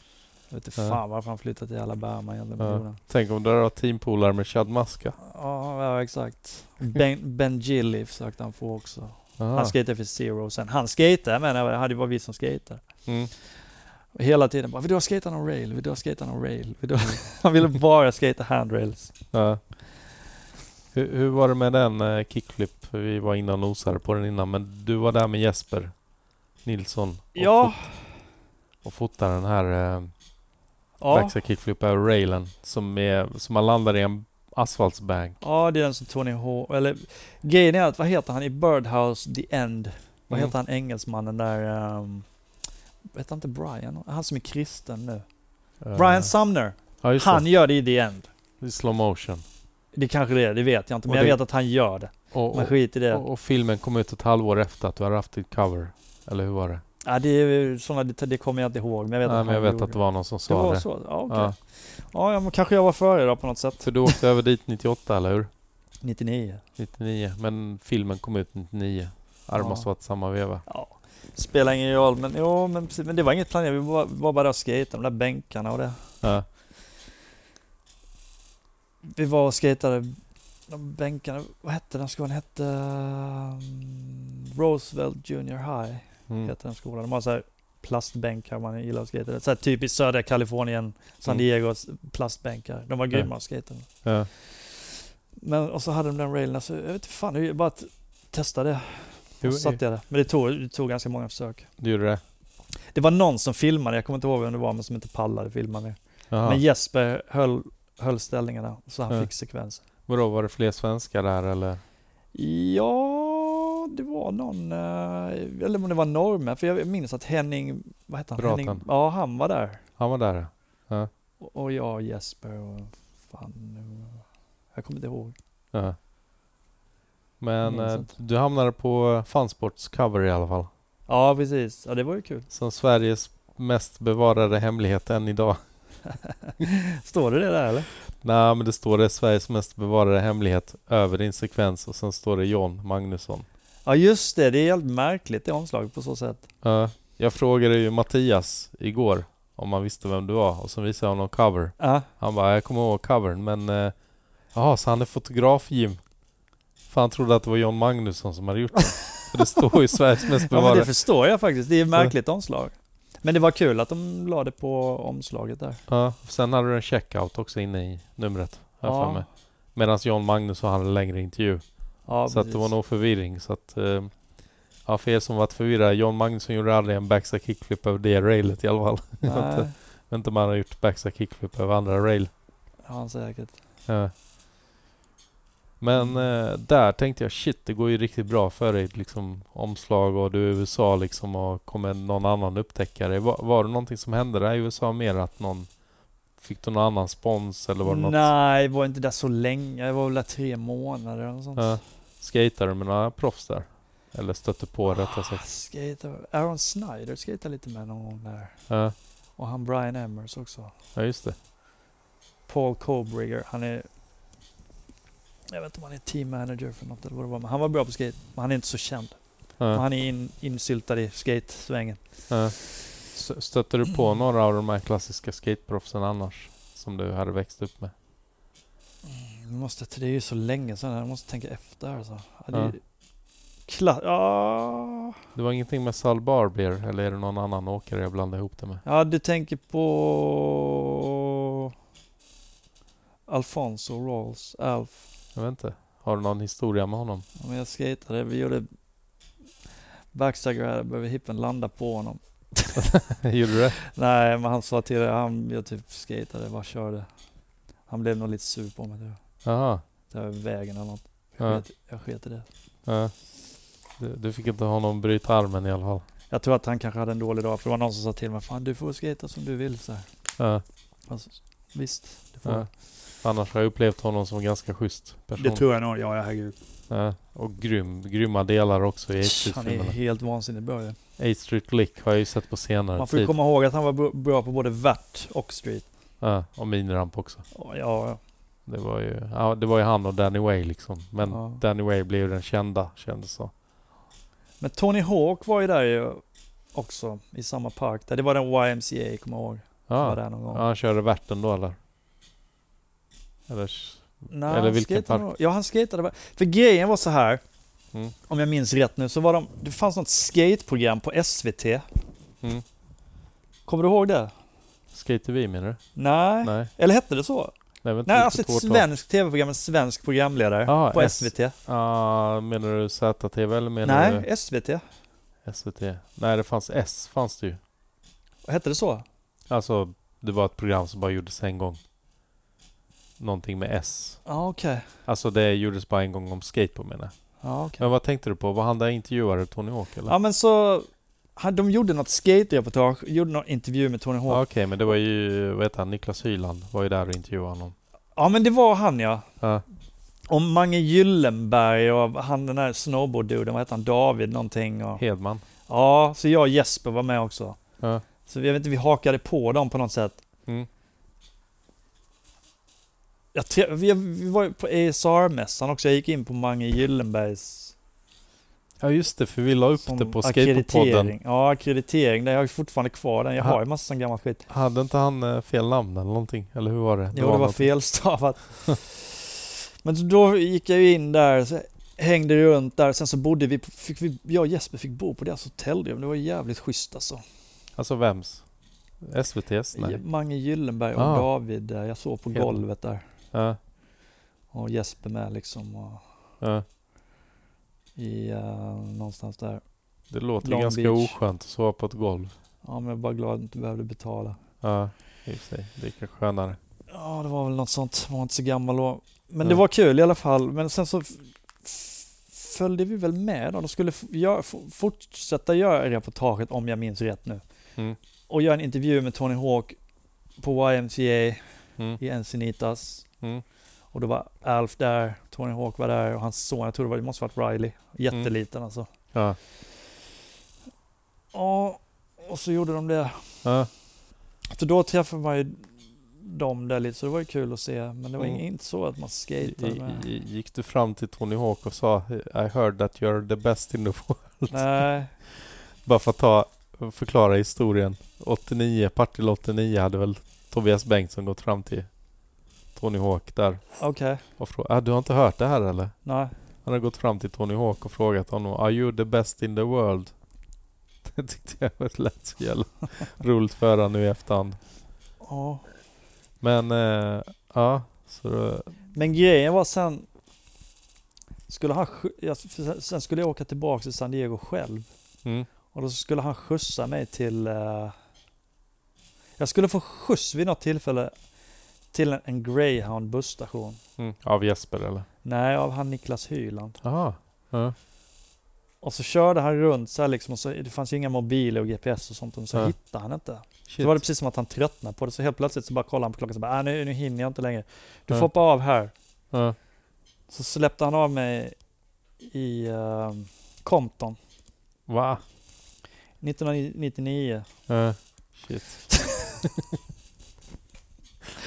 Speaker 2: Jag vet inte
Speaker 1: Ja.
Speaker 2: fan varför han flyttade till Alabama egentligen.
Speaker 1: Ja.
Speaker 2: Ja,
Speaker 1: Tänk om du har teampolare med Chadmaska.
Speaker 2: ja, ja exakt. Ben, ben Gilly försökte han få också.
Speaker 1: Aha.
Speaker 2: Han skatade för Zero sen. Han skatade, men det hade ju bara vi som skatade.
Speaker 1: Mm.
Speaker 2: Och Hela tiden bara, vill du ha skejtat någon rail? Vill du ha skejtat någon rail? Vill du
Speaker 1: Mm.
Speaker 2: ha... Han ville bara skejta handrails.
Speaker 1: Ja. Hur, hur var det med den eh, kickflip? Vi var inne och nosade på den innan, men du var där med Jesper Nilsson och,
Speaker 2: Ja,
Speaker 1: fot- och fotade den här eh,
Speaker 2: ja,
Speaker 1: backside kickflip över railen som, är, som man landar i en asfaltsbank.
Speaker 2: ja, det är den som Tony H... Eller grejen är att, vad heter han i Birdhouse The End? Vad
Speaker 1: Mm.
Speaker 2: heter han engelsmannen där? Um, heter han inte Brian? Han som är kristen nu.
Speaker 1: Eh,
Speaker 2: Brian Sumner.
Speaker 1: ja, just
Speaker 2: Han
Speaker 1: det.
Speaker 2: gör det i The End.
Speaker 1: I slow motion.
Speaker 2: Det kanske det är, det vet jag inte.
Speaker 1: Och
Speaker 2: Men jag
Speaker 1: det-
Speaker 2: vet att han gör det.
Speaker 1: Och,
Speaker 2: Men
Speaker 1: och,
Speaker 2: skit i det.
Speaker 1: och, och filmen kom ut ett halvår efter att du hade haft ditt cover. Eller hur var det?
Speaker 2: Ja, det, är såna, det, det kommer jag inte ihåg. Men jag vet
Speaker 1: Nej,
Speaker 2: att,
Speaker 1: men jag
Speaker 2: han
Speaker 1: vet
Speaker 2: gjorde
Speaker 1: att det var någon som
Speaker 2: Det
Speaker 1: sa det.
Speaker 2: var så? Ja, okej.
Speaker 1: Ja.
Speaker 2: Ja, ja, men kanske jag var före då på något sätt.
Speaker 1: För du åkte över dit 98, eller hur?
Speaker 2: 99.
Speaker 1: 99. Men filmen kom ut 99. Ja, det
Speaker 2: Ja.
Speaker 1: måste varit samma veva.
Speaker 2: Ja, spelar ingen roll. Men, jo, men, precis, men det var inget planerat. Vi var, var bara där och skejtade, de där bänkarna och det.
Speaker 1: Ja.
Speaker 2: Vi var och skejtade de bänkarna. Vad hette den skolan? Hette mm, Roosevelt Junior High.
Speaker 1: Mm.
Speaker 2: Heter den skolan. De har så här plastbänkar man gillar att skejta. Så här typiskt södra Kalifornien, San
Speaker 1: Mm.
Speaker 2: Diegos plastbänkar. De var grymma att skejta. med.
Speaker 1: Ja.
Speaker 2: Men och så hade de den railen. Så jag vet inte fan, det är ju bara att testa det.
Speaker 1: Hur,
Speaker 2: Och så satte jag det. Men det tog, det tog ganska många försök.
Speaker 1: Du gjorde det?
Speaker 2: Det var någon som filmade, jag kommer inte ihåg vem det var, men som inte pallade filma mer.
Speaker 1: Jaha.
Speaker 2: Men Jesper höll, höll ställningarna, så han
Speaker 1: Ja.
Speaker 2: fick sekvensen.
Speaker 1: Vadå, var det fler svenskar där eller?
Speaker 2: Ja, det var någon, eh, eller om det var norrmän, för jag minns att Henning, vad hette han?
Speaker 1: Braten.
Speaker 2: Henning, ja, han var där.
Speaker 1: Han var där
Speaker 2: Och och jag och Jesper och fan, nu- jag kommer inte ihåg.
Speaker 1: ja. Men
Speaker 2: Minns
Speaker 1: eh,
Speaker 2: inte.
Speaker 1: du hamnade på eh, Funsports cover i alla fall.
Speaker 2: Ja, precis. Ja, det var ju kul.
Speaker 1: Som Sveriges mest bevarade hemlighet än idag.
Speaker 2: Står det det där eller?
Speaker 1: Nej, men det står det Sveriges mest bevarade hemlighet över din sekvens och sen står det John Magnusson.
Speaker 2: Ja, just det. Det är helt märkligt det omslaget på så sätt.
Speaker 1: Ja, jag frågade ju Mattias igår om han visste vem du var och sen visade jag honom cover.
Speaker 2: Ja,
Speaker 1: Han bara, jag kommer ihåg covern men... eh, Jaha, så han är fotograf Jim? För han trodde att det var John Magnusson som hade gjort det. För det står ju Sveriges mest
Speaker 2: ja men
Speaker 1: bevarade...
Speaker 2: det förstår jag faktiskt. Det är ett märkligt omslag. Men det var kul att de la det på omslaget där.
Speaker 1: Ja, sen hade du en checkout också inne i numret, har jag för mig. Medan John Magnusson hade en längre intervju.
Speaker 2: Ja,
Speaker 1: så att det
Speaker 2: precis.
Speaker 1: var nog förvirring. Så att, eh, ja, för er som varit förvirrade, John Magnusson gjorde aldrig en backside kickflip över det railet i alla fall.
Speaker 2: Nej,
Speaker 1: Jag vet inte om han har gjort backside kickflip över andra rail.
Speaker 2: ja, han säkert.
Speaker 1: Ja. Men
Speaker 2: Mm.
Speaker 1: eh, där tänkte jag shit, det går ju riktigt bra för dig. Liksom, omslag och du är i USA liksom och kommer någon annan upptäcka dig. Var, var det någonting som hände där i USA mer? Att någon Fick du någon annan spons eller var det något?
Speaker 2: Nej, jag var inte där så länge. Jag var väl där tre månader eller något sånt.
Speaker 1: Ja. Skejtade du med några proffs där? Eller stötte på rättare
Speaker 2: Ah,
Speaker 1: sagt?
Speaker 2: Skejtade- Aaron Snyder skejtade lite med någon gång där.
Speaker 1: Ja,
Speaker 2: Och han Brian Emmers också.
Speaker 1: ja just det.
Speaker 2: Paul Kobrigger, han är... Jag vet inte om han är team manager för något eller vad det var. Men han var bra på skate. Men han är inte så känd.
Speaker 1: Ja.
Speaker 2: Han är in, insyltad i skatesvängen.
Speaker 1: Ja. S- Stötte du
Speaker 2: Mm.
Speaker 1: på några av de här klassiska skateproffsen annars? Som du hade växt upp med?
Speaker 2: Jag Måste, det är ju så länge sedan. Jag måste tänka efter här alltså. Ja, det
Speaker 1: Ja.
Speaker 2: är ju- Kla- ja.
Speaker 1: Det var ingenting med Sal Barbier eller är det någon annan åkare jag blandade ihop det med?
Speaker 2: ja, du tänker på... Alfonso Rawls, Alf.
Speaker 1: Jag vet inte. Har du någon historia med honom?
Speaker 2: Om jag skejtade, vi gjorde backside grab, behövde hippen landa på honom.
Speaker 1: Gjorde du det?
Speaker 2: Nej, men han sa till det, han, jag typ skatade, bara körde. Han blev nog lite sur på mig tror jag.
Speaker 1: Jaha.
Speaker 2: Det här vägen eller något. Jag,
Speaker 1: Ja.
Speaker 2: sket, jag sket i det.
Speaker 1: Ja. Du, du fick inte honom bryta armen i alla fall?
Speaker 2: Jag tror att han kanske hade en dålig dag, för det var någon som sa till mig, fan du får skata som du vill så här.
Speaker 1: Ja.
Speaker 2: Alltså, visst, det får
Speaker 1: Ja. Annars har jag upplevt honom som ganska schysst person.
Speaker 2: Det tror jag nog, ja herregud.
Speaker 1: ja. Och grym. Grymma delar också i 8
Speaker 2: Han är
Speaker 1: Street-filmerna.
Speaker 2: helt vansinnig bra ju.
Speaker 1: 8 Street Lick har jag ju sett på senare
Speaker 2: Man får ju
Speaker 1: tid.
Speaker 2: komma ihåg att han var br- bra på både vert och street.
Speaker 1: Ja. Och miniramp också.
Speaker 2: Ja, ja.
Speaker 1: Det var ju, ja, det var ju han och Danny Way liksom. Men
Speaker 2: Ja.
Speaker 1: Danny Way blev ju den kända kändes så.
Speaker 2: Men Tony Hawk var ju där ju också, i samma park. Där. Det var den YMCA, kommer jag ihåg. var
Speaker 1: Ja.
Speaker 2: där någon gång.
Speaker 1: ja, han körde värten då eller? Eller...
Speaker 2: Nej,
Speaker 1: Eller
Speaker 2: han
Speaker 1: vilken
Speaker 2: skatade
Speaker 1: park?
Speaker 2: nog- Ja, han skatade bara. För grejen var så här,
Speaker 1: Mm.
Speaker 2: om jag minns rätt nu, så var de... Det fanns något skateprogram på SVT.
Speaker 1: Mm.
Speaker 2: Kommer du ihåg det?
Speaker 1: Skate TV menar du?
Speaker 2: Nej.
Speaker 1: Nej.
Speaker 2: Eller hette det så?
Speaker 1: Nej, vänta,
Speaker 2: Nej,
Speaker 1: lite
Speaker 2: alltså ett
Speaker 1: tårta.
Speaker 2: svenskt tv-program, en svensk programledare
Speaker 1: Ja,
Speaker 2: på
Speaker 1: S-
Speaker 2: SVT.
Speaker 1: Ah, menar du ZTV eller menar
Speaker 2: Nej, SVT.
Speaker 1: du SVT? Nej, det fanns S fanns det ju.
Speaker 2: Hette det så?
Speaker 1: Alltså, det var ett program som bara gjordes en gång. Någonting med S.
Speaker 2: Ja, okej.
Speaker 1: Alltså det gjordes bara en gång om skate på menar jag.
Speaker 2: Ja, okej.
Speaker 1: Men vad tänkte du på? Var han där intervjuare Tony Hawk eller?
Speaker 2: Ja, men så... han- De gjorde något skate-reportage, gjorde någon intervju med Tony Hawk.
Speaker 1: Ah, Okej, men det var ju, vad heter han, Niklas Hyland var ju där och intervjuade honom.
Speaker 2: Ja, men det var han ja.
Speaker 1: Ja.
Speaker 2: Och Mange Gyllenberg och han den där snowboardduden, vad hette han? David någonting. Och...
Speaker 1: Hedman.
Speaker 2: Ja, så jag och Jesper var med också.
Speaker 1: Ja.
Speaker 2: Så jag vet inte, vi hakade på dem på något sätt.
Speaker 1: Mm.
Speaker 2: Jag trä- vi, vi var ju på ESR-mässan också, jag gick in på Mange Gyllenbergs
Speaker 1: ja, just det, för vi la upp
Speaker 2: som
Speaker 1: det på Skateboardpodden.
Speaker 2: akkreditering. Ja, akkreditering. Den har jag ju fortfarande kvar den. Jag har ju massa sån gammal skit.
Speaker 1: Hade inte han eh, fel namn eller någonting? Eller hur var det?
Speaker 2: Jo, det var
Speaker 1: något-
Speaker 2: felstavat. Men så då gick jag ju in där, så hängde runt där. Sen så bodde vi, på, fick vi jag och Jesper fick bo på deras hotellrum. Det var jävligt schysst alltså.
Speaker 1: Alltså vems? SVT's? Nej.
Speaker 2: Mange Gyllenberg och
Speaker 1: Ah.
Speaker 2: David där. Jag sov på
Speaker 1: Helt.
Speaker 2: golvet där.
Speaker 1: Ja,
Speaker 2: Och Jesper med liksom. Och
Speaker 1: ja.
Speaker 2: i, eh, någonstans där.
Speaker 1: Det låter
Speaker 2: Long
Speaker 1: ganska
Speaker 2: Beach.
Speaker 1: oskönt att sova på ett golv.
Speaker 2: Ja, men jag är bara glad att jag inte behövde betala.
Speaker 1: Ja, i och för sig. Det är kanske skönare.
Speaker 2: Ja, det var väl något sånt. Jag var inte så gammal då. Men det
Speaker 1: Mm.
Speaker 2: var kul i alla fall. Men sen så f- f- följde vi väl med då. De skulle f- göra- f- fortsätta göra reportaget om jag minns rätt nu.
Speaker 1: Mm.
Speaker 2: Och göra en intervju med Tony Hawk på YMCA
Speaker 1: Mm.
Speaker 2: i Encinitas.
Speaker 1: Mm.
Speaker 2: Och då var Alf där, Tony Hawk var där och hans son, jag tror det, var, det måste ha varit Riley.
Speaker 1: Mm.
Speaker 2: Jätteliten alltså.
Speaker 1: Ja.
Speaker 2: Ja, och så gjorde de det.
Speaker 1: Ja.
Speaker 2: Så då träffade man ju dem där lite, så det var ju kul att se. Men det var
Speaker 1: Mm.
Speaker 2: inte så att man
Speaker 1: I-
Speaker 2: skatade med.
Speaker 1: i- i- Gick du fram till Tony Hawk och sa I heard that you're the best in the world?
Speaker 2: Nej,
Speaker 1: Bara för att ta, förklara historien. 89, Partille 89 hade väl Tobias Bengtsson gått fram till Tony Hawk där
Speaker 2: okej.
Speaker 1: och frågat ah, Du har inte hört det här eller?
Speaker 2: Nej.
Speaker 1: Han har gått fram till Tony Hawk och frågat honom Are you the best in the world? Det tyckte jag lät så jävla roligt för honom nu i efterhand.
Speaker 2: Ja.
Speaker 1: Men eh, ja, så då,
Speaker 2: Men grejen var sen... Skulle han, skj- jag- för sen skulle jag åka tillbaka till San Diego själv.
Speaker 1: mm,
Speaker 2: Och då skulle han skjutsa mig till... eh, jag skulle få skjuts vid något tillfälle till en, en Greyhound busstation.
Speaker 1: mm, av Jesper eller?
Speaker 2: Nej, av han Niklas Hyland.
Speaker 1: Jaha. Ja.
Speaker 2: Och så körde han runt så här liksom. Och så, det fanns ju inga mobiler och GPS och sånt. Och så
Speaker 1: Ja.
Speaker 2: hittade han inte.
Speaker 1: Shit.
Speaker 2: Så var det precis som att han tröttnade på det. Så helt plötsligt så bara kollade han på klockan och så bara, äh, nu, nu hinner jag inte längre. Du får
Speaker 1: Ja.
Speaker 2: hoppa av här.
Speaker 1: Ja.
Speaker 2: Så släppte han av mig i ehm, Compton
Speaker 1: Va?
Speaker 2: 1999.
Speaker 1: Ja. Shit.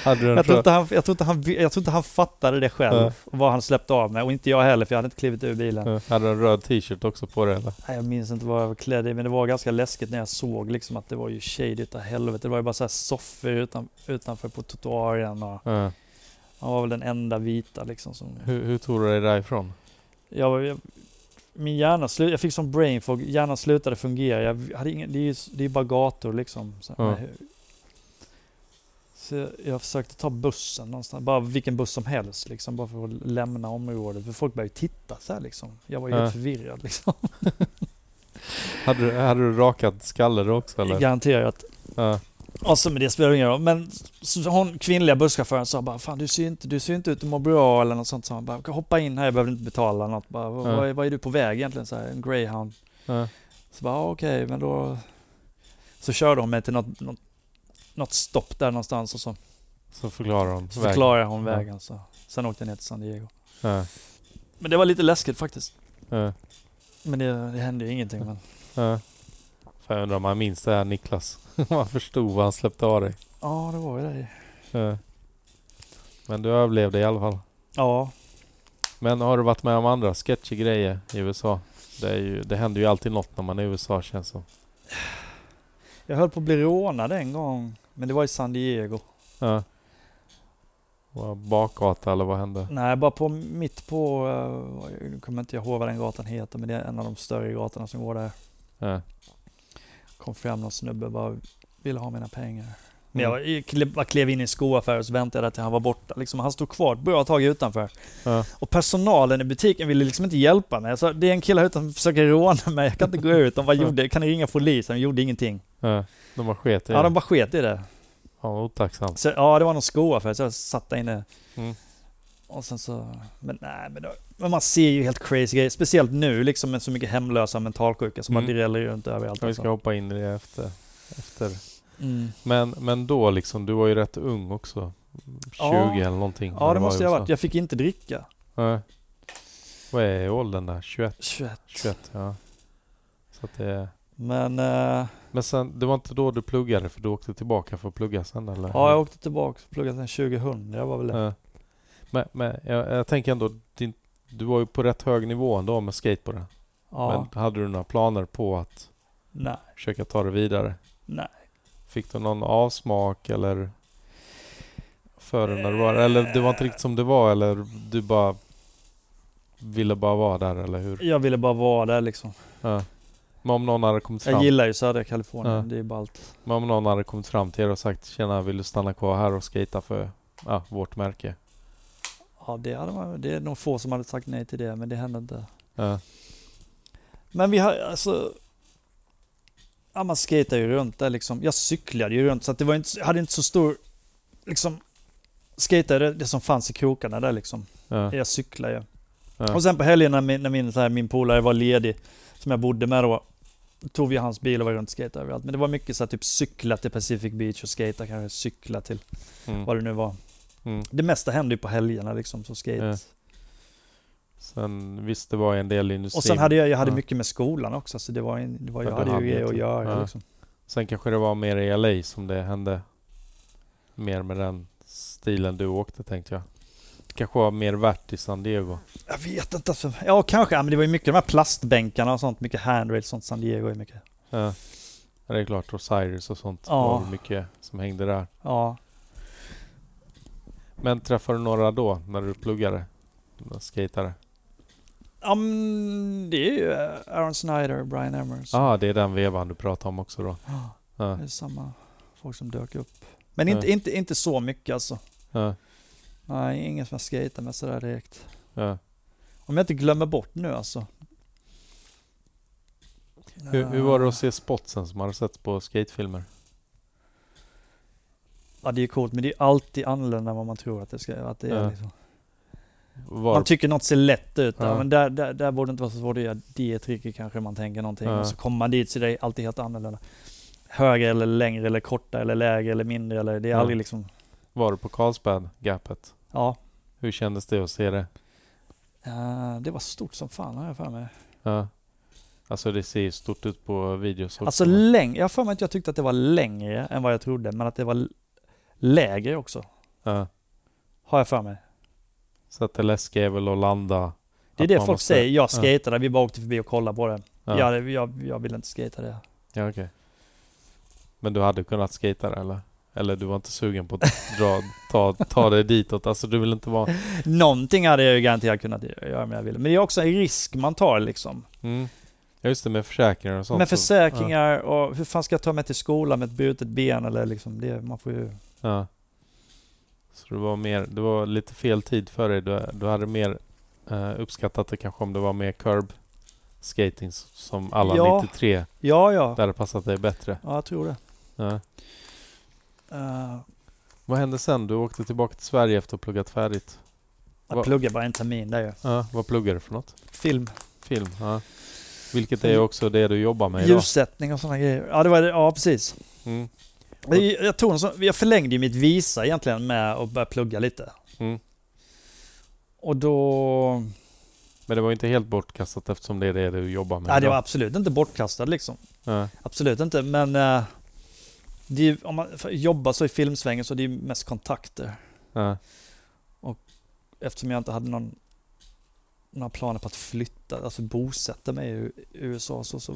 Speaker 1: Hade du en
Speaker 2: Jag tror,
Speaker 1: röd?
Speaker 2: inte han, jag, tror inte han, jag tror inte han fattade det själv,
Speaker 1: Nej.
Speaker 2: vad han släppte av mig. Och inte jag heller, för jag hade inte klivit ur bilen.
Speaker 1: Ja, Hade du en röd t-shirt också på dig eller?
Speaker 2: Nej, Jag minns inte vad jag var klädd i, men det var ganska läskigt när jag såg liksom att det var ju shady utav helvete. Det var ju bara så här soffor utan, utanför på trottoaren. Och
Speaker 1: Ja.
Speaker 2: han var väl den enda vita liksom. Som,
Speaker 1: Hur, hur tog du dig därifrån?
Speaker 2: jag, var- jag, min hjärna slutade, jag fick som brain fog, hjärnan slutade fungera. Jag hade ingen, det är ju det är ju bara gator liksom. Så,
Speaker 1: Ja.
Speaker 2: nej. så jag, jag försökte ta bussen någonstans, bara vilken buss som helst liksom, bara för att lämna området. För folk började ju titta så här liksom. Jag var ju
Speaker 1: Ja.
Speaker 2: helt förvirrad liksom.
Speaker 1: Hade du, hade du rakat skalle då också eller?
Speaker 2: Garanterat.
Speaker 1: Ja.
Speaker 2: Alltså men det spelar ingen roll. Men så hon kvinnliga busschauffören sa bara Fan du ser ju inte, du ser ju inte ut att må bra eller något sånt. Så han bara hoppa in här, jag behöver inte betala något. Bara, vad,
Speaker 1: Ja.
Speaker 2: vad, är, vad är du på väg egentligen? Så här, en greyhound.
Speaker 1: Ja.
Speaker 2: Så bara, ah, okej, men då... Så körde hon mig till något, något, något stopp där någonstans och så,
Speaker 1: Så förklarar hon.
Speaker 2: så
Speaker 1: vägen.
Speaker 2: förklarade hon
Speaker 1: Ja.
Speaker 2: vägen. Så. Sen åkte jag ner till San Diego.
Speaker 1: Ja.
Speaker 2: Men det var lite läskigt faktiskt.
Speaker 1: Ja.
Speaker 2: Men det, det hände ju ingenting. Men,
Speaker 1: Ja. Fan, jag undrar om han minns det här Niklas. Om han förstod vad han släppte av dig.
Speaker 2: ja, det var ju det.
Speaker 1: Ja. Men du överlevde i alla fall.
Speaker 2: Ja,
Speaker 1: Men har du varit med om andra sketchy grejer i USA? Det, är ju, det händer ju alltid något när man är i USA känns som.
Speaker 2: jag höll på att bli rånad en gång. Men det var i San Diego.
Speaker 1: Ja. Var Bakgata eller vad hände?
Speaker 2: Nej, bara på mitt på, eh, jag kommer inte ihåg vad den gatan heter, men det är en av de större gatorna som går där.
Speaker 1: Ja.
Speaker 2: Kom fram någon snubbe och bara ville ha mina pengar. Men jag, jag klev- bara klev in i en skoaffär och så väntade jag till han var borta. Liksom, han stod kvar ett bra tag utanför.
Speaker 1: Ja.
Speaker 2: Och personalen i butiken ville liksom inte hjälpa mig. Så det är en kille här utanför som försöker råna mig. Jag kan inte gå ut. De bara
Speaker 1: Ja.
Speaker 2: gjorde, kan ni ringa polisen? De gjorde ingenting.
Speaker 1: Ja. De har sket i
Speaker 2: Ja, de
Speaker 1: det.
Speaker 2: bara sket i det.
Speaker 1: Ja, otacksamt.
Speaker 2: Så, ja, det var någon skoaffär, så jag satt där inne.
Speaker 1: Mm.
Speaker 2: Och sen så, men nej men, då, men man ser ju helt crazy grejer. Speciellt nu liksom med så mycket hemlösa och mentalsjuka som
Speaker 1: Mm.
Speaker 2: bara dräller runt överallt.
Speaker 1: Ja, vi
Speaker 2: Alltså.
Speaker 1: ska hoppa in i det efter. efter.
Speaker 2: Mm.
Speaker 1: Men, men då liksom, du var ju rätt ung också. 20
Speaker 2: Ja.
Speaker 1: eller någonting. när
Speaker 2: Ja,
Speaker 1: du
Speaker 2: det
Speaker 1: var i
Speaker 2: måste jag ha
Speaker 1: USA.
Speaker 2: varit. Jag fick inte dricka.
Speaker 1: Nej. Vad är åldern där? 21?
Speaker 2: 21.
Speaker 1: 21 ja. Så att det är...
Speaker 2: Men eh,
Speaker 1: Men sen, det var inte då du pluggade för du åkte tillbaka för att plugga sen eller?
Speaker 2: ja, jag åkte tillbaka och pluggade sen 2000. Det var väl det.
Speaker 1: Ja. Men, men jag, jag tänker ändå, din, du var ju på rätt hög nivå ändå med skateboarden.
Speaker 2: Ja.
Speaker 1: Men hade du några planer på att
Speaker 2: Nej,
Speaker 1: försöka ta det vidare?
Speaker 2: nej.
Speaker 1: Fick du någon avsmak eller före när du var Eller det var inte riktigt som det var eller du bara ville bara vara där eller hur?
Speaker 2: Jag ville bara vara där liksom.
Speaker 1: Ja. Men om någon hade kommit
Speaker 2: Jag
Speaker 1: fram,
Speaker 2: gillar ju södra Kalifornien.
Speaker 1: Ja.
Speaker 2: Det är ballt.
Speaker 1: men om någon hade kommit fram till er och sagt Tjena, vill du stanna kvar här och skata för ja, vårt märke?
Speaker 2: Ja, det, hade man, det är nog få som hade sagt nej till det, men det hände inte.
Speaker 1: Ja.
Speaker 2: Men vi har alltså... Ja, man skejtar ju runt där liksom. Jag cyklade ju runt så att det var inte, jag hade inte så stor... Liksom... Skejtade det som fanns i krokarna där liksom.
Speaker 1: Ja.
Speaker 2: Jag cyklade ju.
Speaker 1: Ja.
Speaker 2: Och sen på helgen när min, när min, så här, min polare var ledig, som jag bodde med då, tog vi hans bil och var runt och skejtade överallt. Men det var mycket så här, typ cykla till Pacific Beach och skejta kanske, cykla till
Speaker 1: Mm.
Speaker 2: vad det nu var.
Speaker 1: Mm.
Speaker 2: Det mesta hände ju på helgerna liksom, så skate.
Speaker 1: Ja. Sen visst, det var en del industri.
Speaker 2: Och sen hade jag, jag hade
Speaker 1: Ja.
Speaker 2: mycket med skolan också, så det var, en, det var
Speaker 1: Ja,
Speaker 2: jag
Speaker 1: du
Speaker 2: hade
Speaker 1: hade
Speaker 2: ju grejer
Speaker 1: det.
Speaker 2: att göra
Speaker 1: Ja.
Speaker 2: liksom.
Speaker 1: Sen kanske det var mer i LA som det hände. Mer med den stilen du åkte tänkte jag. Det kanske var mer värt i San Diego.
Speaker 2: Jag vet inte. Alltså. Ja, kanske. Ja, men det var ju mycket de här plastbänkarna och sånt. Mycket handrails sånt. San Diego är mycket.
Speaker 1: Ja. Ja, Det är klart, Osiris och sånt.
Speaker 2: Ja.
Speaker 1: Det var väl mycket som hängde där.
Speaker 2: Ja.
Speaker 1: Men träffade du några då när du pluggade? Några Skatare?
Speaker 2: ja men det är ju eh, Aaron Snyder och Brian Emmers.
Speaker 1: Ja, ah, det är den vevan du pratar om också då. Ja.
Speaker 2: Det är samma folk som dök upp. Men inte,
Speaker 1: Ja.
Speaker 2: inte, inte så mycket alltså.
Speaker 1: Ja.
Speaker 2: Nej, ingen som jag skejtar med sådär direkt.
Speaker 1: Ja.
Speaker 2: Om jag inte glömmer bort nu alltså.
Speaker 1: Hur, hur var det att se spotsen som hade setts på skatefilmer?
Speaker 2: Ja, det är ju coolt, men det är ju alltid annorlunda än vad man tror att det, ska, att det är.
Speaker 1: Ja.
Speaker 2: Liksom.
Speaker 1: Var
Speaker 2: Man tycker något ser lätt ut, ja.
Speaker 1: Ja.
Speaker 2: men där, där, där borde det inte vara så svårt att göra det tricket kanske man tänker någonting.
Speaker 1: Ja.
Speaker 2: Och så kommer man dit så det är alltid helt annorlunda. Högre eller längre eller kortare eller lägre eller mindre eller det är
Speaker 1: Ja.
Speaker 2: aldrig liksom,
Speaker 1: Var du på Carlsbad, gapet?
Speaker 2: ja.
Speaker 1: Hur kändes det att se det?
Speaker 2: Eh, det var stort som fan har jag för mig.
Speaker 1: Ja. Alltså det ser ju stort ut på videos också.
Speaker 2: Alltså längre, jag har för mig att jag tyckte att det var längre än vad jag trodde, men att det var l- lägre också.
Speaker 1: ja.
Speaker 2: Har jag för mig.
Speaker 1: Så att det läskiga är väl att landa.
Speaker 2: Det är
Speaker 1: Att
Speaker 2: det
Speaker 1: man
Speaker 2: folk
Speaker 1: måste-
Speaker 2: säger, jag
Speaker 1: ja.
Speaker 2: skejtade, vi bara åkte förbi och kollade på det.
Speaker 1: Ja, ja.
Speaker 2: Jag, jag, jag ville inte skejta det.
Speaker 1: okej. Men du hade kunnat skata där, eller? Eller du var inte sugen på att dra, ta, ta dig ditåt? Alltså du vill inte vara...
Speaker 2: Någonting hade jag ju garanterat kunnat göra om jag ville. Men det är också en risk man tar liksom.
Speaker 1: Mm. Ja just det, med försäkringar och sånt.
Speaker 2: Med
Speaker 1: så-
Speaker 2: försäkringar och hur fan ska jag ta mig till skolan med ett brutet ben eller liksom det, man får ju...
Speaker 1: Ja. ja. Så det var mer, det var lite fel tid för dig. Du, du hade mer eh, uppskattat det kanske om det var mer curb skating s- som alla
Speaker 2: Ja.
Speaker 1: 93.
Speaker 2: Ja, ja.
Speaker 1: Det hade passat dig bättre.
Speaker 2: Ja, jag tror det.
Speaker 1: Ja.
Speaker 2: Uh,
Speaker 1: Vad hände sen? Du åkte tillbaka till Sverige efter att ha pluggat färdigt.
Speaker 2: jag
Speaker 1: Vad-
Speaker 2: pluggar bara en termin där ju.
Speaker 1: Ja, vad pluggade du för något?
Speaker 2: Film,
Speaker 1: Film? Ja. Vilket är också det du jobbar med idag.
Speaker 2: ljussättning och sådana grejer. Ja, det var det. Ja, precis.
Speaker 1: Mm.
Speaker 2: Jag, jag, tog en sån, jag förlängde ju mitt visa egentligen med att börja plugga lite.
Speaker 1: Mm.
Speaker 2: Och då...
Speaker 1: Men det var inte helt bortkastat eftersom det är det du jobbar med
Speaker 2: Nej, det var
Speaker 1: idag.
Speaker 2: absolut inte bortkastat liksom.
Speaker 1: Ja.
Speaker 2: Absolut inte, men... eh, det är, ju- om man för- jobbar så i filmsvängen så är det ju mest kontakter.
Speaker 1: Ja.
Speaker 2: eftersom jag inte hade någon, några planer på att flytta, alltså bosätta mig i USA så, så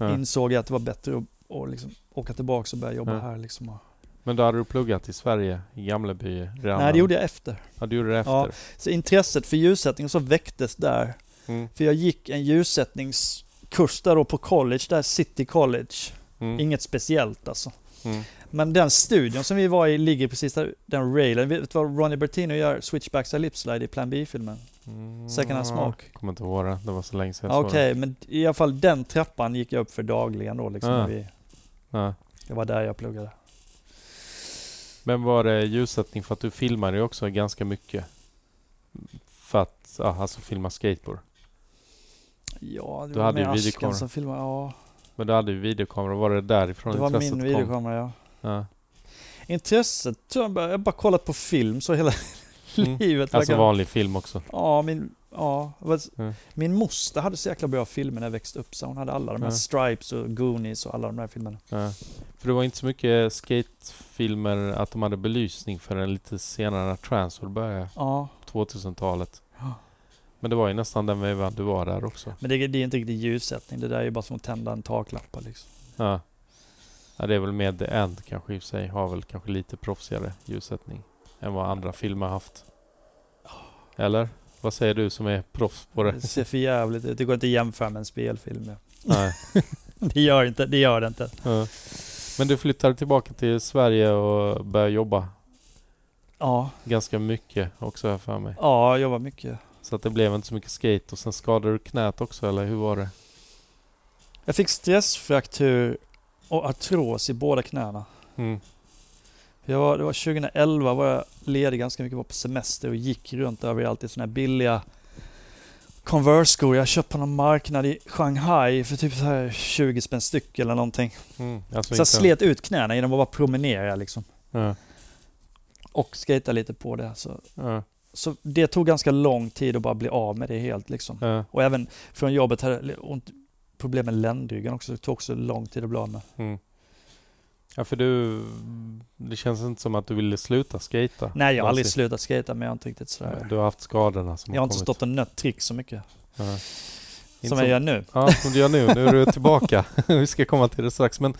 Speaker 1: Ja.
Speaker 2: insåg jag att det var bättre att, att liksom, åka tillbaka och börja jobba
Speaker 1: Ja.
Speaker 2: här. Liksom. och-
Speaker 1: Men då hade du pluggat i Sverige, i Gamleby redan?
Speaker 2: Nej, det gjorde jag efter.
Speaker 1: Ja, du gjorde det efter?
Speaker 2: Ja. Så intresset för ljussättning så väcktes där.
Speaker 1: Mm.
Speaker 2: För jag gick en ljussättningskurs där då på college, där City College.
Speaker 1: Mm.
Speaker 2: Inget speciellt alltså.
Speaker 1: Mm.
Speaker 2: Men den studion som vi var i ligger precis där, den railen. Vet du vad Ronnie Bertino gör? Switchbacks och Lipslide i Plan B-filmen.
Speaker 1: Mm.
Speaker 2: Second hand smoke.
Speaker 1: Kommer inte ihåg det, det var så länge sedan
Speaker 2: Ja,
Speaker 1: jag
Speaker 2: Okej,
Speaker 1: såg det.
Speaker 2: men i alla fall den trappan gick jag upp för dagligen då liksom.
Speaker 1: Ah.
Speaker 2: när Vi,
Speaker 1: Ja.
Speaker 2: det var där jag pluggade.
Speaker 1: Men var det ljussättning för att du filmade ju också ganska mycket? För att, ja, alltså filma skateboard.
Speaker 2: Ja, det
Speaker 1: Du
Speaker 2: var
Speaker 1: hade
Speaker 2: med
Speaker 1: ju videokamera.
Speaker 2: Asken som filmade. Ja,
Speaker 1: Men du hade ju videokamera, var det därifrån
Speaker 2: det var
Speaker 1: intresset
Speaker 2: min
Speaker 1: kom?
Speaker 2: videokamera ja.
Speaker 1: Ja.
Speaker 2: Intresset tror jag bara, jag har bara kollat på film så hela
Speaker 1: Mm.
Speaker 2: livet.
Speaker 1: Alltså
Speaker 2: verkar-
Speaker 1: vanlig film också.
Speaker 2: Ja, min, ja, vad-
Speaker 1: Mm.
Speaker 2: min moster hade så jäkla bra filmer när jag växte upp så hon hade alla de här
Speaker 1: Mm.
Speaker 2: Stripes och Goonies och alla de där filmerna.
Speaker 1: Ja. För det var inte så mycket skatefilmer att de hade belysning förrän lite senare när Transworld började,
Speaker 2: Ja,
Speaker 1: 2000-talet.
Speaker 2: Ja.
Speaker 1: Men det var ju nästan den vevan du var där också.
Speaker 2: men det, det är inte riktigt ljussättning. Det där är ju bara som att tända en taklampa liksom.
Speaker 1: Ja. ja, det är väl med The End kanske i och för sig. Har väl kanske lite proffsigare ljussättning än vad andra filmer haft. Eller? Vad säger du som är proffs på det?
Speaker 2: Det ser för jävligt ut. Det går inte att jämföra med en spelfilm. Ja.
Speaker 1: Nej.
Speaker 2: Det gör inte, det gör det inte.
Speaker 1: Ja. Men du flyttade tillbaka till Sverige och började jobba
Speaker 2: Ja,
Speaker 1: ganska mycket också här för mig.
Speaker 2: ja jag jobbar mycket.
Speaker 1: Så att det blev inte så mycket skate och sen skadade du knät också eller hur var det?
Speaker 2: Jag fick stressfraktur och artros i båda knäna.
Speaker 1: Mm.
Speaker 2: Jag var, det var 2011 var jag ledig ganska mycket, var på semester och gick runt överallt i såna här billiga Converse-skor jag köpte på någon marknad i Shanghai för typ så här 20 spänn styck eller någonting.
Speaker 1: Mm. Alltså
Speaker 2: Så jag
Speaker 1: inte-
Speaker 2: slet ut knäna genom att bara promenera liksom.
Speaker 1: Ja.
Speaker 2: Och skata lite på det. Så,
Speaker 1: Ja.
Speaker 2: så det tog ganska lång tid att bara bli av med det helt liksom.
Speaker 1: Ja.
Speaker 2: Och även från jobbet hade jag li- ont, problem med ländryggen också. Det tog också lång tid att bli av med.
Speaker 1: Mm. ja, för du... Det känns inte som att du ville sluta skata.
Speaker 2: Nej, jag har
Speaker 1: Någonsin.
Speaker 2: aldrig slutat skata men jag har inte riktigt sådär.
Speaker 1: Du har haft skadorna som
Speaker 2: Jag har
Speaker 1: har
Speaker 2: inte
Speaker 1: kommit.
Speaker 2: stått och nött trick så mycket
Speaker 1: Ja. Inte
Speaker 2: som jag gör nu.
Speaker 1: Ja, som du gör nu. Nu är du tillbaka. Vi ska komma till det strax. Men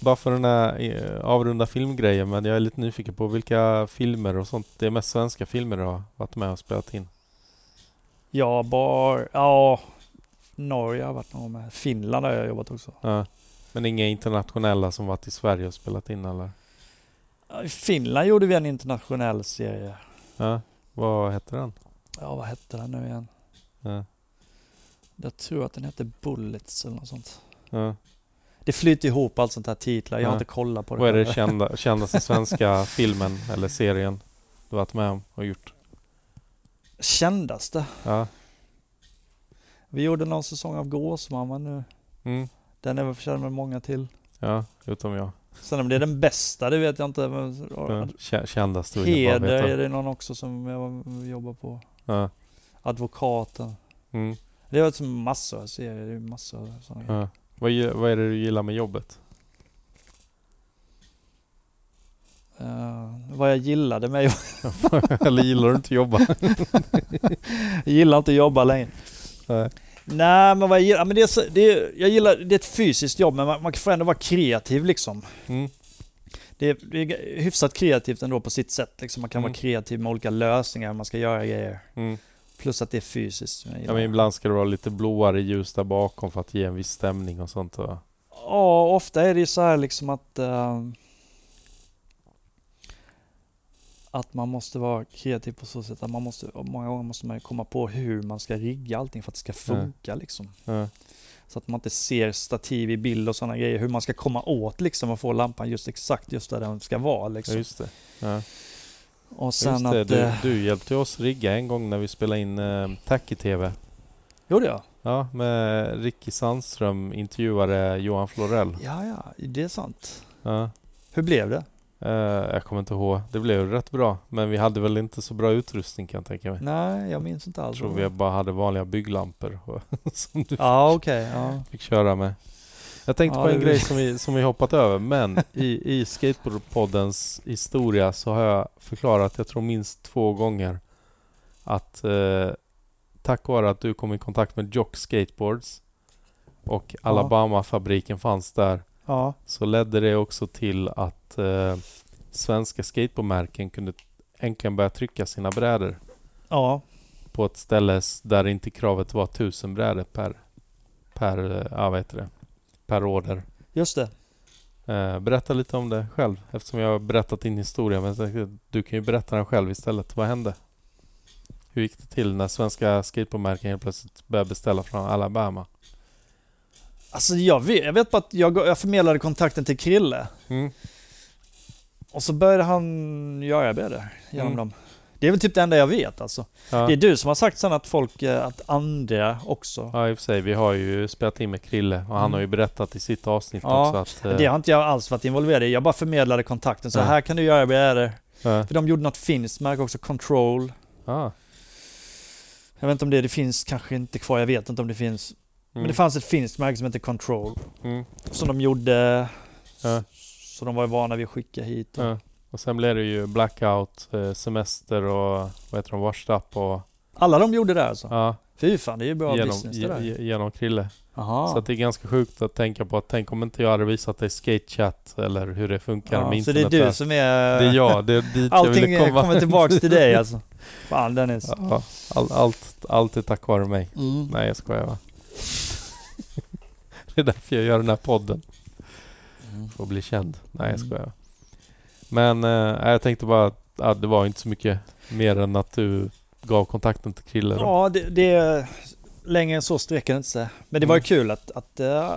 Speaker 1: bara för den här eh, avrunda filmgrejen. Men jag är lite nyfiken på vilka filmer och sånt. Det är mest svenska filmer du har varit med och spelat in.
Speaker 2: Ja, bar... Ja, Norge har jag varit någon med. Finland har jag jobbat också.
Speaker 1: Ja. Men inga internationella som varit i Sverige och spelat in eller?
Speaker 2: Ja, I Finland gjorde vi en internationell serie.
Speaker 1: Ja. Vad heter den?
Speaker 2: Ja, vad hette den nu igen?
Speaker 1: Ja.
Speaker 2: Jag tror att den hette Bullets eller något sånt.
Speaker 1: Ja.
Speaker 2: Det flyter ihop allt sånt här titlar. Jag har
Speaker 1: Ja.
Speaker 2: inte kollat på det.
Speaker 1: Vad är det kända, kändaste svenska filmen eller serien du varit med om och gjort?
Speaker 2: Kändaste?
Speaker 1: Ja.
Speaker 2: Vi gjorde någon säsong av Gåsmamma nu.
Speaker 1: Mm.
Speaker 2: Den är väl förtjänt med många till.
Speaker 1: Ja, utom jag.
Speaker 2: Sen om det är den bästa, det vet jag inte. Men,
Speaker 1: Ja. Kä- Kändaste vill jag bara
Speaker 2: Heder är
Speaker 1: veta.
Speaker 2: det någon också som jag var- jobbar på.
Speaker 1: Ja.
Speaker 2: Advokaten.
Speaker 1: Mm.
Speaker 2: Det har varit massor av serier. Det är massor av sådana grejer.
Speaker 1: Ja. Vad, ge- vad är det du gillar med jobbet?
Speaker 2: Eh, vad jag gillade med jag
Speaker 1: Eller gillar du inte jobba?
Speaker 2: Mm. gillar inte att jobba längre.
Speaker 1: Nej.
Speaker 2: Nej men vad jag gillar, men det är, så, det är, jag gillar, det är ett fysiskt jobb men man, man får ändå vara kreativ liksom.
Speaker 1: Mm.
Speaker 2: Det är, det är hyfsat kreativt ändå på sitt sätt liksom. Man kan
Speaker 1: Mm.
Speaker 2: vara kreativ med olika lösningar, hur man ska göra grejer.
Speaker 1: Mm.
Speaker 2: Plus att det är fysiskt. som jag
Speaker 1: Ja,
Speaker 2: gillar.
Speaker 1: men ibland ska det vara lite blåare ljus där bakom för att ge en viss stämning och sånt. Och,
Speaker 2: Ja, ofta är det ju så här liksom att eh, att man måste vara kreativ på så sätt att man måste, många gånger måste man ju komma på hur man ska rigga allting för att det ska funka liksom.
Speaker 1: ja.
Speaker 2: Så att man inte ser stativ i bild och sådana grejer, hur man ska komma åt liksom och få lampan just exakt just där den ska vara
Speaker 1: ja,
Speaker 2: liksom.
Speaker 1: just det. Ja.
Speaker 2: Och sen
Speaker 1: Just det.
Speaker 2: att...
Speaker 1: Du,
Speaker 2: eh,
Speaker 1: du hjälpte oss rigga en gång när vi spelade in eh, Tack i TV.
Speaker 2: Gjorde jag?
Speaker 1: Ja, med Ricky Sandström intervjuade Johan Florell.
Speaker 2: Ja, ja, det är sant.
Speaker 1: Ja.
Speaker 2: Hur blev det?
Speaker 1: Eh, jag kommer inte ihåg. Det blev rätt bra. Men vi hade väl inte så bra utrustning kan jag tänka mig.
Speaker 2: Nej, jag minns inte
Speaker 1: Jag
Speaker 2: alls.
Speaker 1: tror vi bara hade vanliga bygglampor och- som du
Speaker 2: Ja, okej. ja.
Speaker 1: fick köra med. Jag tänkte
Speaker 2: Ja,
Speaker 1: på
Speaker 2: det
Speaker 1: en
Speaker 2: blir-
Speaker 1: grej som vi, som vi hoppat över, men i, i skateboardpoddens historia så har jag förklarat, jag tror minst två gånger, att eh, tack vare att du kom i kontakt med Jock Skateboards och Alabama-fabriken fanns där
Speaker 2: ja.
Speaker 1: så ledde det också till att eh, svenska skateboardmärken kunde äntligen börja trycka sina brädor
Speaker 2: Ja,
Speaker 1: på ett ställe s- där inte kravet var tusen brädor per, per, eh, ja, vad heter det, per order.
Speaker 2: just det.
Speaker 1: Eh, Berätta lite om det själv eftersom jag har berättat din historia. Men jag tänkte, du kan ju berätta den själv istället. Vad hände? Hur gick det till när svenska skateboardmärken helt plötsligt började beställa från Alabama?
Speaker 2: Alltså jag vet, jag vet bara att jag, jag förmedlade kontakten till Krille.
Speaker 1: Mm.
Speaker 2: Och så började han göra brädor genom
Speaker 1: Mm.
Speaker 2: dem. Det är väl typ det enda jag vet alltså.
Speaker 1: Ja.
Speaker 2: Det är du som har sagt sen att folk, eh, att andra också.
Speaker 1: Ja i och för sig, vi har ju spelat in med Krille och han
Speaker 2: Mm.
Speaker 1: har ju berättat i sitt avsnitt
Speaker 2: Ja,
Speaker 1: också att... eh,
Speaker 2: Det har inte jag alls varit involverad i. Jag bara förmedlade kontakten. Så
Speaker 1: Ja.
Speaker 2: här kan du göra brädor.
Speaker 1: eh,
Speaker 2: För de gjorde något finskt märke också, Control.
Speaker 1: ah,
Speaker 2: Jag vet inte om det, det finns kanske inte kvar, jag vet inte om det finns. Men
Speaker 1: Mm.
Speaker 2: det fanns ett finskt märke som hette Control.
Speaker 1: mm,
Speaker 2: Som de gjorde,
Speaker 1: Ja.
Speaker 2: så de var ju vana vid att skicka hit.
Speaker 1: eh. Och sen blev det ju blackout, eh, semester och vad heter de, washed up och...
Speaker 2: Alla de gjorde det alltså.
Speaker 1: Ja,
Speaker 2: Fy fan, det är ju bra
Speaker 1: genom,
Speaker 2: business det där.
Speaker 1: ge- genom Krille. Så
Speaker 2: Aha.
Speaker 1: att det är ganska sjukt att tänka på att tänk om inte jag hade visat dig skatechat eller hur det funkar med
Speaker 2: Ja, så
Speaker 1: internet.
Speaker 2: det är du
Speaker 1: där.
Speaker 2: som är...
Speaker 1: Det är jag, det är dit jag
Speaker 2: Allting
Speaker 1: ville komma.
Speaker 2: kommer tillbaks till dig alltså. Fan, Dennis. Mm.
Speaker 1: ja, all, allt, allt är tack vare mig. Nej jag skojar va. det är därför jag gör den här podden. För att bli känd. Nej jag
Speaker 2: Mm.
Speaker 1: skojar. Men eh, jag tänkte bara att ja, det var inte så mycket mer än att du gav kontakten till Krille då.
Speaker 2: Ja, det, det... Längre än så sträcker det inte sig. Men det var ju
Speaker 1: Mm.
Speaker 2: kul att, att, eh,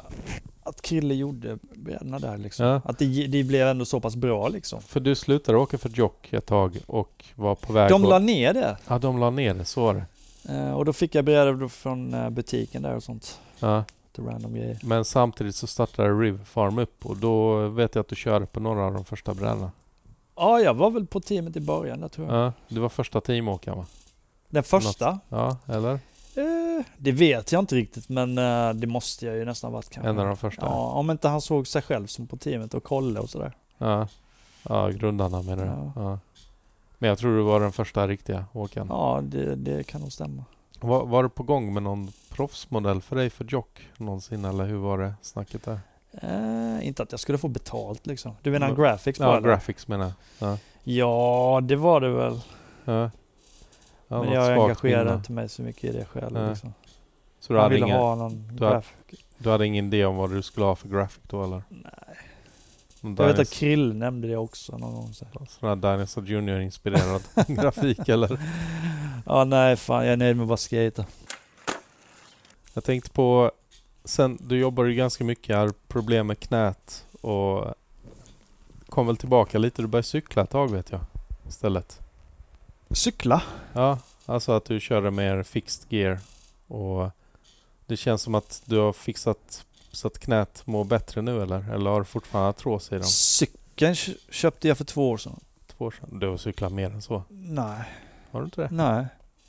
Speaker 2: att Krille gjorde brädorna där liksom.
Speaker 1: Ja.
Speaker 2: Att det, det blev ändå så pass bra liksom.
Speaker 1: För du slutade åka för Jock ett tag och var på väg
Speaker 2: De la
Speaker 1: att...
Speaker 2: ner det.
Speaker 1: Ja, de la ner det. Så var det.
Speaker 2: Eh, Och då fick jag brädor då från eh, butiken där och sånt.
Speaker 1: Ja.
Speaker 2: Lite random grejer.
Speaker 1: Men samtidigt så startade River Farm upp och då vet jag att du körde på några av de första brädorna.
Speaker 2: Ja, jag var väl på teamet i början där tror jag.
Speaker 1: Ja. Du var första teamåkaren va?
Speaker 2: Den första?
Speaker 1: Ja, eller?
Speaker 2: Eh, det vet jag inte riktigt men eh, det måste jag ju nästan ha varit kanske.
Speaker 1: En av de första.
Speaker 2: Ja, om inte han såg sig själv som på teamet och kollade och sådär.
Speaker 1: Ja, ja grundarna menar du?
Speaker 2: Ja.
Speaker 1: Ja. Men jag tror du var den första riktiga åkaren.
Speaker 2: Ja, det, det kan nog stämma.
Speaker 1: Var, var du på gång med någon proffsmodell för dig för Jock någonsin eller hur var det snacket där?
Speaker 2: Eh, inte att jag skulle få betalt liksom. Du menar
Speaker 1: Mm.
Speaker 2: graphics bara?
Speaker 1: Ja,
Speaker 2: eller?
Speaker 1: graphics menar jag. Ja.
Speaker 2: ja, det var det väl.
Speaker 1: Ja. Ja,
Speaker 2: men
Speaker 1: något
Speaker 2: jag
Speaker 1: svagt
Speaker 2: engagerade
Speaker 1: minne.
Speaker 2: inte mig så mycket i det själv.
Speaker 1: Nej.
Speaker 2: Liksom.
Speaker 1: Så du
Speaker 2: Han
Speaker 1: hade,
Speaker 2: ville
Speaker 1: ingen,
Speaker 2: ha någon
Speaker 1: du har-
Speaker 2: graphic.
Speaker 1: du hade ingen idé om vad du skulle ha för graphic då eller?
Speaker 2: Nej.
Speaker 1: Någon
Speaker 2: Jag vet att
Speaker 1: Dynast-
Speaker 2: Krill nämnde det också någon gång. Så. här.
Speaker 1: Sån här Dinosaur Junior-inspirerad grafik eller?
Speaker 2: Ja, nej fan. Jag är nöjd med bara skate.
Speaker 1: Jag tänkte på, sen du jobbar ju ganska mycket, har problem med knät och kom väl tillbaka lite. Du började cykla ett tag vet jag istället.
Speaker 2: Cykla?
Speaker 1: Ja, alltså att du körde mer fixed gear och det känns som att du har fixat så att knät mår bättre nu eller? Eller har du fortfarande artros i dem?
Speaker 2: Cykeln kö- köpte jag för två år sedan.
Speaker 1: Två år sedan. Du har cyklat mer än så?
Speaker 2: Nej,
Speaker 1: Har du inte det?
Speaker 2: nej.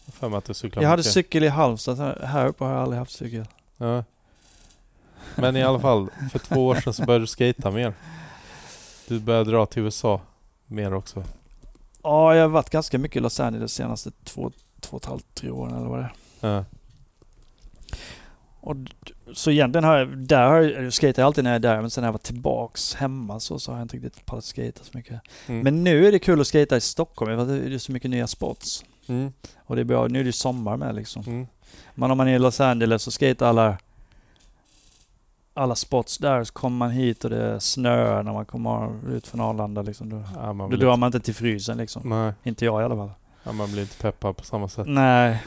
Speaker 1: Jag har för mig att du cyklar
Speaker 2: Jag hade
Speaker 1: mycket.
Speaker 2: cykel i Halmstad. Här här uppe har jag aldrig haft cykel.
Speaker 1: Ja. Men i alla fall, för två år sedan så började du skata mer. Du började dra till USA mer också.
Speaker 2: Ja, jag har varit ganska mycket i Los Angeles de senaste två, två och ett halvt, tre åren eller vad det är.
Speaker 1: Ja.
Speaker 2: Och, d- så egentligen har jag, där har jag, jag skatar alltid när jag är där, men sen när jag var tillbaks hemma så, så har jag inte riktigt pallat skata så mycket.
Speaker 1: Mm.
Speaker 2: Men nu är det kul att skata i Stockholm, för det är så mycket nya spots.
Speaker 1: Mm.
Speaker 2: Och det är bra, nu är det ju sommar med liksom.
Speaker 1: Mm.
Speaker 2: Men om man är i Los Angeles så skatar alla alla spots där, så kommer man hit och det snöar när man kommer ut från Arlanda liksom. Då,
Speaker 1: Ja, Mm. man
Speaker 2: då
Speaker 1: blir
Speaker 2: drar
Speaker 1: inte,
Speaker 2: man inte till frysen liksom.
Speaker 1: nej,
Speaker 2: Inte jag i alla fall.
Speaker 1: ja, man blir inte peppad på samma sätt.
Speaker 2: Nej,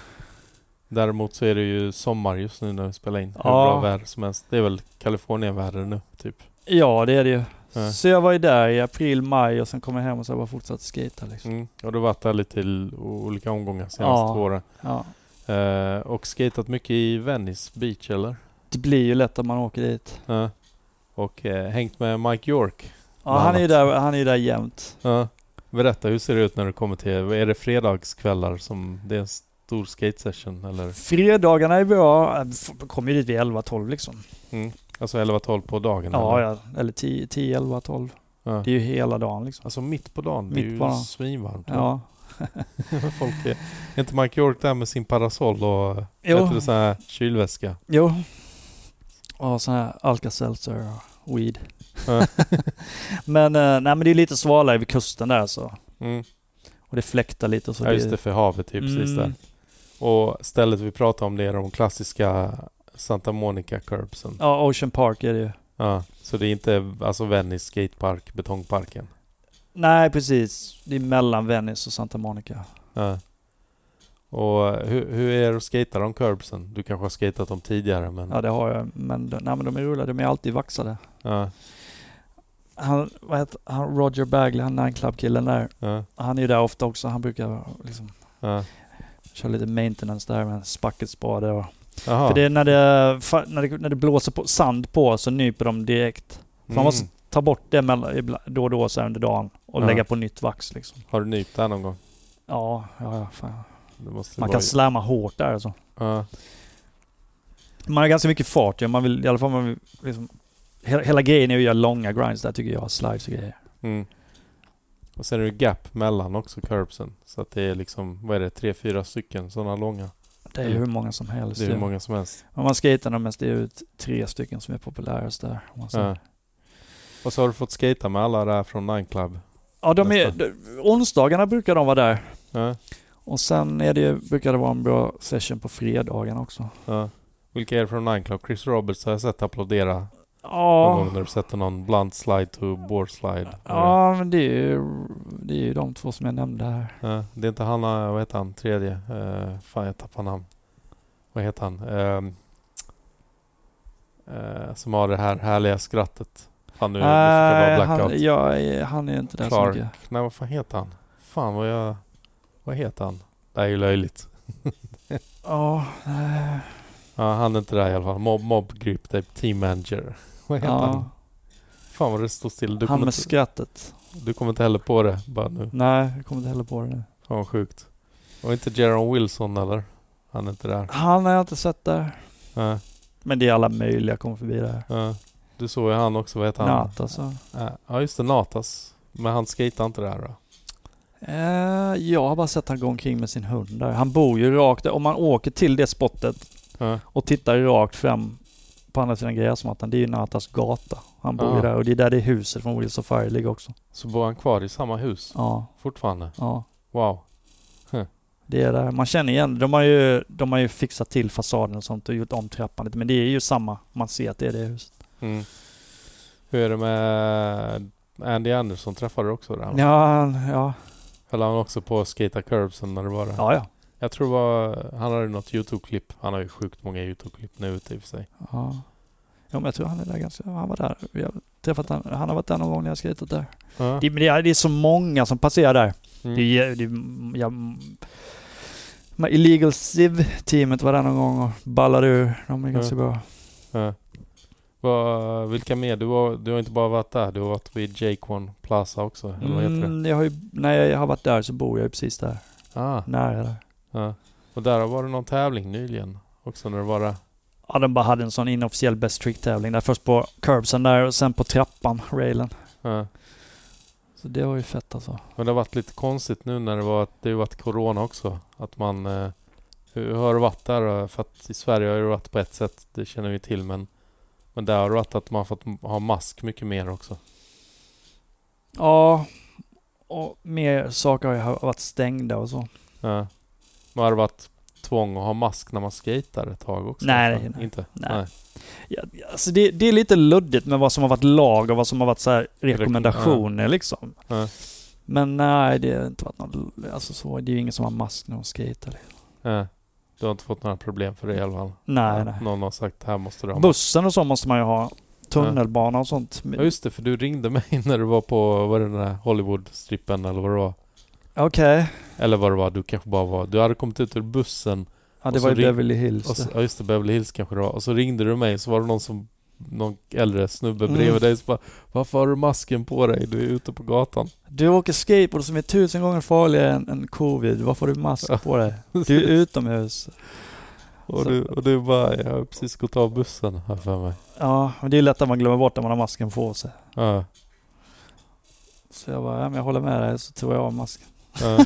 Speaker 1: Däremot så är det ju sommar just nu när vi spelar in. Hur
Speaker 2: Ja.
Speaker 1: bra väder som helst. Det är väl Kalifornienväder nu, typ.
Speaker 2: Ja, det är det ju.
Speaker 1: Ja.
Speaker 2: Så jag var ju där i april, maj och sen kom jag hem och så har jag bara fortsatt skata liksom.
Speaker 1: Mm. Och du har varit där lite i olika omgångar senaste
Speaker 2: Ja.
Speaker 1: två åren.
Speaker 2: Ja.
Speaker 1: Eh, och skatat mycket i Venice Beach, eller?
Speaker 2: Det blir ju lätt att man åker dit.
Speaker 1: Ja. Och eh, hängt med Mike York.
Speaker 2: Ja, han är ju
Speaker 1: Bland
Speaker 2: där, han är ju där jämt.
Speaker 1: Ja. Berätta, hur ser det ut när du kommer till... Är det fredagskvällar som det är en stor skatesession eller?
Speaker 2: Fredagarna är bra. Eh, f- Kommer ju dit vid 11-12 liksom.
Speaker 1: Mm. Alltså 11-12 på dagen?
Speaker 2: Ja,
Speaker 1: eller?
Speaker 2: ja. Eller 10, 10 11, 12.
Speaker 1: Ja.
Speaker 2: Det är ju hela dagen liksom.
Speaker 1: Alltså mitt på dagen? det
Speaker 2: Mitt
Speaker 1: är ju
Speaker 2: på dagen.
Speaker 1: svinvarmt.
Speaker 2: Ja.
Speaker 1: Folk är, är inte Mike York där med sin parasoll och
Speaker 2: Jo.
Speaker 1: jo. Heter det, sån här kylväska?
Speaker 2: Jo. Och sån här Alka-Seltzer och- weed.
Speaker 1: Ja.
Speaker 2: men, eh, nej, men det är lite svalare vid kusten där så.
Speaker 1: Mm.
Speaker 2: Och det fläktar lite och så.
Speaker 1: Ja, just
Speaker 2: blir-
Speaker 1: det, för havet är ju precis
Speaker 2: Mm.
Speaker 1: där. Och stället vi pratar om det är de klassiska Santa Monica Curbsen.
Speaker 2: Ja, Ocean Park är det ju.
Speaker 1: Ja, så det är inte alltså Venice Skatepark, Betongparken.
Speaker 2: Nej, precis. Det är mellan Venice och Santa Monica.
Speaker 1: Ja. Och hur, hur är det att skata de curbsen? Du kanske har skatat dem tidigare men...
Speaker 2: Ja, det har jag. Men, de- nej, men de är rullade. De är alltid vaxade.
Speaker 1: Ja,
Speaker 2: Han, vad heter han? Roger Bagley, han nightclub-killen där.
Speaker 1: ja,
Speaker 2: Han är ju där ofta också. Han brukar liksom
Speaker 1: ja.
Speaker 2: köra lite maintenance där med en spackelspade och...
Speaker 1: Jaha.
Speaker 2: För det är när det, fa- när det, när det blåser på, sand på så nyper de direkt. Så man måste
Speaker 1: Mm.
Speaker 2: ta bort det mellan, ibla- då och då så här under dagen och
Speaker 1: Ja.
Speaker 2: lägga på nytt vax liksom.
Speaker 1: Har du nypt där någon gång?
Speaker 2: Ja, ja, ja fan.
Speaker 1: Det måste
Speaker 2: Man
Speaker 1: vara-
Speaker 2: kan slamma hårt där alltså.
Speaker 1: Ja,
Speaker 2: Man har ganska mycket fart ja. man vill, i alla fall man vill, liksom, hela, hela grejen är ju att göra långa grinds där tycker jag, slides och grejer.
Speaker 1: mm. Och sen är det gap mellan också curbsen. Så att det är liksom, vad är det, tre, fyra stycken sådana långa.
Speaker 2: Det är ju
Speaker 1: Mm.
Speaker 2: hur många som helst.
Speaker 1: Det är hur många som helst.
Speaker 2: Om man skejtar de mest, det är ju t- tre stycken som är populärast där. Om man säger.
Speaker 1: Ja. Och så har du fått skata med alla där från Nine Club.
Speaker 2: Ja, de är,
Speaker 1: Nästa.
Speaker 2: de- onsdagarna brukar de vara där.
Speaker 1: Ja,
Speaker 2: Och sen är det, ju- brukar det vara en bra session på fredagarna också.
Speaker 1: ja. Vilka är det från Nine Club? Chris Roberts har jag sett applådera någon
Speaker 2: Ja,
Speaker 1: gång när du sätter någon blunt slide to board slide.
Speaker 2: ja men det är, ju, det är ju de två som jag nämnde här.
Speaker 1: Ja, det är inte han, eh, vad heter han, tredje? Uh, fan jag tappar namn. Vad heter han? Ehm, eh, som har det här härliga skrattet. Fan nu, nu fick jag
Speaker 2: Nej,
Speaker 1: bara blackout.
Speaker 2: Eh, han, jag, är- han är inte där
Speaker 1: Clark.
Speaker 2: så mycket.
Speaker 1: Nej vad fan heter han? Fan vad jag... Vad heter han? Det här är ju löjligt.
Speaker 2: Ja, eh, nej.
Speaker 1: Ja, han är inte där i alla fall. Mob, mob Grip, typ team manager. Vad heter han?
Speaker 2: ja.
Speaker 1: Fan vad det står still. Du
Speaker 2: Han
Speaker 1: kommer,
Speaker 2: med
Speaker 1: inte,
Speaker 2: skrattet.
Speaker 1: du kommer inte heller på det bara nu.
Speaker 2: Nej, jag kommer inte heller på det nu.
Speaker 1: Fan vad sjukt. Och inte Jaron Wilson eller? Han är inte där.
Speaker 2: Han har jag inte sett där.
Speaker 1: Nej,
Speaker 2: Men det är alla möjliga kommer förbi där.
Speaker 1: nej. Du såg ju han också, vad heter han?
Speaker 2: Nat alltså.
Speaker 1: Nej, Ja just det, Natas. Men han skejtar inte där då?
Speaker 2: Eh, jag har bara sett han gå omkring med sin hund där. Han bor ju rakt där. Om man åker till det spottet
Speaker 1: Ja.
Speaker 2: och tittar rakt fram på andra sidan gräsmattan, det är ju Natas gata. Han bor ju
Speaker 1: Ja.
Speaker 2: där och det är där det är huset från Wheels of Fire ligger också.
Speaker 1: Så bor han kvar i samma hus
Speaker 2: Ja,
Speaker 1: fortfarande?
Speaker 2: ja.
Speaker 1: Wow.
Speaker 2: Det är där. Man känner igen det. de har ju, de har ju fixat till fasaden och sånt och gjort om trappan lite. Men det är ju samma. Man ser att det är det huset.
Speaker 1: Mm. Hur är det med Andy Anderson? Träffade du också där? va?
Speaker 2: Ja, ja.
Speaker 1: Höll han också på att skata curbsen när det var där?
Speaker 2: Ja, ja.
Speaker 1: Jag tror det var, han hade något YouTube-klipp. Han har ju sjukt många YouTube-klipp nu ute i och för sig.
Speaker 2: Ja. ja men jag tror han är där ganska... Han var där. Vi har träffat han. Han har varit där någon gång när jag har skrivit där.
Speaker 1: Ja.
Speaker 2: Det, men det, är, det är så många som passerar där. Det
Speaker 1: Mm.
Speaker 2: är, det är, ja, mm. men Illegal Civ-teamet var där någon gång och ballade ur. De är ganska bra.
Speaker 1: Ja. Vad- vilka mer? Du har, du har inte bara varit där, du har varit vid Jake One Plaza också, eller vad heter det?
Speaker 2: Mm, jag har ju, när jag har varit där så bor jag ju precis där.
Speaker 1: Ah,
Speaker 2: Nära där.
Speaker 1: ja. Och där var det någon tävling nyligen också när du var där.
Speaker 2: Ja, de bara hade en sån inofficiell Best Trick-tävling där. Först på curbsen där och sen på trappan, railen.
Speaker 1: Ja.
Speaker 2: Så det var ju fett alltså.
Speaker 1: Men det har varit lite konstigt nu när det var att det har varit corona också. Att man... Eh, hur har det varit där då? För att i Sverige har det varit på ett sätt, det känner vi till. Men, men där har det varit att man fått m- ha mask mycket mer också.
Speaker 2: Ja, och mer saker har ju varit stängda och så.
Speaker 1: Ja. Men har det varit tvång att ha mask när man skater ett tag också?
Speaker 2: Nej,
Speaker 1: Alltså,
Speaker 2: nej, nej.
Speaker 1: Inte?
Speaker 2: Nej. Ja, alltså det, det är lite luddigt med vad som har varit lag och vad som har varit så här rekommendationer liksom.
Speaker 1: Ja.
Speaker 2: Men nej, det har inte varit någon... Alltså så, det är ju ingen som har mask när de skejtar. liksom.
Speaker 1: Nej. Du har inte fått några problem för det i alla fall?
Speaker 2: Nej,
Speaker 1: Att
Speaker 2: nej.
Speaker 1: Någon har sagt här måste du ha mask.
Speaker 2: Bussen och så måste man ju ha. Tunnelbana och sånt.
Speaker 1: Ja just det, för du ringde mig när du var på, var det den här Hollywood-strippen eller vad det var?
Speaker 2: Okej.
Speaker 1: Eller vad det var, du kanske bara var, du hade kommit ut ur bussen
Speaker 2: Ja, det
Speaker 1: Och så
Speaker 2: var ju
Speaker 1: ring-
Speaker 2: Beverly Hills.
Speaker 1: Och
Speaker 2: det.
Speaker 1: så, ja just det, Beverly Hills kanske det var. Och så ringde du mig så var det någon som någon äldre snubbe
Speaker 2: Mm.
Speaker 1: bredvid dig som bara Varför har du masken på dig? Du är ute på gatan.
Speaker 2: Du åker skateboard som är tusen gånger farligare än, än covid. Varför har du mask på dig? Du är utomhus.
Speaker 1: och,
Speaker 2: så-
Speaker 1: du, och du bara, jag har precis gått av bussen här för mig.
Speaker 2: Ja, men det är ju lätt att man glömmer bort när man har masken på sig.
Speaker 1: Ja,
Speaker 2: Så jag bara, ja, men jag håller med dig, så tog jag av masken.
Speaker 1: ja,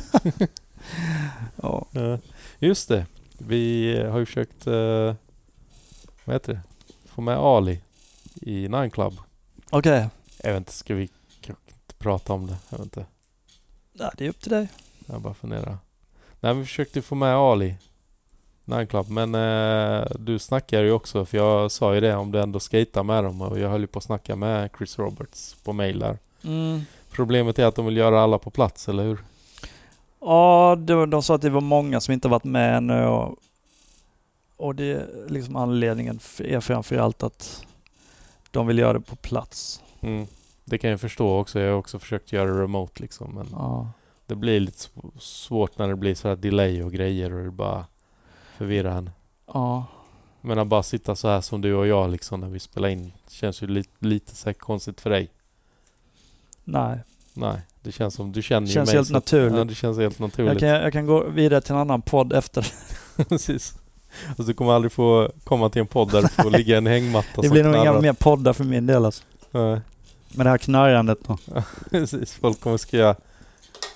Speaker 2: Ja.
Speaker 1: ja. Just det, vi har ju eh, försökt, eh, vad heter det, få med Ali i Nine Club.
Speaker 2: Okej.
Speaker 1: Jag vet inte, ska vi kanske inte prata om det? Jag vet inte.
Speaker 2: Nej, det är upp till dig.
Speaker 1: Jag bara funderar. Nej, vi försökte få med Ali. Nanclub. Men eh, du snackade ju också, för jag sa ju det om du ändå skejtar med dem. Och jag höll ju på att snacka med Chris Roberts på mail där.
Speaker 2: Mm.
Speaker 1: Problemet är att de vill göra alla på plats, eller hur?
Speaker 2: Ja, det var, de sa att det var många som inte varit med ännu. Och, och det är liksom anledningen f- är framförallt att de vill göra det på plats.
Speaker 1: Mm. Det kan jag förstå också. Jag har också försökt göra det remote liksom. Men
Speaker 2: Ja.
Speaker 1: det blir lite sv- svårt när det blir så här delay och grejer och det bara förvirrar en.
Speaker 2: ja.
Speaker 1: Jag menar bara sitta så här som du och jag liksom när vi spelar in. Känns ju lite, lite så här konstigt för dig.
Speaker 2: Nej,
Speaker 1: Nej, det känns som du känner
Speaker 2: Känns
Speaker 1: ju mig.
Speaker 2: helt
Speaker 1: så att-
Speaker 2: naturligt.
Speaker 1: Ja, det känns helt
Speaker 2: jag
Speaker 1: naturligt.
Speaker 2: kan, jag kan gå vidare till en annan podd efter.
Speaker 1: Precis. Alltså, du kommer aldrig få komma till en podd där du får ligga i en hängmatta.
Speaker 2: Det
Speaker 1: som
Speaker 2: blir nog inga
Speaker 1: knarrar.
Speaker 2: mer poddar för min del alltså.
Speaker 1: Nej,
Speaker 2: Med det här knarrandet då.
Speaker 1: Precis, folk kommer skriva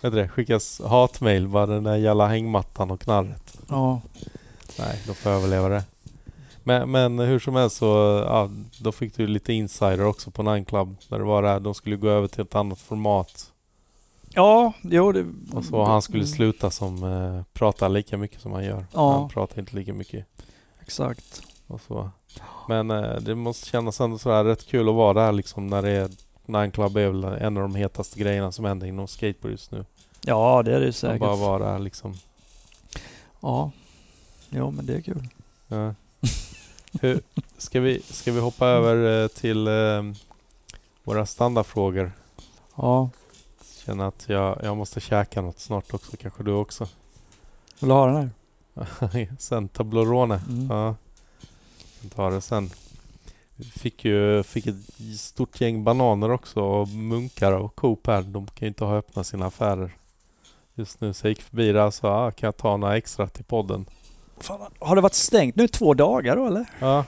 Speaker 1: vet du det, skickas hatmail bara den där jävla hängmattan och knarret.
Speaker 2: Ja.
Speaker 1: Nej, då får jag överleva det. Men, men hur som helst så ja, då fick du lite insider också på Nine Club när du var där. De skulle gå över till ett annat format
Speaker 2: Ja, jo det...
Speaker 1: och så han skulle sluta som eh, prata lika mycket som han gör.
Speaker 2: Mm. Ja.
Speaker 1: Han pratar inte lika mycket
Speaker 2: Mm, Exakt.
Speaker 1: och så. Men eh, det måste kännas ändå sådär rätt kul att vara där liksom när det är Nine Club är väl en av de hetaste grejerna som händer inom skateboard just nu.
Speaker 2: Ja, det är det ju
Speaker 1: Att
Speaker 2: säkert.
Speaker 1: bara vara där liksom.
Speaker 2: Ja. Jo, men det är kul.
Speaker 1: Ja. Hur, ska, vi, ska vi hoppa över eh, till eh, våra standardfrågor?
Speaker 2: Ja.
Speaker 1: Känner att jag, jag måste käka något snart också, kanske du också.
Speaker 2: Vill du ha den här?
Speaker 1: sen Tablorone.
Speaker 2: Mm.
Speaker 1: Ja. Vi tar det sen. Vi fick ju fick ett stort gäng bananer också och munkar och Coop här. De kan ju inte ha öppna sina affärer just nu. Så jag gick förbi där och sa, ah, kan jag ta några extra till podden?
Speaker 2: Fan, har det varit stängt nu två dagar då eller?
Speaker 1: Ja.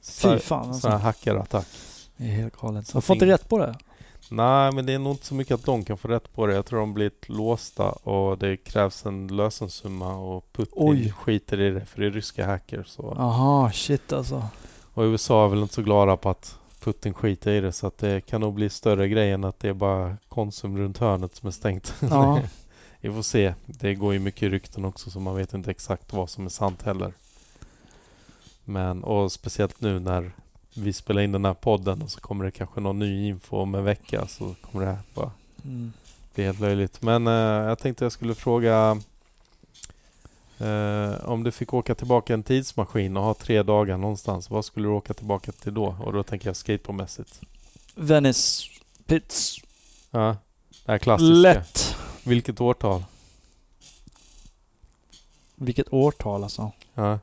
Speaker 2: Fy
Speaker 1: Så,
Speaker 2: fan alltså.
Speaker 1: sådana här hackerattack.
Speaker 2: Det är helt galet.
Speaker 1: Så
Speaker 2: Jag får inte
Speaker 1: fin-
Speaker 2: rätt på det.
Speaker 1: Nej, men det är nog inte så mycket att de kan få rätt på det. Jag tror de blir låsta och det krävs en lösensumma och Putin
Speaker 2: Oj.
Speaker 1: skiter i det för det är ryska hackers. Så.
Speaker 2: Jaha, shit alltså.
Speaker 1: Och USA är väl inte så glada på att Putin skiter i det så att det kan nog bli större grej än att det är bara Konsum runt hörnet som är stängt.
Speaker 2: Ja.
Speaker 1: Vi får se. Det går ju mycket rykten också så man vet inte exakt vad som är sant heller. Men, och speciellt nu när vi spelar in den här podden och så kommer det kanske någon ny info om en vecka så kommer det här bara
Speaker 2: Mm.
Speaker 1: det är helt löjligt. Men eh, jag tänkte jag skulle fråga eh, om du fick åka tillbaka i en tidsmaskin och ha tre dagar någonstans. Vad skulle du åka tillbaka till då? Och då tänker jag skateboardmässigt.
Speaker 2: Venice Pits.
Speaker 1: Ja, det här klassiska.
Speaker 2: Lätt.
Speaker 1: Vilket årtal?
Speaker 2: Vilket årtal alltså.
Speaker 1: Ja.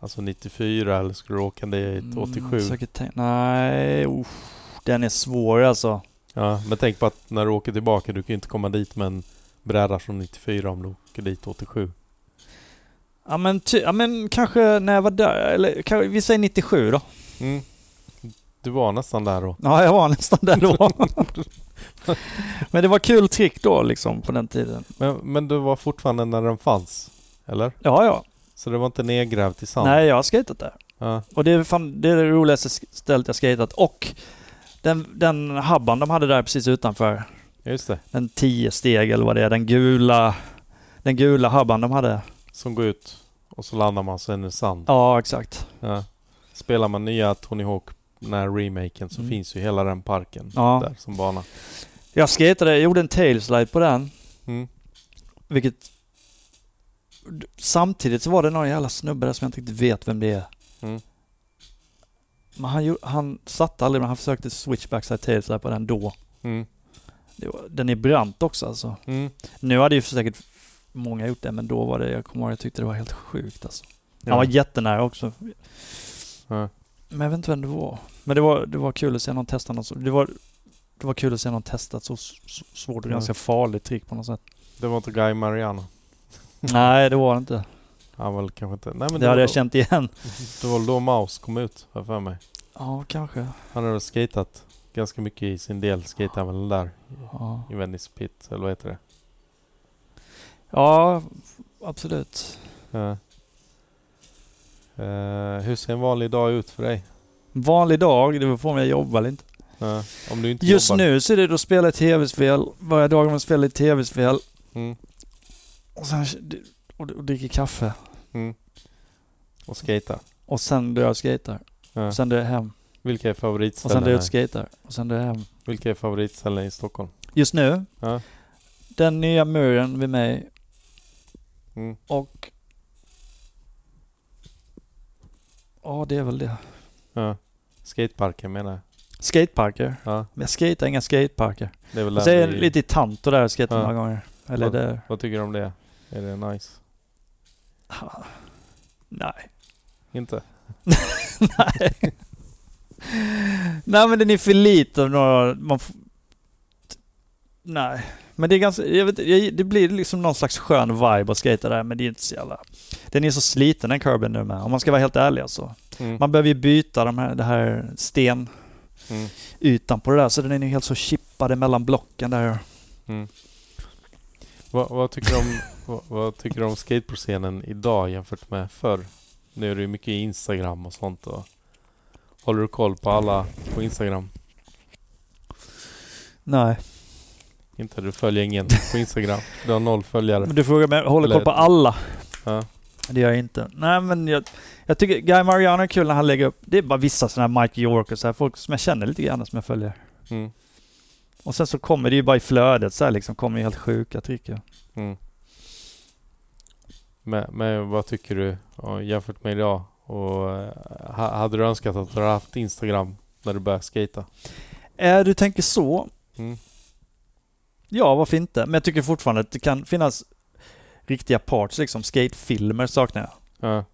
Speaker 1: Alltså 94 eller skulle du åka dit 87?
Speaker 2: Mm, säkert tänk- nej, uff, den är svår alltså.
Speaker 1: Ja, men tänk på att när du åker tillbaka, du kan ju inte komma dit med en bräda från 94 om du åker dit 87.
Speaker 2: Ja men, ty, ja men kanske när jag var där, eller kanske, vi säger 97 då.
Speaker 1: Mm. Du var nästan där då.
Speaker 2: Ja, jag var nästan där då. men det var kul trick då liksom på den tiden.
Speaker 1: Men, men du var fortfarande när den fanns? Eller?
Speaker 2: Ja, ja.
Speaker 1: Så det var inte nedgrävt i sand?
Speaker 2: Nej, jag har skatat där.
Speaker 1: Ja,
Speaker 2: Och det är, fan, det är det roligaste sk- stället jag skatat. Och den, den habban de hade där precis utanför,
Speaker 1: just det.
Speaker 2: den 10 steg eller vad det är, den gula, den gula habban de hade.
Speaker 1: Som går ut och så landar man så är det sand.
Speaker 2: Ja, exakt.
Speaker 1: Ja. Spelar man nya Tony Hawk, den här remaken, så
Speaker 2: Mm.
Speaker 1: finns ju hela den parken
Speaker 2: Ja.
Speaker 1: där som bana.
Speaker 2: Jag skatade, jag gjorde en tailslide på den,
Speaker 1: Mm.
Speaker 2: vilket... Samtidigt så var det någon jävla snubbe där som jag inte riktigt vet vem det är.
Speaker 1: Mm.
Speaker 2: Men han, gjorde- han satte aldrig, men han försökte switchbackside tailslide på den då.
Speaker 1: Mm.
Speaker 2: Det var, den är brant också alltså.
Speaker 1: Mm.
Speaker 2: Nu hade ju säkert många gjort det, men då var det, jag kommer ihåg, jag tyckte det var helt sjukt alltså.
Speaker 1: Ja.
Speaker 2: Han var jättenära också.
Speaker 1: Ja.
Speaker 2: Men jag vet inte vem det var. Men det var, det var kul att se någon testa något så, det var, det var kul att se någon testa ett så s- s- svårt och
Speaker 1: Ja.
Speaker 2: ganska farligt trick på något sätt.
Speaker 1: Det var inte Guy Mariano.
Speaker 2: Nej, det var det inte.
Speaker 1: Han var väl kanske inte... Nej, men
Speaker 2: Det,
Speaker 1: var
Speaker 2: hade jag
Speaker 1: då-
Speaker 2: känt igen.
Speaker 1: Det var då Maus kom ut, har jag för mig.
Speaker 2: Ja, kanske.
Speaker 1: Han hade väl skatat ganska mycket i sin del. Skatade han väl där
Speaker 2: Ja,
Speaker 1: i Venice Pit, eller vad heter det?
Speaker 2: ja absolut.
Speaker 1: Ja. Eh, hur ser en vanlig dag ut för dig?
Speaker 2: Vanlig dag, det var på om jag jobbar eller inte.
Speaker 1: Nej, om du inte
Speaker 2: Just
Speaker 1: jobbar.
Speaker 2: nu så är det då spela ett tv-spel. Varje dag man spelar ett tv-spel.
Speaker 1: Mm,
Speaker 2: Och sen och, och dricker kaffe.
Speaker 1: mm. Och skata.
Speaker 2: Och sen drar jag och skejtar.
Speaker 1: Ja.
Speaker 2: Och sen drar jag hem.
Speaker 1: Vilka är
Speaker 2: Och sen
Speaker 1: favoritställen?
Speaker 2: drar jag ut
Speaker 1: här?
Speaker 2: och skejtar. Och sen drar jag hem.
Speaker 1: Vilka är favoritställen i Stockholm?
Speaker 2: Just nu,
Speaker 1: Ja.
Speaker 2: den nya muren vid mig
Speaker 1: Mm.
Speaker 2: och... Ja, det är väl det.
Speaker 1: Ja. Skateparken menar jag.
Speaker 2: Skateparker.
Speaker 1: Ja,
Speaker 2: Men jag skejtar inga skateparker.
Speaker 1: det är väl
Speaker 2: Jag
Speaker 1: där
Speaker 2: säger
Speaker 1: vi-
Speaker 2: lite i Tanto där och skejtar
Speaker 1: Ja.
Speaker 2: några gånger. Eller
Speaker 1: Ja.
Speaker 2: där.
Speaker 1: Vad tycker du om det? Är det nice?
Speaker 2: Nej.
Speaker 1: Inte?
Speaker 2: Nej. Nej men den är för liten. Några, man f- t- Nej. Men det är ganska, jag vet, jag, det blir liksom någon slags skön vibe att skejta där, men det är inte så jävla... Den är så sliten den curben nu med, om man ska vara helt ärlig alltså.
Speaker 1: Mm.
Speaker 2: Man behöver ju byta de här, det här stenytan
Speaker 1: Mm.
Speaker 2: på det där, så den är ju helt så chippad mellan blocken där.
Speaker 1: Vad, vad, tycker du om, vad, vad tycker du om skateboardscenen idag jämfört med förr? Nu är det ju mycket Instagram och sånt. Och håller du koll på alla på Instagram?
Speaker 2: Nej.
Speaker 1: Inte? Du följer ingen på Instagram. Du har noll följare.
Speaker 2: Men du frågar mig, håller koll på alla?
Speaker 1: Ja.
Speaker 2: Det gör jag inte. Nej men jag, jag tycker Guy Mariano är kul när han lägger upp, det är bara vissa sådana här Mike York och så här, folk som jag känner lite grann som jag följer.
Speaker 1: Mm.
Speaker 2: Och sen så kommer det ju bara i flödet så här liksom, kommer ju helt sjuka trick ju.
Speaker 1: Mm. Men, men vad tycker du ja, jämfört med idag? Och, eh, ha, hade du önskat att du hade haft Instagram när du började skata?
Speaker 2: Äh, du tänker så?
Speaker 1: Mm.
Speaker 2: Ja, varför inte? Men jag tycker fortfarande att det kan finnas riktiga parts liksom, skatefilmer saknar jag.
Speaker 1: Ja.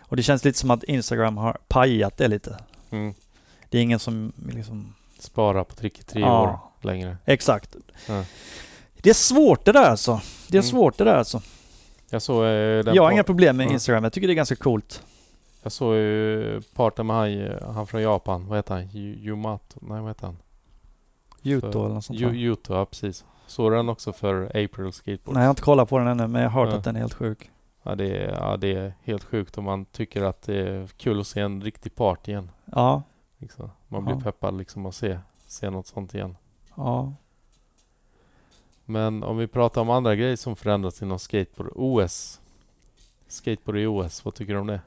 Speaker 2: Och det känns lite som att Instagram har pajat det lite.
Speaker 1: Mm.
Speaker 2: Det är ingen som liksom...
Speaker 1: Spara på trick i tre
Speaker 2: Ja.
Speaker 1: år längre.
Speaker 2: Exakt.
Speaker 1: Ja.
Speaker 2: Det är svårt det där alltså. Det är
Speaker 1: Mm.
Speaker 2: svårt det där alltså.
Speaker 1: Jag såg eh, den
Speaker 2: jag har
Speaker 1: po-
Speaker 2: inga problem med
Speaker 1: Ja.
Speaker 2: Instagram. Jag tycker det är ganska coolt.
Speaker 1: Jag såg ju parten med han, eh, han från Japan. Vad heter han? Yu- Yumato? Nej, vad heter han?
Speaker 2: Youtube
Speaker 1: Så-
Speaker 2: eller något sånt där.
Speaker 1: Yu- Yuto, ja precis. Såg du den också för April Skateboard?
Speaker 2: Nej, jag har inte kollat på den ännu, men jag har hört
Speaker 1: Ja.
Speaker 2: att den är helt sjuk.
Speaker 1: Ja, det är, ja, det är helt sjukt om man tycker att det är kul att se en riktig part igen.
Speaker 2: Ja,
Speaker 1: Liksom. Man blir
Speaker 2: Ja.
Speaker 1: peppad liksom att se, se något sånt igen.
Speaker 2: ja.
Speaker 1: Men om vi pratar om andra grejer som förändrats inom skateboard. OS. Skateboard i OS, vad tycker du om det?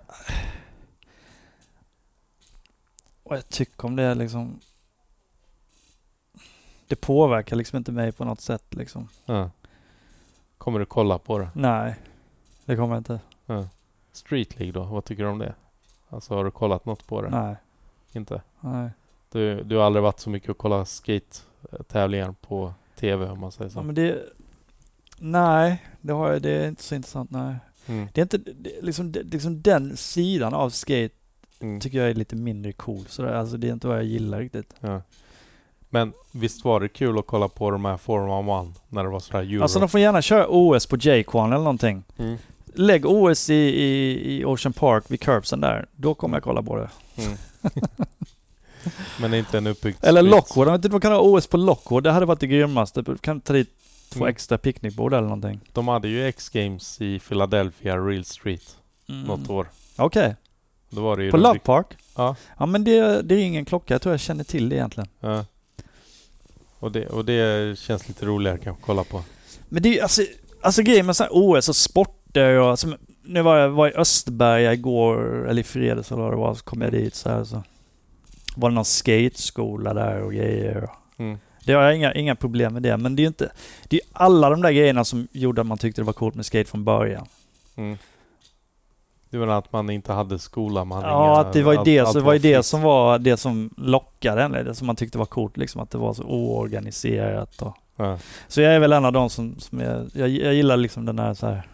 Speaker 2: Och jag tycker om det är liksom... Det påverkar liksom inte mig på något sätt liksom.
Speaker 1: Ja. Kommer du kolla på det?
Speaker 2: Nej, det kommer jag inte.
Speaker 1: Ja. Street League då, vad tycker du om det? Alltså har du kollat något på det?
Speaker 2: Nej,
Speaker 1: Inte?
Speaker 2: nej.
Speaker 1: Du, du har aldrig varit så mycket och kollat skate-tävlingar på TV om man säger
Speaker 2: Ja,
Speaker 1: så?
Speaker 2: men det... Nej, det, har jag, det är inte så intressant. Nej.
Speaker 1: Mm.
Speaker 2: Det är inte... Det, liksom, det, liksom den sidan av skate
Speaker 1: Mm.
Speaker 2: tycker jag är lite mindre cool. Så det, alltså, det är inte vad jag gillar riktigt.
Speaker 1: Ja. Men visst var det kul att kolla på de här Form One när det var sådär euro?
Speaker 2: Alltså de får gärna köra OS på Jquan eller någonting.
Speaker 1: mm.
Speaker 2: Lägg OS i, i, i Ocean Park vid curbsen där. Då kommer jag kolla på det.
Speaker 1: Mm. men inte en uppbyggd
Speaker 2: Eller
Speaker 1: street.
Speaker 2: Lockwood, jag vet inte, man kan ha OS på Lockwood. Det hade varit det grymmaste. Du kan ta dit två
Speaker 1: Mm.
Speaker 2: extra picknickbord eller någonting.
Speaker 1: De hade ju X-Games i Philadelphia, Real Street, något år.
Speaker 2: Okej,
Speaker 1: Då var det ju
Speaker 2: Mm. på
Speaker 1: de
Speaker 2: Love
Speaker 1: rikt-
Speaker 2: Park?
Speaker 1: Ja.
Speaker 2: Ja men det, det är ingen klocka. Jag tror jag känner till det egentligen.
Speaker 1: Ja. Och, det, och det känns lite roligare kanske att kolla på.
Speaker 2: Men det är ju alltså, alltså grejen med sådana OS och sporter och... Alltså, nu var jag var i Östberga igår, eller i fredags eller vad det var, så kom jag dit så här så. Var det någon skateskola där och grejer. Och.
Speaker 1: Mm.
Speaker 2: Det har jag inga, inga problem med det, men det är ju inte... Det är ju alla de där grejerna som gjorde att man tyckte det var coolt med skate från början.
Speaker 1: Mm. Du menar att man inte hade skola? Man hade
Speaker 2: Ja,
Speaker 1: inga-
Speaker 2: att det var ju
Speaker 1: allt-
Speaker 2: det,
Speaker 1: allt
Speaker 2: så det, var ju det
Speaker 1: fritt.
Speaker 2: som var det som lockade en, eller det som man tyckte var coolt liksom, att det var så oorganiserat. Och.
Speaker 1: Ja,
Speaker 2: Så jag är väl en av de som, som jag, jag, jag gillar liksom den där så här,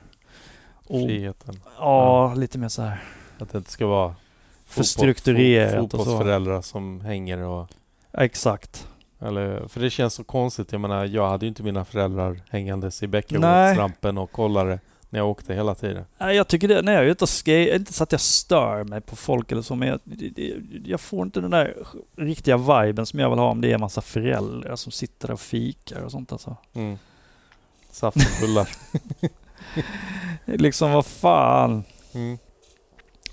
Speaker 2: o-
Speaker 1: friheten.
Speaker 2: ja, lite mer så här,
Speaker 1: Att det inte ska vara fotboll-
Speaker 2: strukturerat
Speaker 1: fo-
Speaker 2: och så.
Speaker 1: fotbollsföräldrar som hänger och...
Speaker 2: exakt.
Speaker 1: Eller, för det känns så konstigt. Jag menar, jag hade ju inte mina föräldrar hängandes i
Speaker 2: Nej.
Speaker 1: Bäckaåsrampen och kollade när jag åkte hela tiden.
Speaker 2: Nej, jag tycker det, när jag är ute och skate, inte så att jag stör mig på folk eller så, men jag, det- det- jag får inte den där riktiga viben som jag vill ha om det är en massa föräldrar som sitter där och fikar och sånt alltså.
Speaker 1: Mm. Saft och bullar.
Speaker 2: Det är Liksom, vad fan.
Speaker 1: Mm.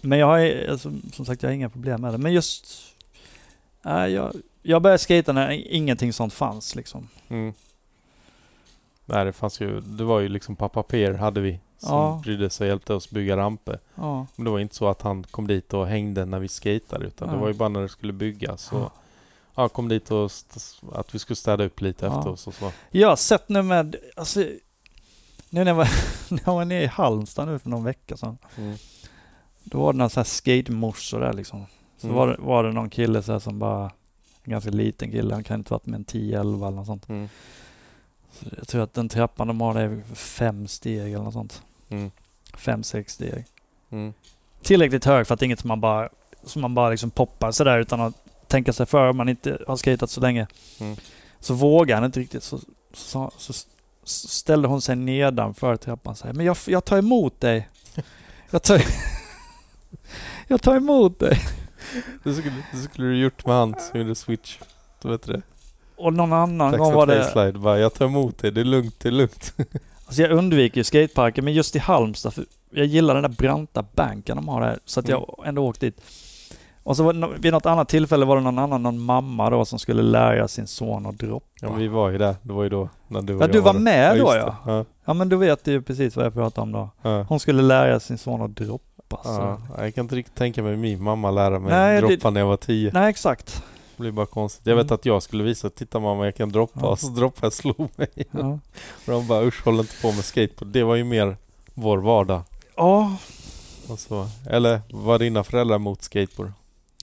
Speaker 2: Men jag har alltså, som sagt, jag har inga problem med det. Men just... Nej, jag, Jag började skata när ingenting sånt fanns liksom.
Speaker 1: Mm. Nej, det fanns ju... Det var ju liksom pappa Per hade vi som
Speaker 2: Ja.
Speaker 1: brydde sig och hjälpte oss bygga ramper.
Speaker 2: Ja.
Speaker 1: Men det var inte så att han kom dit och hängde när vi skatade utan det
Speaker 2: Nej.
Speaker 1: var ju bara när det skulle byggas.
Speaker 2: Ja.
Speaker 1: Så, ja, kom dit och st- att vi skulle städa upp lite
Speaker 2: Ja.
Speaker 1: efter oss och så.
Speaker 2: Jag har sett nu med, alltså, nu när jag var, när jag var nere i Halmstad nu för någon vecka sedan.
Speaker 1: Mm.
Speaker 2: Då var det några sån här skatemorsor där liksom. Så
Speaker 1: Mm.
Speaker 2: var, det, var det någon kille så här som bara, en ganska liten kille, han kan inte varit mer än 10-11 eller något sånt.
Speaker 1: Mm.
Speaker 2: Så jag tror att den trappan de har där är fem steg eller något sånt.
Speaker 1: Mm.
Speaker 2: Fem, sex steg.
Speaker 1: Mm.
Speaker 2: Tillräckligt hög för att det är inget som man bara, som man bara liksom poppar sådär utan att tänka sig för om man inte har skatat så länge.
Speaker 1: Mm.
Speaker 2: Så vågar han inte riktigt. Så, så, så, så ställde hon sig nedanför trappan och sa Men jag, jag tar emot dig. Jag tar, jag tar emot dig.
Speaker 1: Det, skulle, det skulle du gjort med han som gjorde switch. Du vet det?
Speaker 2: Och någon annan gång var
Speaker 1: Taxa
Speaker 2: det...
Speaker 1: slide bara, jag tar emot dig, det är lugnt, det är lugnt.
Speaker 2: Alltså jag undviker ju skateparker, men just i Halmstad, för jag gillar den där branta banken de har där, så att jag ändå åkte dit. Och så var det, nå- vid något annat tillfälle var det någon annan, någon mamma då, som skulle lära sin son att droppa.
Speaker 1: Ja, men vi var ju där, det var ju då när du och
Speaker 2: Ja,
Speaker 1: jag
Speaker 2: du var med
Speaker 1: just
Speaker 2: då
Speaker 1: det.
Speaker 2: ja.
Speaker 1: Ja,
Speaker 2: Ja, men du vet ju precis vad jag pratar om då.
Speaker 1: ja.
Speaker 2: Hon skulle lära sin son att droppa. Så.
Speaker 1: Ja, jag kan inte riktigt tänka mig min mamma lära mig
Speaker 2: Nej, det-
Speaker 1: droppa när jag var tio.
Speaker 2: Nej, exakt.
Speaker 1: Det blir bara konstigt. Jag vet
Speaker 2: Mm.
Speaker 1: att jag skulle visa, titta mamma jag kan droppa,
Speaker 2: Ja.
Speaker 1: och så droppade jag och slog mig.
Speaker 2: Ja.
Speaker 1: Och de bara usch håll inte på med skateboard. Det var ju mer vår vardag.
Speaker 2: ja.
Speaker 1: Och så. Eller var dina föräldrar mot skateboard?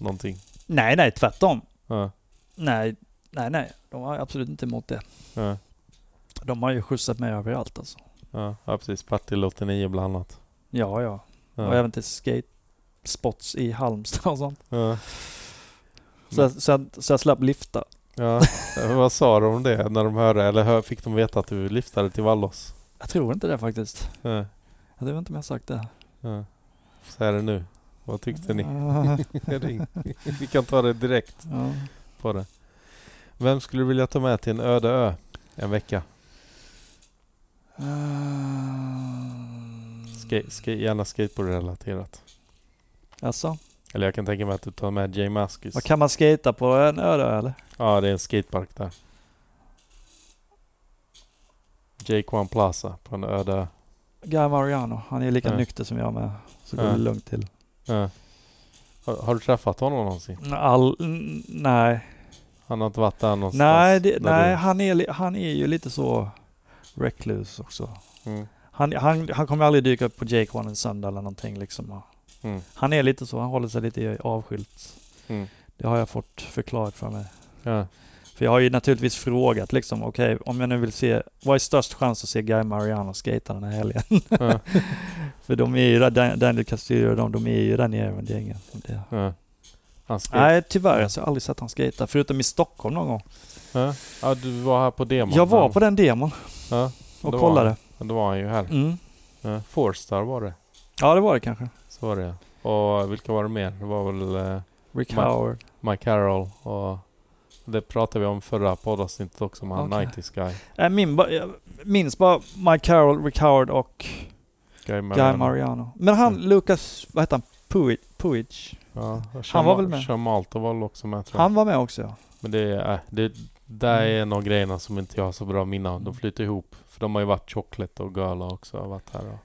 Speaker 1: Någonting.
Speaker 2: Nej, nej, tvärtom.
Speaker 1: Ja,
Speaker 2: Nej, nej, nej. De var absolut inte emot det.
Speaker 1: ja,
Speaker 2: De har ju skjutsat mig överallt alltså.
Speaker 1: ja, ja precis. Partille 89 bland annat.
Speaker 2: Ja, ja. Och
Speaker 1: Ja,
Speaker 2: även till skatespots i Halmstad och sånt.
Speaker 1: ja.
Speaker 2: Så,
Speaker 1: Mm.
Speaker 2: jag, så, jag, så jag slapp lifta.
Speaker 1: ja. Vad sa de om det när de hörde? Eller hör- fick de veta att du lyftade till Vallos?
Speaker 2: Jag tror inte det faktiskt.
Speaker 1: Ja,
Speaker 2: Jag vet inte om jag har sagt det.
Speaker 1: ja. Så här är det nu. Vad tyckte ni?
Speaker 2: Ja,
Speaker 1: Ring. Vi kan ta det direkt
Speaker 2: ja.
Speaker 1: på det. Vem skulle du vilja ta med till en öde ö en vecka? Ska, ska, gärna skateboardrelaterat.
Speaker 2: Alltså,
Speaker 1: Eller jag kan tänka mig att du tar med Jay Maskis.
Speaker 2: vad kan man skata på en ö då, eller?
Speaker 1: Ja, det är en skatepark där. Jake One Plaza på en öde ö.
Speaker 2: Guy Mariano, han är lika
Speaker 1: Ja.
Speaker 2: nykter som jag med. Så går
Speaker 1: Ja.
Speaker 2: det lugnt till.
Speaker 1: Ja. Har, har du träffat honom någonsin?
Speaker 2: All, n- nej,
Speaker 1: Han har inte varit där någonstans?
Speaker 2: nej, det,
Speaker 1: när
Speaker 2: nej han, är, li- han är ju lite så recluse också.
Speaker 1: Du, mm,
Speaker 2: Han, han, han kommer aldrig dyka upp på Jake One en söndag eller någonting liksom. och-
Speaker 1: mm,
Speaker 2: Han är lite så, han håller sig lite avskilt.
Speaker 1: mm.
Speaker 2: Det har jag fått förklarat för mig.
Speaker 1: Ja.
Speaker 2: För jag har ju naturligtvis frågat liksom, okej, om jag nu vill se, vad är störst chans att se Guy Mariano skata den här helgen?
Speaker 1: Ja.
Speaker 2: För de är ju där, Dan- Daniel Castillo och de, de är ju där nere med gängen. Det.
Speaker 1: Ja. Han skate-
Speaker 2: Nej, tyvärr, alltså, jag har aldrig sett han skata förutom i Stockholm någon gång.
Speaker 1: Ja. ja, du var här på demon.
Speaker 2: Jag var på den demon
Speaker 1: Ja,
Speaker 2: och
Speaker 1: då var
Speaker 2: kollade.
Speaker 1: han- Då var han ju här.
Speaker 2: Mm.
Speaker 1: Ja. Fourstar var det.
Speaker 2: Ja, det var det kanske.
Speaker 1: Så var det Och vilka var det mer? Det var väl eh,
Speaker 2: Rick
Speaker 1: Ma-
Speaker 2: Howard.
Speaker 1: Mike Carroll och... Det pratade vi om förra poddavsnittet också med han
Speaker 2: Okej.
Speaker 1: 90s guy.
Speaker 2: Äh, min, ba- jag minns bara Mike Carroll, Rick Howard och
Speaker 1: Guy
Speaker 2: Guy
Speaker 1: Mariano.
Speaker 2: Mariano. Men han,
Speaker 1: Mm.
Speaker 2: Lucas, vad heter han? Puig, Puig.
Speaker 1: Ja, och
Speaker 2: Han var väl med?
Speaker 1: Sean Malto var väl också med tror jag.
Speaker 2: Han Mm. var med också ja.
Speaker 1: Men det, är- äh, det där är en av grejerna som inte jag har så bra minne av. De
Speaker 2: Mm.
Speaker 1: flyter ihop. För de har ju varit Chocolate och Gala också. Har varit här och,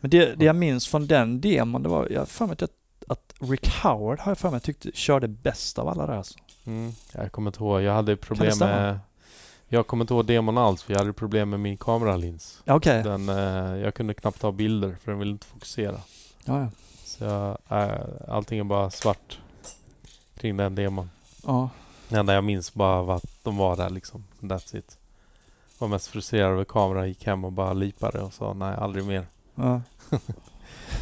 Speaker 2: Men det, det jag minns från den demon, det var, jag har för mig att, jag- att Rick Howard har jag för mig tyckte körde bäst av alla där alltså.
Speaker 1: mm, jag kommer inte ihåg. Jag hade ju
Speaker 2: Kan det
Speaker 1: problem
Speaker 2: stämma?
Speaker 1: med... Jag kommer inte ihåg demon alls för jag hade problem med min kameralins.
Speaker 2: Ja, Okej.
Speaker 1: Den, eh, jag kunde knappt ta bilder för den ville inte fokusera.
Speaker 2: Ja, ja.
Speaker 1: Så jag, äh, allting är bara svart kring den demon.
Speaker 2: ja.
Speaker 1: Det enda jag minns bara var att de var där liksom. That's it. Var mest frustrerad över kameran, gick hem och bara lipade och sa nej, aldrig mer.
Speaker 2: ja.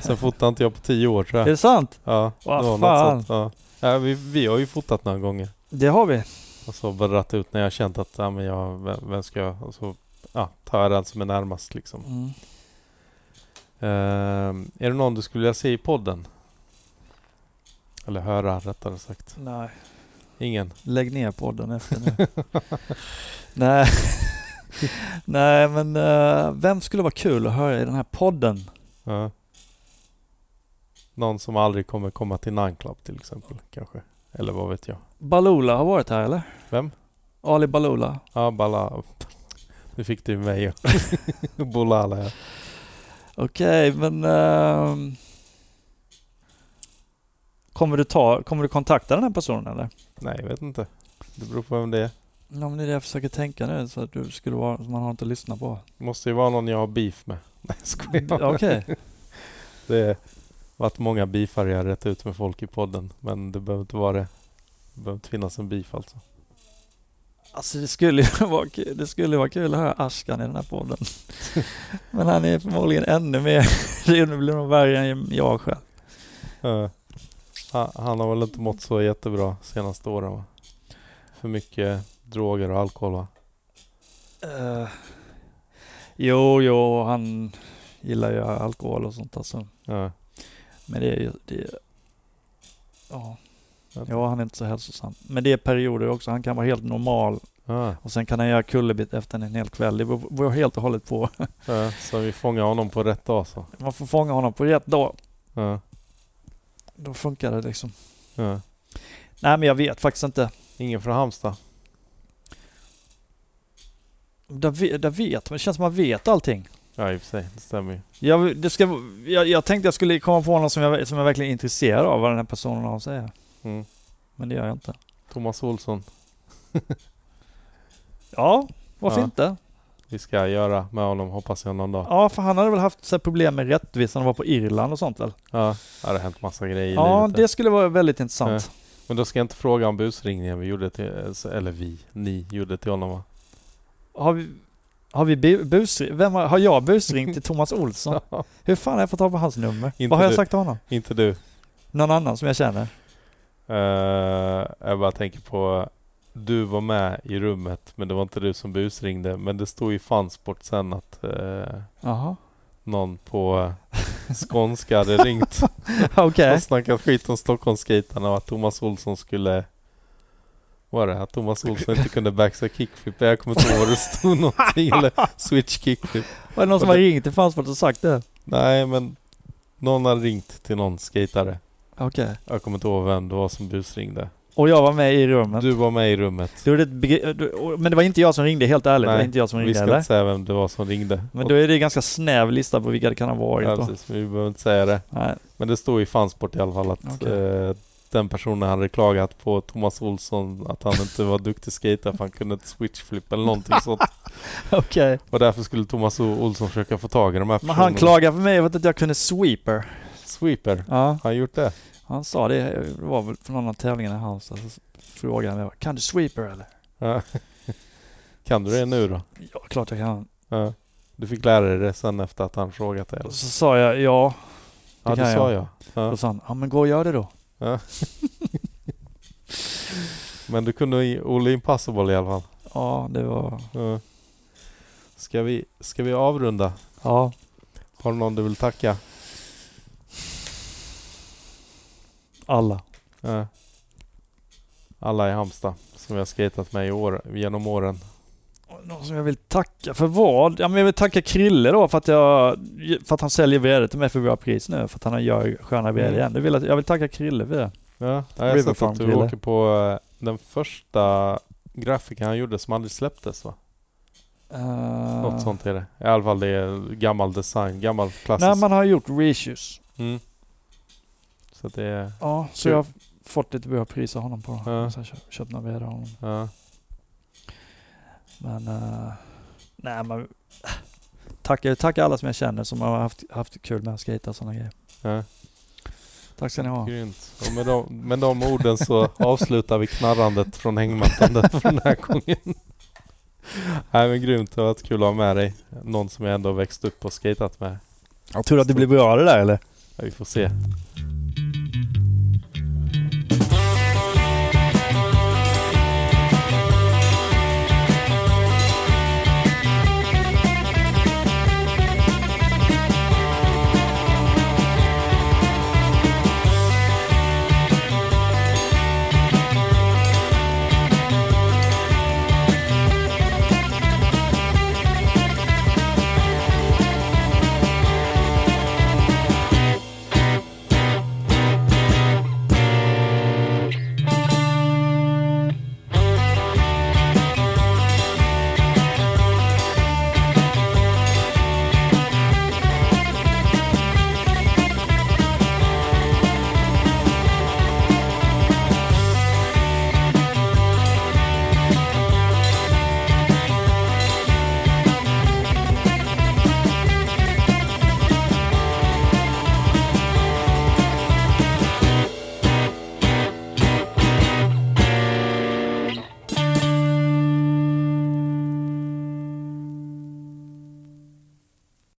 Speaker 1: Sen fotade inte jag på tio år tror
Speaker 2: Är
Speaker 1: jag.
Speaker 2: det sant?
Speaker 1: Ja,
Speaker 2: Vad
Speaker 1: det var något
Speaker 2: fan.
Speaker 1: sånt, ja. Ja, vi, vi har ju fotat några gånger.
Speaker 2: Det har vi.
Speaker 1: Och så börjat ut när jag känt att, ja men jag, vem, vem ska jag? Och så ja, tar jag den som är närmast liksom.
Speaker 2: Mm.
Speaker 1: Ehm, är det någon du skulle vilja se i podden? Eller höra rättare sagt.
Speaker 2: Nej.
Speaker 1: Ingen?
Speaker 2: Lägg ner podden efter nu. Nej. Nej men eh, vem skulle vara kul att höra i den här podden?
Speaker 1: Ja. Någon som aldrig kommer komma till Nine Club till exempel kanske. Eller vad vet jag.
Speaker 2: Baloola har varit här eller?
Speaker 1: Vem?
Speaker 2: Ali Baloola.
Speaker 1: Ja, Bala. Nu fick du mig och Bolala. ja.
Speaker 2: Okej, men... ehm, kommer, du ta, kommer du kontakta den här personen eller?
Speaker 1: Nej, jag vet inte. Det beror på vem det är.
Speaker 2: Ja, men det är det jag försöker tänka nu, så att du skulle vara, som man har inte lyssnat på.
Speaker 1: Det måste ju vara någon jag har beef med. Nej, jag skojar.
Speaker 2: Okej.
Speaker 1: Det har varit många beefar jag har rätt ut med folk i podden. Men det behöver inte vara det. Det behöver inte finnas en beef alltså.
Speaker 2: Alltså det skulle ju vara kul, det skulle vara kul att höra Askan i den här podden. Men han är förmodligen ännu mer, nu blir nog värre än jag själv.
Speaker 1: Eh, ha- han har väl inte mått så jättebra senaste åren va? För mycket droger och alkohol va?
Speaker 2: Eh, jo, jo, han gillar ju alkohol och sånt alltså.
Speaker 1: Ja.
Speaker 2: Men det är ju, det är, ja.
Speaker 1: Ja.
Speaker 2: ja, han är inte så hälsosam. Men det är perioder också, han kan vara helt normal
Speaker 1: Ja,
Speaker 2: och sen kan han göra kullerbit efter en hel kväll. Det beror beror helt och hållet på.
Speaker 1: ja, så vi fångar honom på rätt dag så.
Speaker 2: Man får fånga honom på rätt dag,
Speaker 1: Ja,
Speaker 2: då funkar det liksom.
Speaker 1: ja.
Speaker 2: Nej, men jag vet faktiskt inte.
Speaker 1: Ingen från Halmstad?
Speaker 2: Där, ve- där vet man, det känns som man vet allting.
Speaker 1: Ja i och för sig, det stämmer ju.
Speaker 2: Jag, det ska, jag, jag tänkte jag skulle komma på någon som jag, som jag verkligen är intresserad av, vad den här personen har att säga.
Speaker 1: Mm.
Speaker 2: Men det gör jag inte.
Speaker 1: Thomas Olsson,
Speaker 2: Ja, varför
Speaker 1: Ja.
Speaker 2: inte?
Speaker 1: vi ska göra med honom hoppas jag någon dag.
Speaker 2: Ja, för han hade väl haft så här problem med rättvisan och var på Irland och sånt väl?
Speaker 1: Ja, det har hänt massa grejer i
Speaker 2: ja,
Speaker 1: livet.
Speaker 2: det skulle vara väldigt intressant.
Speaker 1: Men då ska jag inte fråga om busringningen vi gjorde till, eller vi, ni gjorde till honom va?
Speaker 2: Har vi, har vi bu- busring? Vem har, har jag busringt till Thomas Olsson? Hur fan har jag fått tag på hans nummer?
Speaker 1: Inte
Speaker 2: vad har jag
Speaker 1: du.
Speaker 2: sagt till honom?
Speaker 1: Inte du.
Speaker 2: Någon annan som jag känner?
Speaker 1: Eh, jag bara tänker på, du var med i rummet men det var inte du som busringde. Men det stod i Fansport sen att eh,
Speaker 2: Jaha.
Speaker 1: någon på eh, skånska hade ringt
Speaker 2: Okej.
Speaker 1: och snackat skit om Stockholmsskaterna och att Thomas Olsson skulle vad var det? Att Thomas Olsson inte kunde backside kickflip. Jag kommer inte ihåg vad det stod någonting. Eller switch kickflip.
Speaker 2: Var det någon som
Speaker 1: Och
Speaker 2: har ringt till Fansport och sagt det?
Speaker 1: Nej men någon har ringt till någon skatare.
Speaker 2: Okej.
Speaker 1: Jag kommer inte ihåg vem det var som busringde.
Speaker 2: Och jag var med i rummet?
Speaker 1: Du var med i rummet.
Speaker 2: Då är det ett begre- du- och- men det var inte jag som ringde, helt ärligt. det var
Speaker 1: Nej,
Speaker 2: inte jag som
Speaker 1: Vi
Speaker 2: ringde
Speaker 1: ska inte
Speaker 2: eller?
Speaker 1: säga vem det var som ringde.
Speaker 2: Men då är det en ganska snäv lista på vilka det kan ha varit.
Speaker 1: Ja,
Speaker 2: då.
Speaker 1: precis, men vi behöver inte säga det.
Speaker 2: Nej.
Speaker 1: Men det står i Fansport i alla fall att
Speaker 2: Okej.
Speaker 1: eh, den personen hade klagat på Thomas Olsson att han inte var duktig skater för han kunde inte switchflip eller någonting sånt.
Speaker 2: Okej.
Speaker 1: Och därför skulle Thomas O- Olsson försöka få tag i de här
Speaker 2: Men
Speaker 1: personerna.
Speaker 2: han klagade för mig för att jag kunde sweeper.
Speaker 1: Sweeper.
Speaker 2: Ja,
Speaker 1: Har han gjort det?
Speaker 2: han sa det. Det var väl från någon av tävlingarna i Halmstad. Så frågade han mig Kan du sweeper eller?
Speaker 1: Ja. kan du det nu då?
Speaker 2: Ja, klart jag kan.
Speaker 1: Ja. Du fick lära dig det sen efter att han frågat dig?
Speaker 2: Och
Speaker 1: eller?
Speaker 2: så sa jag ja.
Speaker 1: Ja,
Speaker 2: kan
Speaker 1: det sa jag. Ja.
Speaker 2: Då sa han Ja men gå och gör det då.
Speaker 1: Men du kunde i Olle Impossible i alla fall.
Speaker 2: Ja, det var...
Speaker 1: Ja. Ska, vi, ska vi avrunda?
Speaker 2: Ja.
Speaker 1: Har du någon du vill tacka?
Speaker 2: Alla.
Speaker 1: Ja. Alla i Halmstad som jag har skejtat med i år, genom åren.
Speaker 2: Någon som jag vill tacka för vad? Ja, men jag vill tacka Krille då för att, jag, för att han säljer vd till mig för bra pris nu. För att han gör sköna vd
Speaker 1: Mm.
Speaker 2: igen. Det vill jag, jag vill tacka Krille för det.
Speaker 1: Ja, jag har sett
Speaker 2: Riverfarm
Speaker 1: att du
Speaker 2: Krille.
Speaker 1: åker på eh, den första grafiken han gjorde som aldrig släpptes va?
Speaker 2: Eh,
Speaker 1: Något sånt är det. I alla fall det är gammal design, gammal klassisk.
Speaker 2: Nej, man har gjort reissues.
Speaker 1: mm. Så att det är...
Speaker 2: Ja, så
Speaker 1: Kul.
Speaker 2: jag har fått lite bra pris av honom på.
Speaker 1: Ja.
Speaker 2: Så jag köpt, köpt några vd av honom.
Speaker 1: Ja.
Speaker 2: Men... eh, nej, man... Tackar tacka alla som jag känner som har haft, haft kul med att skejta och sådana grejer.
Speaker 1: ja.
Speaker 2: Tack ska ni ha.
Speaker 1: Grymt. Och med, de, med de orden så avslutar vi knarrandet från hängmattan för den här gången. Nej men grymt, det har varit kul att ha med dig. Någon som jag ändå växt upp och skatat med.
Speaker 2: Jag tror att det blir bra det där eller?
Speaker 1: Ja, vi får se.